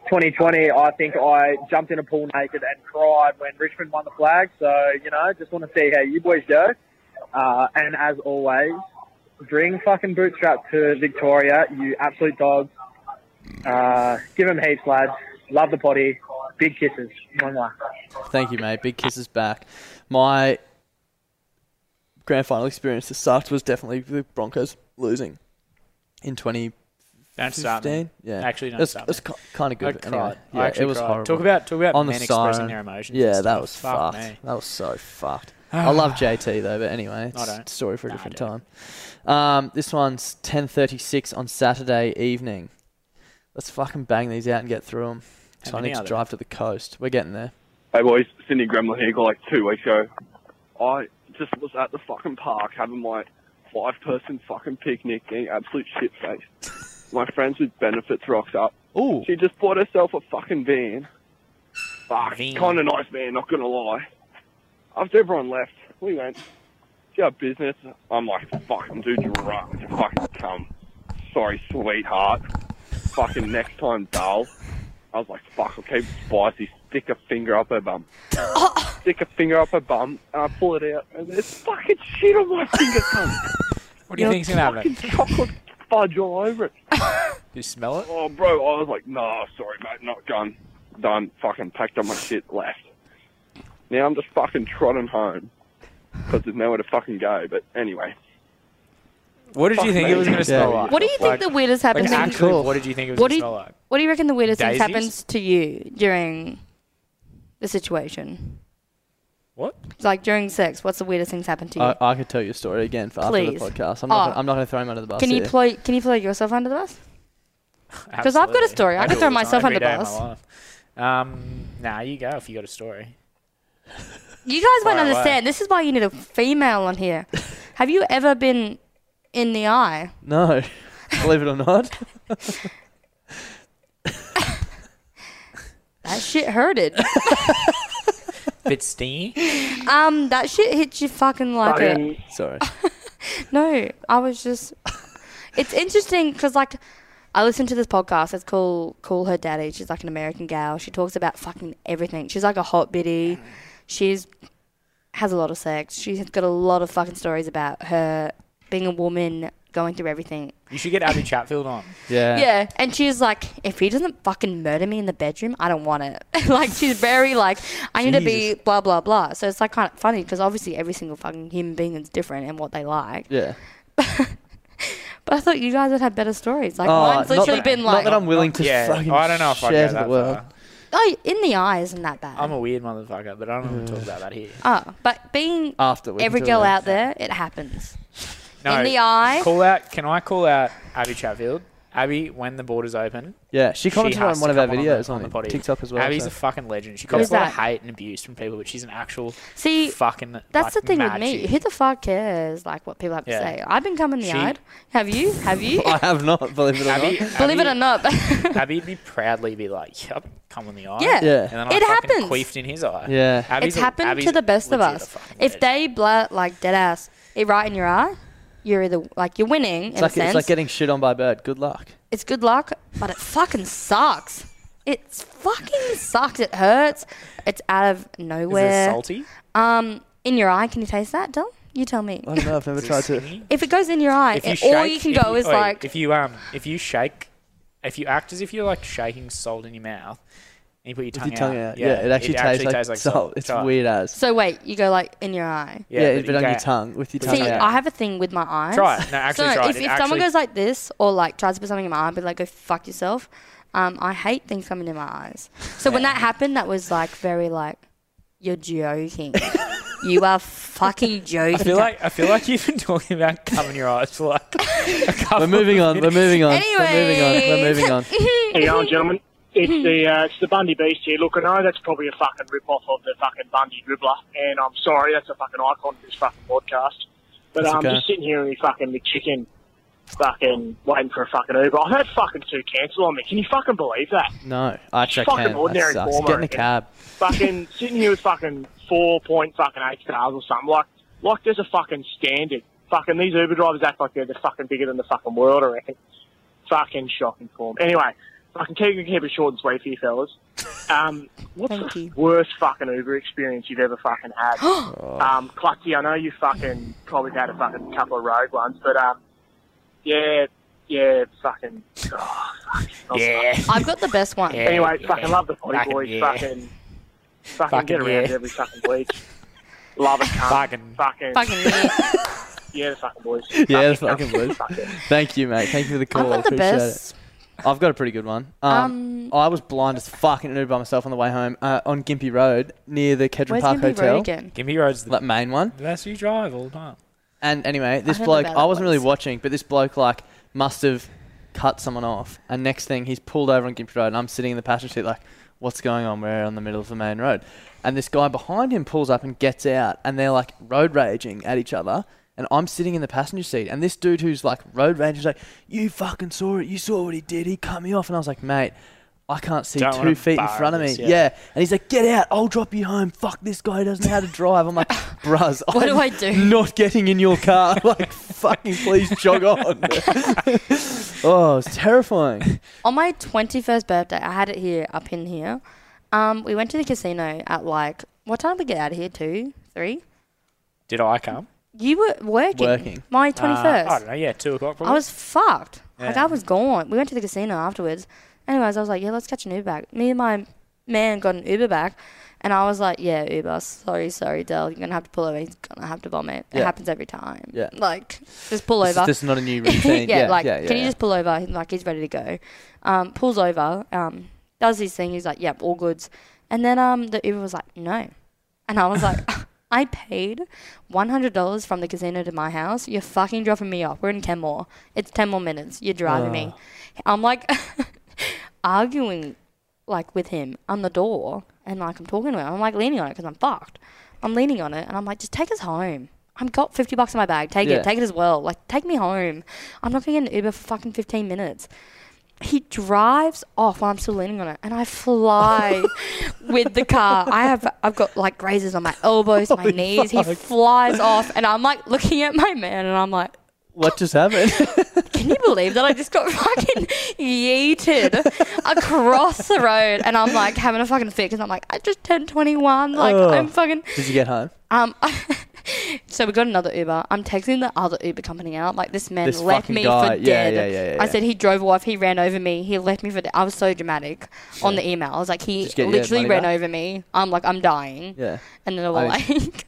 E: 2020, I think I jumped in a pool naked and cried when Richmond won the flag. So, you know, just want to see how you boys go. Uh, and as always, bring fucking bootstrap to Victoria, you absolute dogs. Uh, give them heaps, lads. Love the potty. Big kisses. Mwah, mwah.
A: Thank you, mate. Big kisses back. My grand final experience that sucked was definitely the Broncos losing in 2015,
G: Don't start me.
A: 15? Yeah,
G: Actually, don't
A: It's-
G: start
A: it's
G: me.
A: ki- kinda good,
G: I cried.
A: anyway.
G: I
A: Yeah, it
G: actually
A: was
G: cried.
A: horrible.
G: Talk about talk about
A: On the
G: men expressing
A: siren.
G: their emotions.
A: Yeah,
G: and
A: that
G: stuff.
A: was
G: Fuck
A: fucked.
G: me.
A: That was so fucked. I love JT though, but anyway, it's
G: don't.
A: a story for a different time. Um, this one's 10:36 on Saturday evening. Let's fucking bang these out and get through them.
U: How
A: So I
U: many
A: need
U: are
A: to
U: there?
A: drive to the coast. We're getting there.
U: Hey boys, Cindy Gremlin here, got like two weeks ago. I just was at the fucking park having my five person fucking picnic, getting absolute shit faced. my friends with benefits rocks up.
A: Ooh.
U: She just bought herself a fucking van. Fuck,
V: Van.
U: kinda nice van, not gonna lie. After everyone left, we went, did our business. I'm like, fuck, I'm too drunk to fucking come. Sorry, sweetheart. Fucking next time, doll. I was like, fuck, I'll keep it spicy. Stick a finger up her bum. Stick a finger up her bum, and I pull it out, and there's fucking shit on my finger, cunt.
G: What do you
U: Now
G: think's gonna happen?
U: Fucking chocolate fudge all over it.
G: Do you smell it?
U: Oh, bro, I was like, nah, sorry, mate, not gone. Done. Fucking packed up my shit, left. Now I'm just fucking trotting home. Because there's nowhere to fucking go, but anyway.
G: What did you
U: Fuck
G: think
U: me.
G: it was gonna smell like?
H: What do you think the weirdest happens
G: Like,
H: in-
G: actually, what did you think it was
H: What
G: gonna
H: do you,
G: smell like?
H: what do you reckon the weirdest things
G: Daisies?
H: happens to you during the situation?
G: What?
H: Like during sex, what's the weirdest things happened to you?
A: I, I could tell you a story again for
H: Please.
A: Uh, after the podcast. I'm not.
H: Oh.
A: Gonna, I'm not going to throw him under the bus.
H: can you
A: here.
H: ploy, can you throw yourself under the bus? Because I've got a
G: Absolutely.
H: story. I,
G: do
H: could throw
G: all the time,
H: myself
G: every
H: under
G: day
H: the
G: of my
H: bus.
G: life. Um, nah, you go if you got a story.
H: You guys won't
G: Fire away.
H: understand. This is why you need a female on here. Have you ever been in the eye?
A: No, believe it or not.
H: That shit hurted.
G: Bit steamy.
H: um, that shit hit you fucking like a.
A: Sorry.
H: No, I was just. It's interesting because like, I listen to this podcast. It's called "Call Her Daddy." She's like an American gal. She talks about fucking everything. She's like a hot biddy. She's has a lot of sex. She's got a lot of fucking stories about her being a woman, going through everything.
G: You should get Abby Chatfield on.
A: Yeah.
H: Yeah, and she's like, if he doesn't fucking murder me in the bedroom, I don't want it. like she's very like, I need to be
A: Jesus.
H: blah blah blah. So it's like kind of funny because obviously every single fucking human being is different and what they like.
A: Yeah.
H: But I thought you guys would have better stories. Like
A: Oh,
H: mine's
A: not
H: literally
A: that-
H: been
A: not
H: like,
A: that I'm willing to
G: Yeah,
A: fucking
G: I don't know if I'd
A: share
G: go
A: to
G: that
A: the world.
G: far.
H: oh, in the eye isn't that bad.
A: Um,
G: I'm a weird motherfucker, but I don't want to talk about that here.
H: Oh, but being
G: After we can
H: every
G: do
H: girl
G: it.
H: out there, it happens. In the eye.
G: Call out. Can I call out Abby Chatfield? Abby, when the borders open.
A: Yeah, she commented
G: has
A: on one
G: to
A: of our
G: come the-
A: videos on
G: the
A: it,
G: potty.
A: TikTok as well,
G: Abby's
A: so.
G: a fucking legend. She
A: Who's
G: got a lot of
H: that?
G: hate and abuse from people, but she's an actual
H: See,
G: fucking.
H: That's
G: like,
H: the thing with
G: mad
H: me.
G: chick.
H: Who the fuck cares? Like what people have to
G: Yeah.
H: say. I've been coming the
G: She-
H: eye. Have you? Have you?
A: I have not, believe it or
G: Abby,
A: not.
H: Believe it or not,
G: Abby'd be proudly be like, "Yep, come in the eye."
H: Yeah. Yeah.
G: and then I
H: It
G: fucking
H: happens.
G: Queefed in his eye.
A: Yeah.
G: Abby's
H: it's
G: a-
H: happened
G: Abby's
H: to the best of
G: legit a
H: us.
G: fucking
H: If they blur like dead ass it right in your eye, you're either like you're winning
A: It's
H: in
A: like,
H: a
A: it's
H: sense.
A: like getting shit on by a bird. Good luck.
H: it's good luck, but it fucking sucks. It fucking sucks. It hurts. It's out of nowhere.
G: salty?
H: Um, in your eye. Can you taste that, Dylan? You tell me.
A: I don't know. I've never tried to.
H: If it goes in your eye,
G: If you
H: it-
G: shake,
H: all you can
G: if
H: go is
G: oi,
H: like,
G: if you um if you shake, if you act as if you're like shaking salt in your mouth, and you put your
A: With
G: tongue,
A: your tongue out, yeah, it actually tastes like salt. It's
G: Try it.
A: weird as.
H: so wait, you go like in your eye.
A: Yeah,
G: but
A: but
G: you
A: on your
G: go-
A: tongue, with your tongue
H: See,
A: out.
H: I have a thing with my eyes.
G: Try it. No, actually
H: so
G: try it.
H: If,
G: It
H: if someone
G: actually-
H: goes like this or like tries to put something in my eye, I'd be like, go fuck yourself. Um, I hate things coming in my eyes. So when that happened, that was like very like, you're joking. you are fucking joking.
G: I feel like I feel like you've been talking about covering your eyes for like.
A: We're moving on. We're moving on. We're moving on. We're moving on.
E: Hey, on, gentlemen. It's the uh, it's the Bundy Beast here. Look, I know that's probably a fucking rip off of the fucking Bundy dribbler, and I'm sorry, that's a fucking icon of this fucking podcast. But
P: That's
E: I'm
P: okay.
E: just sitting here in the fucking the chicken, fucking waiting for a fucking Uber. I've had fucking two cancel on me. Can you fucking believe that?
A: No, actually, I
E: Fucking
A: can't.
E: ordinary
A: That sucks.
E: former
A: Get in a
E: again.
A: cab.
E: fucking sitting here with fucking four point fucking eight stars or something. Like, like there's a fucking standard. Fucking these Uber drivers act like they're the fucking bigger than the fucking world. I reckon. Fucking shocking form. Anyway, fucking keep keep it short and sweet for you fellas. Um, what's the worst fucking Uber experience you've ever fucking had? um, Clutzy, I know you fucking probably had a fucking couple of rogue ones, but um, yeah, yeah, fucking. Oh, fuck.
G: Yeah.
H: I've got the best one.
E: anyway, fucking love the potty
H: Fucking
E: boys.
H: yeah.
E: Fucking, fucking,
H: Fucking
E: get around
H: yeah.
E: every fucking week. love it. cunt.
G: Fucking,
E: fucking,
H: Fucking yeah.
E: yeah, the fucking boys.
A: Yeah, that's fucking good. Thank you, mate. Thank you for the call.
H: I've got the
A: Appreciate
H: best
A: I've got a pretty good one. Um, I was blind as fuck in an Uber by myself on the way home uh, on Gympie Road near the Kedron
H: Where's
A: Park
H: Gympie Road
A: Hotel.
H: again?
A: Gympie Road's the main one.
V: That's you drive all the time.
A: And anyway, this
V: heard
A: bloke,
V: about
A: I
V: that
A: wasn't really watching, but this bloke like must have cut someone off. And next thing, he's pulled over on Gympie Road, and I'm sitting in the passenger seat like, "What's going on? We're on the middle of the main road." And this guy behind him pulls up and gets out, and they're like road raging at each other. And I'm sitting in the passenger seat, and this dude who's like road raging is like, "You fucking saw it. You saw what he did. He cut me off." And I was like, "Mate." I can't see
V: Don't wanna
A: two feet in front of me.
V: embarrass
A: Yeah.
V: you.
A: And he's like, get out. I'll drop you home. Fuck this guy. He doesn't know how to drive. I'm like, bruz.
H: What do
A: I'm
H: I do?
A: Not getting in your car. like, fucking please jog on. oh, it's terrifying.
H: On my 21st birthday, I had it here, up in here. Um, we went to the casino at like, what time did we get out of here? Two? Three?
G: Did I come?
H: You were working. My 21st.
G: Uh, I don't know. Yeah, two o'clock. Probably.
H: I was fucked. Like
G: Yeah.
H: I was gone. We went to the casino afterwards. Anyways, I was like, yeah, let's catch an Uber back. Me and my man got an Uber back, and I was like, yeah, Uber. Sorry, sorry, Dell. You're gonna have to pull over. He's gonna have to vomit. It
A: Yeah.
H: happens every time.
A: Yeah.
H: Like just pull
A: This is-
H: over.
A: this is not a new routine.
H: yeah,
A: Yeah,
H: Like,
A: yeah, yeah,
H: can you
A: yeah.
H: just pull over? He's like, he's ready to go. Um, pulls over. Um, does his thing. He's like, yep, all goods. And then um, the Uber was like, no, and I was like. I paid $100 from the casino to my house. You're fucking dropping me off. We're in Kenmore. It's 10 more minutes. You're driving me. I'm like arguing like with him on the door and like I'm talking to him. I'm like leaning on it because I'm fucked. I'm leaning on it and I'm like, just take us home. I've got 50 bucks in my bag. Take
W: Yeah.
H: it. Take it as well. Like, take me home. I'm not going to get an Uber for fucking 15 minutes. He drives off while I'm still leaning on it, and I fly with the car. I have I've got like grazes on my elbows, my
A: Holy
H: knees. He
A: fuck.
H: flies off, and I'm like looking at my man, and I'm like,
A: What just happened?
H: can you believe that I just got fucking yeeted across the road? And I'm like having a fucking fit because I'm like, I just turned 21. Like,
A: Oh.
H: I'm fucking.
A: Did you get home?
H: Um, so we got another Uber. I'm texting the other Uber company out. Like this man
A: This
H: left
A: fucking
H: me
A: guy.
H: for
A: Yeah,
H: dead.
A: yeah, yeah, yeah,
H: I
A: yeah.
H: said he drove off. He ran over me. He left me for dead. I was so dramatic on the email. I was like, he
A: Just get your
H: literally
A: money
H: ran
A: back?
H: over me. I'm like, I'm dying.
A: Yeah.
H: And then I
A: I-
H: was like,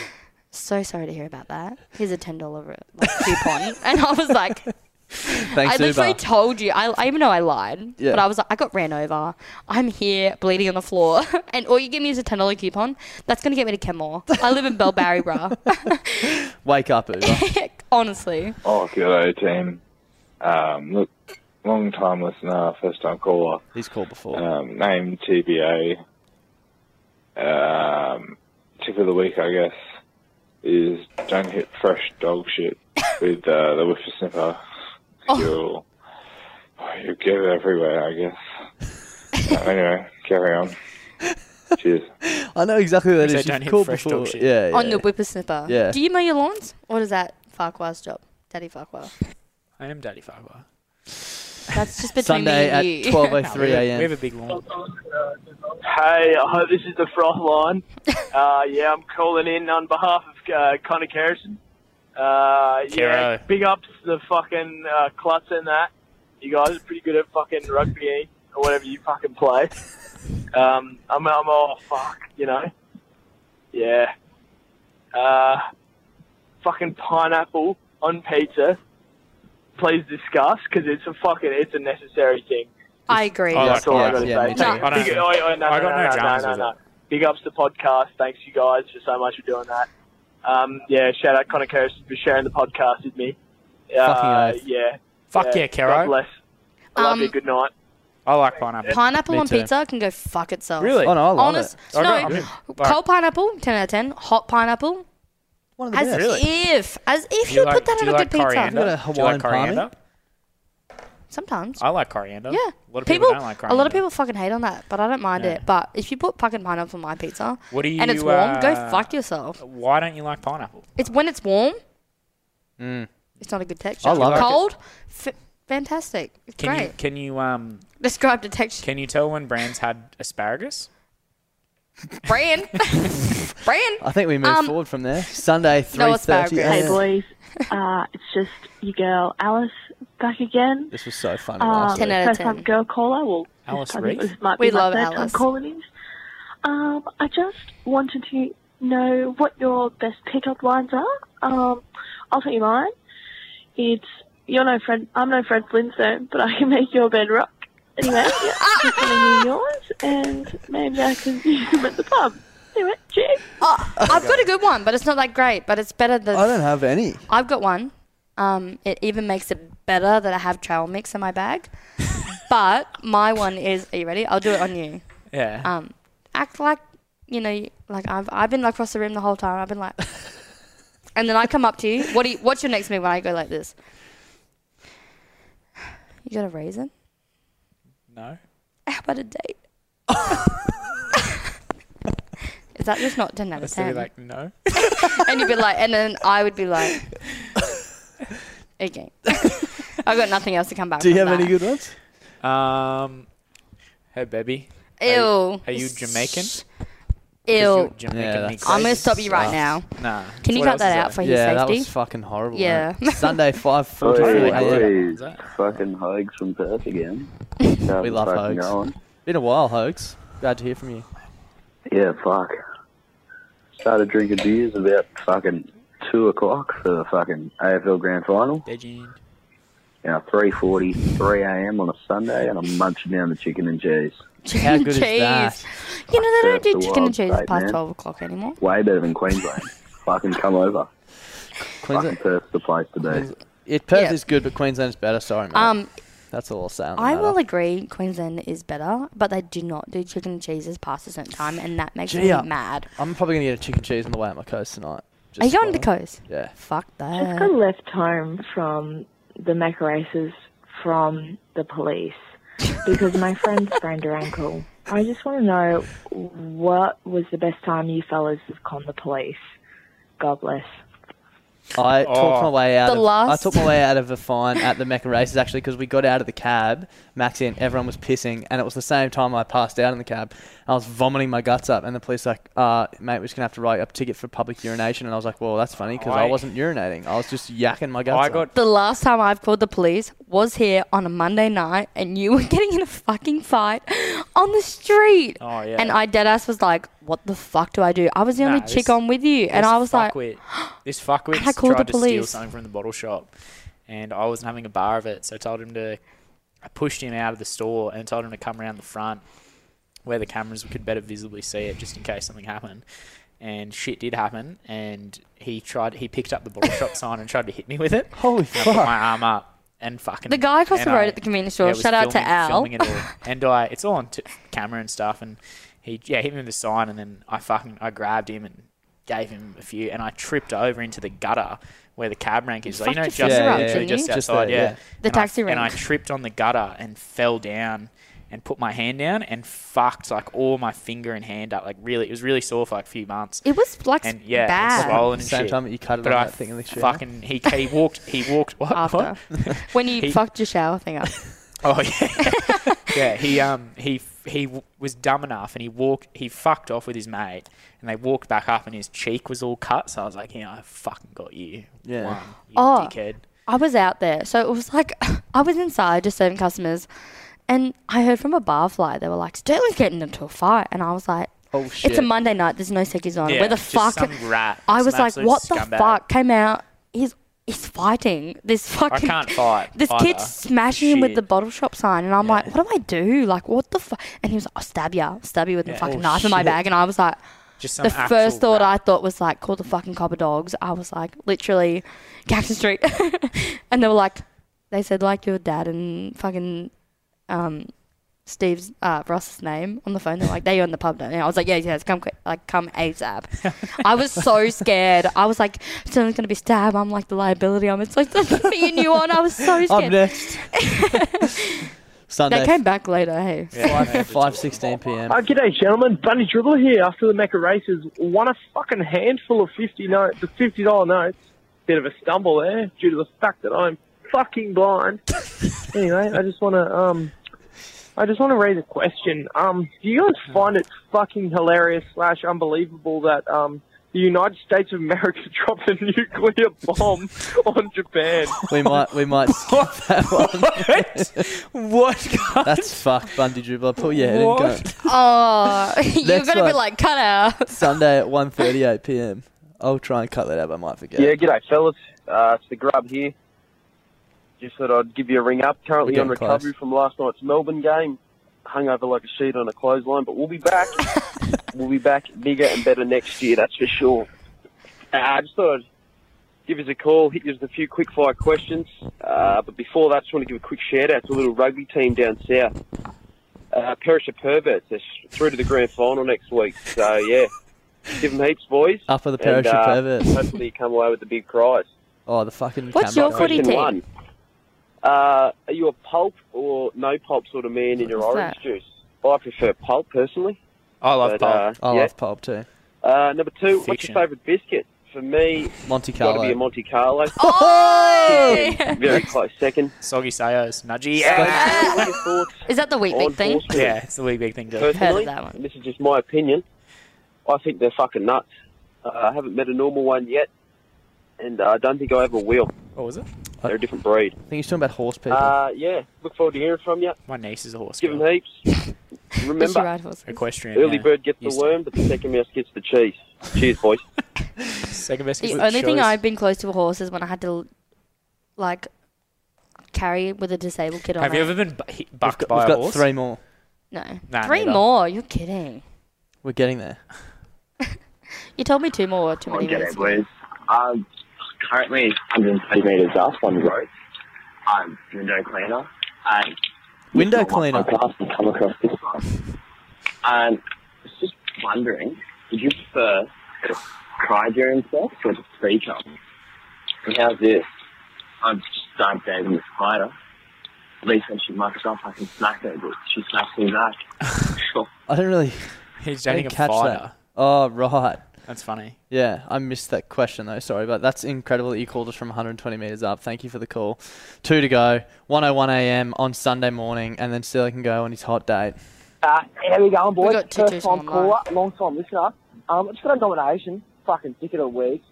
H: so sorry to hear about that. Here's a ten dollar like, coupon, and I was like.
A: Thanks,
H: I literally
A: Uber.
H: told you. I, I even though I lied,
A: Yeah.
H: but I was like, I got ran over. I'm here bleeding on the floor, and all you give me is a ten dollar coupon. That's gonna get me to Kenmore. I live in Bellbarry, bruh.
A: Wake up, Uber.
H: Honestly.
X: Oh, good team. Um, look, long time listener, first time caller.
A: He's called before.
X: Um, name TBA. Um, tip of the week, I guess, is don't hit fresh dog shit with uh, the whippersnipper. You'll, you'll get it everywhere, I guess. Uh, anyway, carry on. Cheers.
A: I know exactly what that
X: They
A: is.
X: don't
A: You've
X: hit
A: called
X: fresh
A: before.
X: dog shit.
A: Yeah, yeah.
H: On the whippersnipper.
A: Yeah.
H: Do you mow your lawns, or is that Farquhar's job, Daddy Farquhar?
G: I am Daddy Farber.
H: That's just between
A: Sunday
H: me
A: at
H: and you.
A: 12:03 a.m.
G: We have a big lawn.
Y: Hey, uh, this is the froth line. Uh, yeah, I'm calling in on behalf of uh, Connor Kerrison. Uh, yeah,
G: Kerro.
Y: big ups to the fucking uh, klutz and that. You guys are pretty good at fucking rugby or whatever you fucking play. Um, I'm, I'm all fuck, you know. Yeah. Uh, fucking pineapple on pizza. Please discuss because it's a fucking it's a necessary thing.
H: I agree.
G: Oh,
Y: Yeah, That's all I got to say.
G: I don't-
Y: Big- oh, oh, no,
G: I
Y: no,
G: got
Y: no,
G: no
Y: no,
G: dramas
Y: no,
G: with
Y: no. Big ups to the podcast. Thanks, you guys, for so much for doing that. Um, yeah, shout out Connor Kerrison for sharing the podcast with me. Uh,
G: Fucking oath.
Y: yeah.
G: Fuck yeah,
Y: God
G: Kerro.
Y: bless. I love
H: Um,
Y: you. Good night.
G: I like pineapple.
H: Pineapple on pizza can go fuck itself.
G: Really? Oh, no, I love
H: Honest,
G: it. I
H: No,
G: don't- I mean, like-
H: cold pineapple, ten out of ten. Hot pineapple,
A: One
H: as if, as if
G: Do
H: you,
G: you like-
H: put that
G: do
H: on
G: you
H: a
G: like
H: good pizza.
G: coriander? Do you like coriander?
H: Sometimes.
G: I like coriander. Yeah. A lot of people,
H: People,
G: don't like
H: a
G: coriander.
H: lot of people fucking hate on that, but I don't mind it. But if you put fucking pineapple on my pizza
G: What do you?
H: and it's warm, go
G: uh,
H: fuck yourself.
G: Why don't you like pineapple?
H: It's when it's warm,
G: Mm.
H: it's not a good texture.
G: I love it.
H: Cold, fa- fantastic. It's
G: Can
H: great.
G: you can you um
H: Describe the texture.
G: can you tell when brands had asparagus?
H: Bran. Bran.
A: I think we move
H: Um,
A: forward from there. Sunday, 3.30
W: Hey,
A: a.m.
W: boys. Uh, it's just your girl, Alice, back again.
A: This was so funny
W: Um,
A: last week.
W: first time girl caller. Well,
A: Alice
W: this time
A: Reese?
W: it might
H: We
W: be my
H: love
W: third time
H: Alice.
W: calling in. Um, I just wanted to know what your best pickup lines are. Um, I'll tell you mine. It's you're no Fred. I'm no Fred Flintstone, but I can make your bed rock. Anyway, yeah, just gonna do yours, and maybe I can use them at the pub. Anyway, cheers.
H: Oh, I've got a good one, but it's not that great. But it's better than
A: I don't have any.
H: I've got one. Um, it even makes it better that I have trail mix in my bag. but my one is, are you ready? I'll do it on you.
G: Yeah.
H: Um, act like, you know, you- like I've I've been like across the room the whole time. I've been like, and then I come up to you. What do you? What's your next move when I go like this? You got a raisin?
G: No.
H: How about a date? is that just not ten out of
G: So you're
H: ten?
G: like, no.
H: and you'd be like, and then I would be like, okay. I've got nothing else to come back.
A: Do you
H: from
A: have any
H: that.
A: good ones?
G: Um, hey, baby. Are
H: Ew.
G: you- Are, you Jamaican?
H: Ew.
G: Jamaican meat
H: I'm gonna
G: crazy.
H: stop you right now.
G: Nah.
H: Can you cut that out for his
A: yeah,
H: safety?
A: that was fucking horrible.
H: Yeah.
A: man. Sunday five
M: Oh,
A: forty four
Q: Oi,
A: a.m.
Q: oi, fucking Hogs from Perth again.
A: We love Hoax. Been a while, Hoax. Glad to hear from you.
Q: Yeah, fuck. Started drinking beers about fucking two o'clock for the fucking AFL Grand Final.
G: Legend.
Q: You know, three forty, three a.m. on a Sunday, and I'm munching down the chicken and cheese.
A: How good is
H: Cheese.
A: that?
H: You know they don't
Q: That's the
H: do chicken
Q: wild
H: and cheese
Q: state,
H: past
Q: man.
H: twelve o'clock anymore.
Q: Way better than Queensland. fucking come over.
A: Queensland.
Q: Fucking Perth's the place to be.
A: It Perth
H: Yeah.
A: is good, but Queensland's better. Sorry, mate.
H: Um,
A: That's all I'll say. On the
H: I
A: matter.
H: will agree Queensland is better, but they do not do chicken and cheeses past a certain time, and that makes
A: Gee,
H: me
A: uh,
H: mad.
A: I'm probably gonna get a chicken cheese on the way up my coast tonight.
H: Are you going to the
A: spoiler.
H: coast?
A: Yeah.
H: Fuck
T: Just
H: that.
T: got left home from the mech races from the police because my friend sprained her ankle. I just want to know what was the best time you fellas have conned the police. God bless.
A: I talked my
T: Oh.
A: way out.
T: The
A: of,
T: last-
A: I took my way out of a fine at the Mecca races actually because we got out of the cab, Maxi and everyone was pissing, and it was the same time I passed out in the cab. I was vomiting my guts up, and the police like, uh, "Mate, we're just gonna have to write you up a ticket for public urination." And I was like, "Well, that's funny because I,
G: I-
A: wasn't urinating. I was just yakking my guts."
G: I
A: up.
G: got-
H: The last time I've called the police was here on a Monday night, and you were getting in a fucking fight on the street.
G: Oh, yeah.
H: And I deadass was like, "What the fuck do I do? I was the only
G: Nah,
H: chick
G: this-
H: on with you," and
G: this
H: I was like,
G: fuckwit- "This fuckwit
H: And I called
G: tried
H: the
G: to steal
H: police.
G: something from the bottle shop, and I wasn't having a bar of it, so I told him to. I pushed him out of the store and told him to come around the front, where the cameras could better visibly see it, just in case something happened. And shit did happen, and he tried. He picked up the bottle shop sign and tried to hit me with it.
A: Holy
G: and I put my arm up and fucking.
H: The guy across the
G: and
H: road
G: I-
H: at the convenience store,
G: it was
H: shout out to
G: filming-
H: Al.
G: filming it all. And I, it's all on t- camera and stuff. And he, yeah, hit me with the sign, and then I fucking, I grabbed him and gave him a few, and I tripped over into the gutter where the cab rank is.
H: You
G: Like, you know,
H: fucked
G: just
H: your finger up,
G: literally
H: didn't you?
G: just
H: Just
G: outside,
H: there,
G: yeah.
H: yeah. The
G: And I-
H: taxi
G: And I
H: rank.
G: tripped on the gutter and fell down. And put my hand down and fucked like all my finger and hand up. Like really, it was really sore for like a few months.
H: It was, like,
G: and, yeah, and
H: bad.
G: swollen and
A: Same
G: shit.
A: time that you cut it
G: But
A: on
G: I
A: that thing in the shower.
G: Fucking, he, he walked. He walked. What?
H: After.
G: what?
H: "When you
G: He-
H: fucked your shower thing up."
G: Oh yeah, yeah. He um he he w- was dumb enough, and he walked. He fucked off with his mate, and they walked back up, and his cheek was all cut. So I was like, you know, I fucking got you.
A: Yeah.
G: one, you
H: Oh.
G: dickhead.
H: I was out there. So it was like I was inside just serving customers and I heard from a barfly they were like, Sterling's getting into a fight and I was like
A: Oh
H: It's a Monday night, there's no seckies on.
G: Yeah,
H: Where the
G: just
H: fuck
G: some rat,
H: I
G: some
H: was like,
G: absolute
H: What the
G: scumbag."
H: fuck? Came out, he's he's fighting. This
G: I
H: fucking
G: can't fight.
H: This
G: either.
H: kid's smashing him with the
G: Shit.
H: bottle shop sign, and I'm like, what do I do? Like, what the fuck? And he was like, I'll stab ya. I'll stab you with a
G: Yeah.
H: fucking
G: Oh,
H: knife in my
G: shit.
H: bag. And I was like,
G: Just some
H: the
G: actual
H: first thought I thought was like, call the fucking copper dogs. I was like, literally, Cactus Street. and they were like, they said like your dad and fucking um, Steve's uh, Ross's name on the phone. They're like, they are in the pub now. And I was like, yeah, yes, come quick, like come ASAP. I was so scared. I was like, someone's gonna be stabbed. I'm like the liability. I'm it's like something you knew on. I was so scared.
A: I'm next. Sunday.
H: They came back later. Hey.
A: Five five sixteen p.m.
E: Oh, g'day, gentlemen. Bunny Dribbler here. After the Mecca races, won a fucking handful of fifty notes, the fifty dollar notes. Bit of a stumble there due to the fact that I'm fucking blind. anyway, I just want to um, I just want to raise a question. Um, do you guys find it fucking hilarious slash unbelievable that um, the United States of America dropped a nuclear bomb on Japan?
A: We might we might skip that one.
G: what?
A: That's fuck Bundy dribbler. Pull your head and go.
H: Oh, you're
A: Next
H: gonna
A: one.
H: be like cut out.
A: Sunday at 1.38 p.m. I'll try and cut that out, but I might forget.
D: Yeah, g'day fellas. Uh, it's the grub here.
F: Just thought I'd give you a ring up. Currently
Z: We're
F: on
Z: getting
F: recovery
Z: close.
F: from last night's Melbourne game. Hung over like a sheet on a clothesline, but we'll be back. we'll be back bigger and better next year, that's for sure. Uh, I just thought I'd give us a call, hit you with a few quick fire questions. Uh, but before that, just want to give a quick shout out to a little rugby team down south. Uh, Perisher Perverts, they're sh- through to the grand final next week. So, yeah, give them heaps, boys.
A: Up for the
F: And,
A: Perisher
F: uh,
A: Perverts.
F: Hopefully, you come away with a big prize.
A: Oh, the fucking.
F: What's
A: Canberra
F: your footy
A: Raiders.
F: team? One. Uh, are you a pulp or no pulp sort of man in your
A: What's
F: orange
A: that?
F: juice? I prefer pulp personally.
A: I love
F: But, uh,
A: I
F: yeah.
A: love pulp too.
F: Uh, number two, what's
A: Fiction.
F: your favourite biscuit? For me,
A: Monte
F: it's got to
A: Carlo.
F: be a Monte Carlo. Oh! Very close second.
G: Soggy Sayos. Nudgy.
F: What are your thoughts
H: Is that the wheat
F: on
H: big thing?
F: horsemeat?
G: Yeah, it's the wee big thing, Dylan.
F: Personally, and this is just my opinion. I think they're fucking nuts. Uh, I haven't met a normal one yet, and uh, I don't think I ever will.
G: What was it?
F: They're a different breed.
A: I think he's talking about horse people.
F: Uh, yeah, look forward to hearing from you.
G: My niece is a horse.
F: Give them heaps. Remember,
G: Equestrian.
F: early
G: yeah.
F: bird gets
G: Used
F: the
G: to-
F: worm, but the second mouse gets the cheese. Cheers, boys.
G: second best.
H: The
G: is
H: only thing
G: choice.
H: I've been close to a horse is when I had to, like, carry it with a disabled kid on
G: Have you
H: it.
G: ever been bu- hit- bucked
A: We've got-
G: by
A: we've
G: a
A: got
G: horse?
A: three more.
H: No.
G: Nah,
H: Three
G: neither.
H: more? You're kidding.
A: We're getting there.
H: You told me two more too many
R: Get it,
H: minutes.
R: boys. Um, currently 130 metres up on the road. I'm window cleaner. And
A: Window cleaner.
R: and come across this one. And I was just wondering, would you prefer to cry during sex or to speak up? And how's this? I'm just started dating this spider. At least when she mucks up, I can smack her, but she smacks me back. sure.
A: I don't really.
G: He's
A: I
G: dating
A: didn't
G: a
A: catch
G: fighter.
A: That. Oh right.
G: That's funny.
A: Yeah, I missed that question though. Sorry, but that's incredible that you called us from 120 meters up. Thank you for the call. Two to go. 101 a.m. on Sunday morning, and then Steely can go on his hot date.
E: Uh, how we going, boys?
H: We got
E: First
H: Tutu's
E: time
H: online.
E: caller, long time listener. Um, I just got a nomination. Fucking ticket of the week.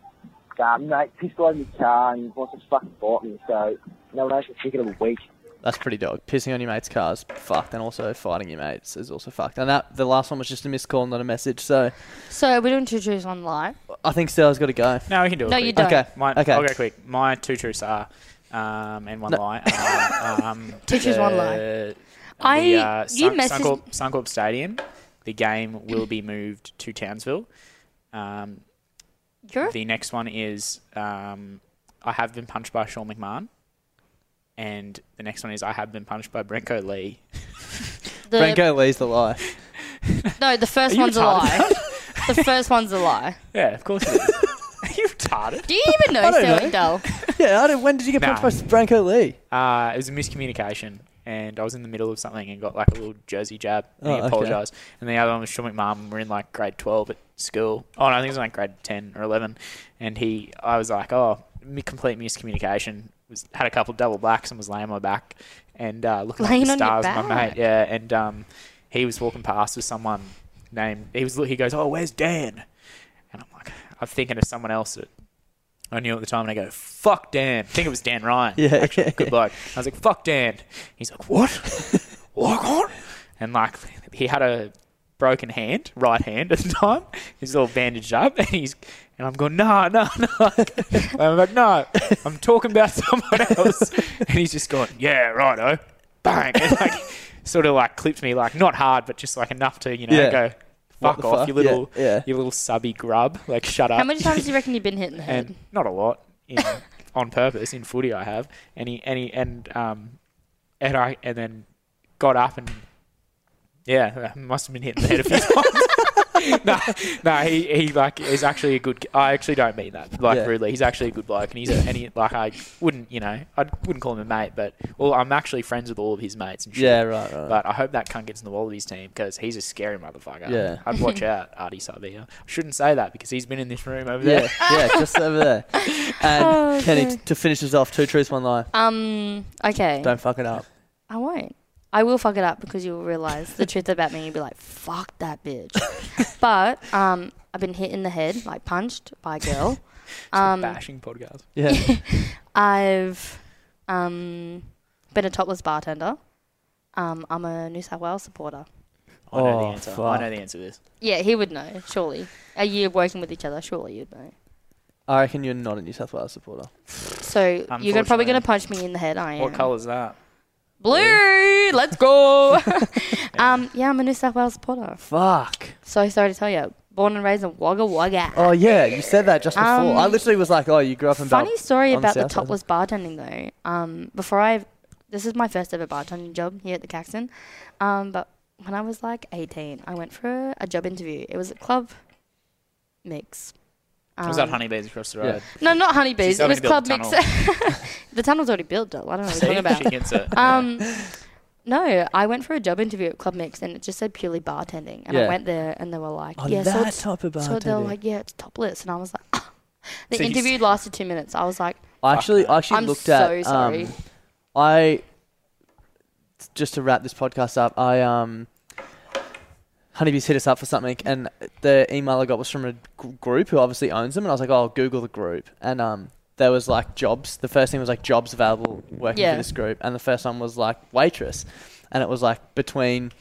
E: Um, mate, pissed out in the car and wants to fucking bite me. So nomination ticket of the week.
A: That's pretty dog. Pissing on your mate's cars, fucked, and also fighting your mates is also fucked. And that the last one was just a missed call, not a message. So
H: So we're doing two truths one lie.
A: I think Stella's got to go.
G: No, we Oh, can do it.
H: No,
G: quick.
H: you don't.
A: Okay.
G: Mine,
A: Okay.
G: I'll go quick. My two truths are, um, and one
A: No.
G: lie. are, um,
H: Two truths, one lie.
G: the-
H: I-
G: the, uh,
H: you
G: Sun-
H: messaged-
G: Suncorp, Suncorp Stadium. The game will be moved to Townsville. Um,
H: You're-
G: the next one is um, I have been punched by Sean McMahon, and the next one is I have been punched by Brenko Lee.
H: The-
A: Branko Lee's the lie.
H: No, the first
G: Are you
H: one's a
G: retarded?
H: lie. the first one's a lie.
G: Yeah, of course. It is. Are you retarded?
H: Do you even know
A: I don't
H: Sterling
A: know.
H: Dell?
A: yeah, I don't, when did you get
G: Nah.
A: punched by Branko Lee?
G: Uh, it was a miscommunication, and I was in the middle of something and got like a little jersey jab. And
A: Oh,
G: he
A: okay.
G: apologised. And the other one was Sean McMahon. and We're in like grade twelve at school. Oh no, I think it was like grade ten or eleven. And he, I was like, oh, mi- complete miscommunication. Was had a couple double blacks and was laying on my back and uh, looking
H: Laying
G: at the
H: on your
G: stars. My
H: back.
G: mate, yeah. And um, he was walking past with someone named. He was. He goes, oh, where's Dan? And I'm like, I'm thinking of someone else that I knew at the time, and I go, "Fuck Dan." I think it was Dan Ryan.
A: Yeah,
G: actually,
A: yeah,
G: good bloke. I was like, "Fuck Dan." He's like, "What? what? what?" And like, he had a broken hand, right hand at the time. He's all bandaged up, and he's and I'm going, "No, no, no." And I'm like, "No, I'm talking about someone else." And he's just going, "Yeah, righto." Bang! And like, sort of like clipped me, like not hard, but just like enough to you know
A: Yeah.
G: go.
A: What
G: Fuck
A: the
G: off,
A: fuck?
G: you little,
A: Yeah, yeah.
G: you little subby grub! Like, shut up.
H: How many times do you reckon you've been hit in the head?
G: and not a lot in, on purpose in footy I have and he and he and um and I and then got up and yeah I must have been hit in the head a few times no no he, he like is actually a good I actually don't mean that like
A: Yeah.
G: rudely he's actually a good bloke and he's a, and he like I wouldn't you know I wouldn't call him a mate but well I'm actually friends with all of his mates and shit
A: Yeah, right, right, right.
G: but I hope that cunt gets in the Wallabies team because he's a scary motherfucker
A: Yeah.
G: Um, I'd watch out Artie Sabia I shouldn't say that because he's been in this room over
A: Yeah,
G: there
A: yeah, just over there. And
H: Oh,
A: Kenny,
H: okay.
A: t- to finish us off, two truths, one lie.
H: Um. Okay.
A: Don't fuck it up.
H: I won't. I will fuck it up because you'll realize the truth about me. You'll be like, "Fuck that bitch." but um, I've been hit in the head, like punched by a girl. um,
G: bashing podcast.
A: Yeah.
H: I've um been a topless bartender. Um, I'm a New South Wales supporter.
G: I know the
A: Oh,
G: answer. I
A: fuck.
G: know the answer to this.
H: Yeah, he would know, surely. A year working with each other, surely you'd know.
A: I reckon you're not a New South Wales supporter.
H: So you're gonna- probably
G: Unfortunately.
H: going to punch me in the head, I am.
G: What colour's that?
H: Blue! Let's go! um, yeah, I'm a New South Wales supporter.
W: Fuck.
H: So sorry to tell you. Born and raised in Wagga Wagga.
W: Oh yeah, you said that just before.
H: Um,
W: I literally was like, "Oh, you grew up in." Bal-
H: Funny story
W: on
H: about the
W: south side.
H: topless bartending though. Um, before I, this is my first ever bartending job here at the Caxton. Um, but when I was like 18, I went for a, a job interview. It was a club mix.
G: It was that honeybees across the
H: yeah.
G: road?
H: No, not honeybees.
G: She's
H: It was
G: already
H: club mix.
G: built the
H: the tunnel's already built. Dol. I don't know what
G: See?
H: you're talking about.
G: She gets it.
H: Um, no, I went for a job interview at Club Mix and it just said purely bartending. And I
W: Yeah.
H: went there and they were like,
W: Oh,
H: yeah, so
W: that
H: it's-
W: type of
H: So they were
W: bartending.
H: like, yeah, it's topless. And I was like, ah. the
W: So you
H: interview lasted two minutes. I was like,
W: I actually, I actually
H: I'm
W: looked
H: so
W: at. um,
H: sorry.
W: I just to wrap this podcast up. I um, honeybees hit us up for something, and the email I got was from a g- group who obviously owns them, and I was like, "Oh, I'll Google the group," and um, there was like jobs. The first thing was like jobs available working
A: Yeah.
W: for this group, and the first one was like waitress, and it was like between.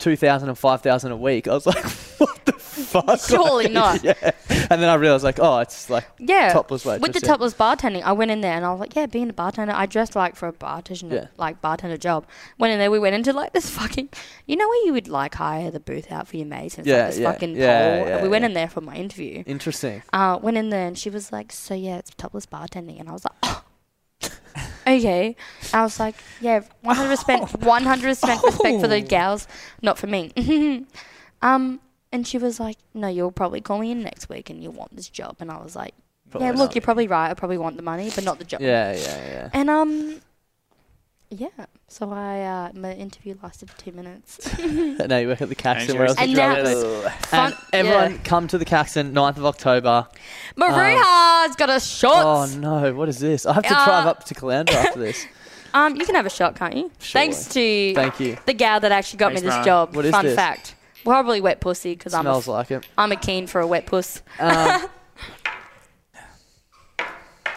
W: 2000 and 5000 a week. I was like, what the fuck?
H: Surely
W: Like,
H: not.
W: Yeah. And then I realized, like, oh, it's like
H: yeah.
W: topless waitress.
H: With the
W: yeah.
H: topless bartending, I went in there and I was like, yeah, being a bartender, I dressed like for a bartender,
W: Yeah.
H: like bartender job. Went in there, we went into like this fucking, you know where you would like hire the booth out for your mates and it's
W: Yeah,
H: like this
W: yeah,
H: fucking
W: yeah,
H: pole.
W: yeah,
H: we went
W: yeah.
H: in there for my interview.
W: Interesting.
H: Uh, went in there and she was like, so yeah, it's topless bartending. And I was like, oh. okay. I was like, yeah, 100
W: Oh.
H: respect, 100 respect, respect for the gals, not for me. um, and she was like, no, you'll probably call me in next week and you'll want this job. And I was like,
W: Probably
H: yeah, look,
W: not.
H: you're probably right. I probably want the money, but not the job.
W: Yeah, yeah, yeah.
H: And um, yeah. So I uh, my interview lasted two minutes.
W: And now you work at the Caxton.
H: And
W: Where else
H: she
W: did you
H: works at
W: work?
H: the
W: And
H: Fun-
W: everyone
H: yeah.
W: come to the Caxton 9th of October. Um,
H: Maruha's got a shot.
W: Oh no! What is this? I have to drive
H: Uh,
W: up to Caloundra after this.
H: Um, you can have a shot, can't you? Thanks to
W: Thank you.
H: the gal that actually got
W: Thanks,
H: me this
W: Brian.
H: job.
W: What is
H: Fun
W: this?
H: fact. Probably wet pussy because I'm a,
W: Smells like it.
H: am a keen for a wet puss.
W: Um,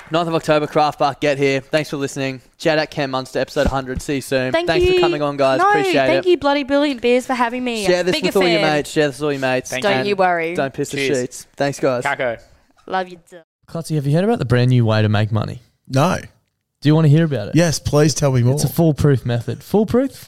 W: 9th of October, Craft Bar, get here. Thanks for listening. Shout out Cam Munster, episode 100. See you soon.
H: thank
W: Thanks
H: you.
W: for coming on, guys.
H: No,
W: Appreciate it.
H: thank you, bloody brilliant beers, for having me.
W: Share this
H: Bigger
W: with all your
H: fan.
W: mates. Share this with all your mates.
H: Thank Don't you. you worry.
W: Don't piss
H: Cheers.
W: the sheets. Thanks, guys.
H: Love you. d-
A: Clutzy, have you heard about the brand new way to make money?
D: No.
A: Do you want to hear about it?
D: Yes, please tell me more.
A: It's a foolproof method. Foolproof?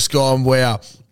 D: gone, wow.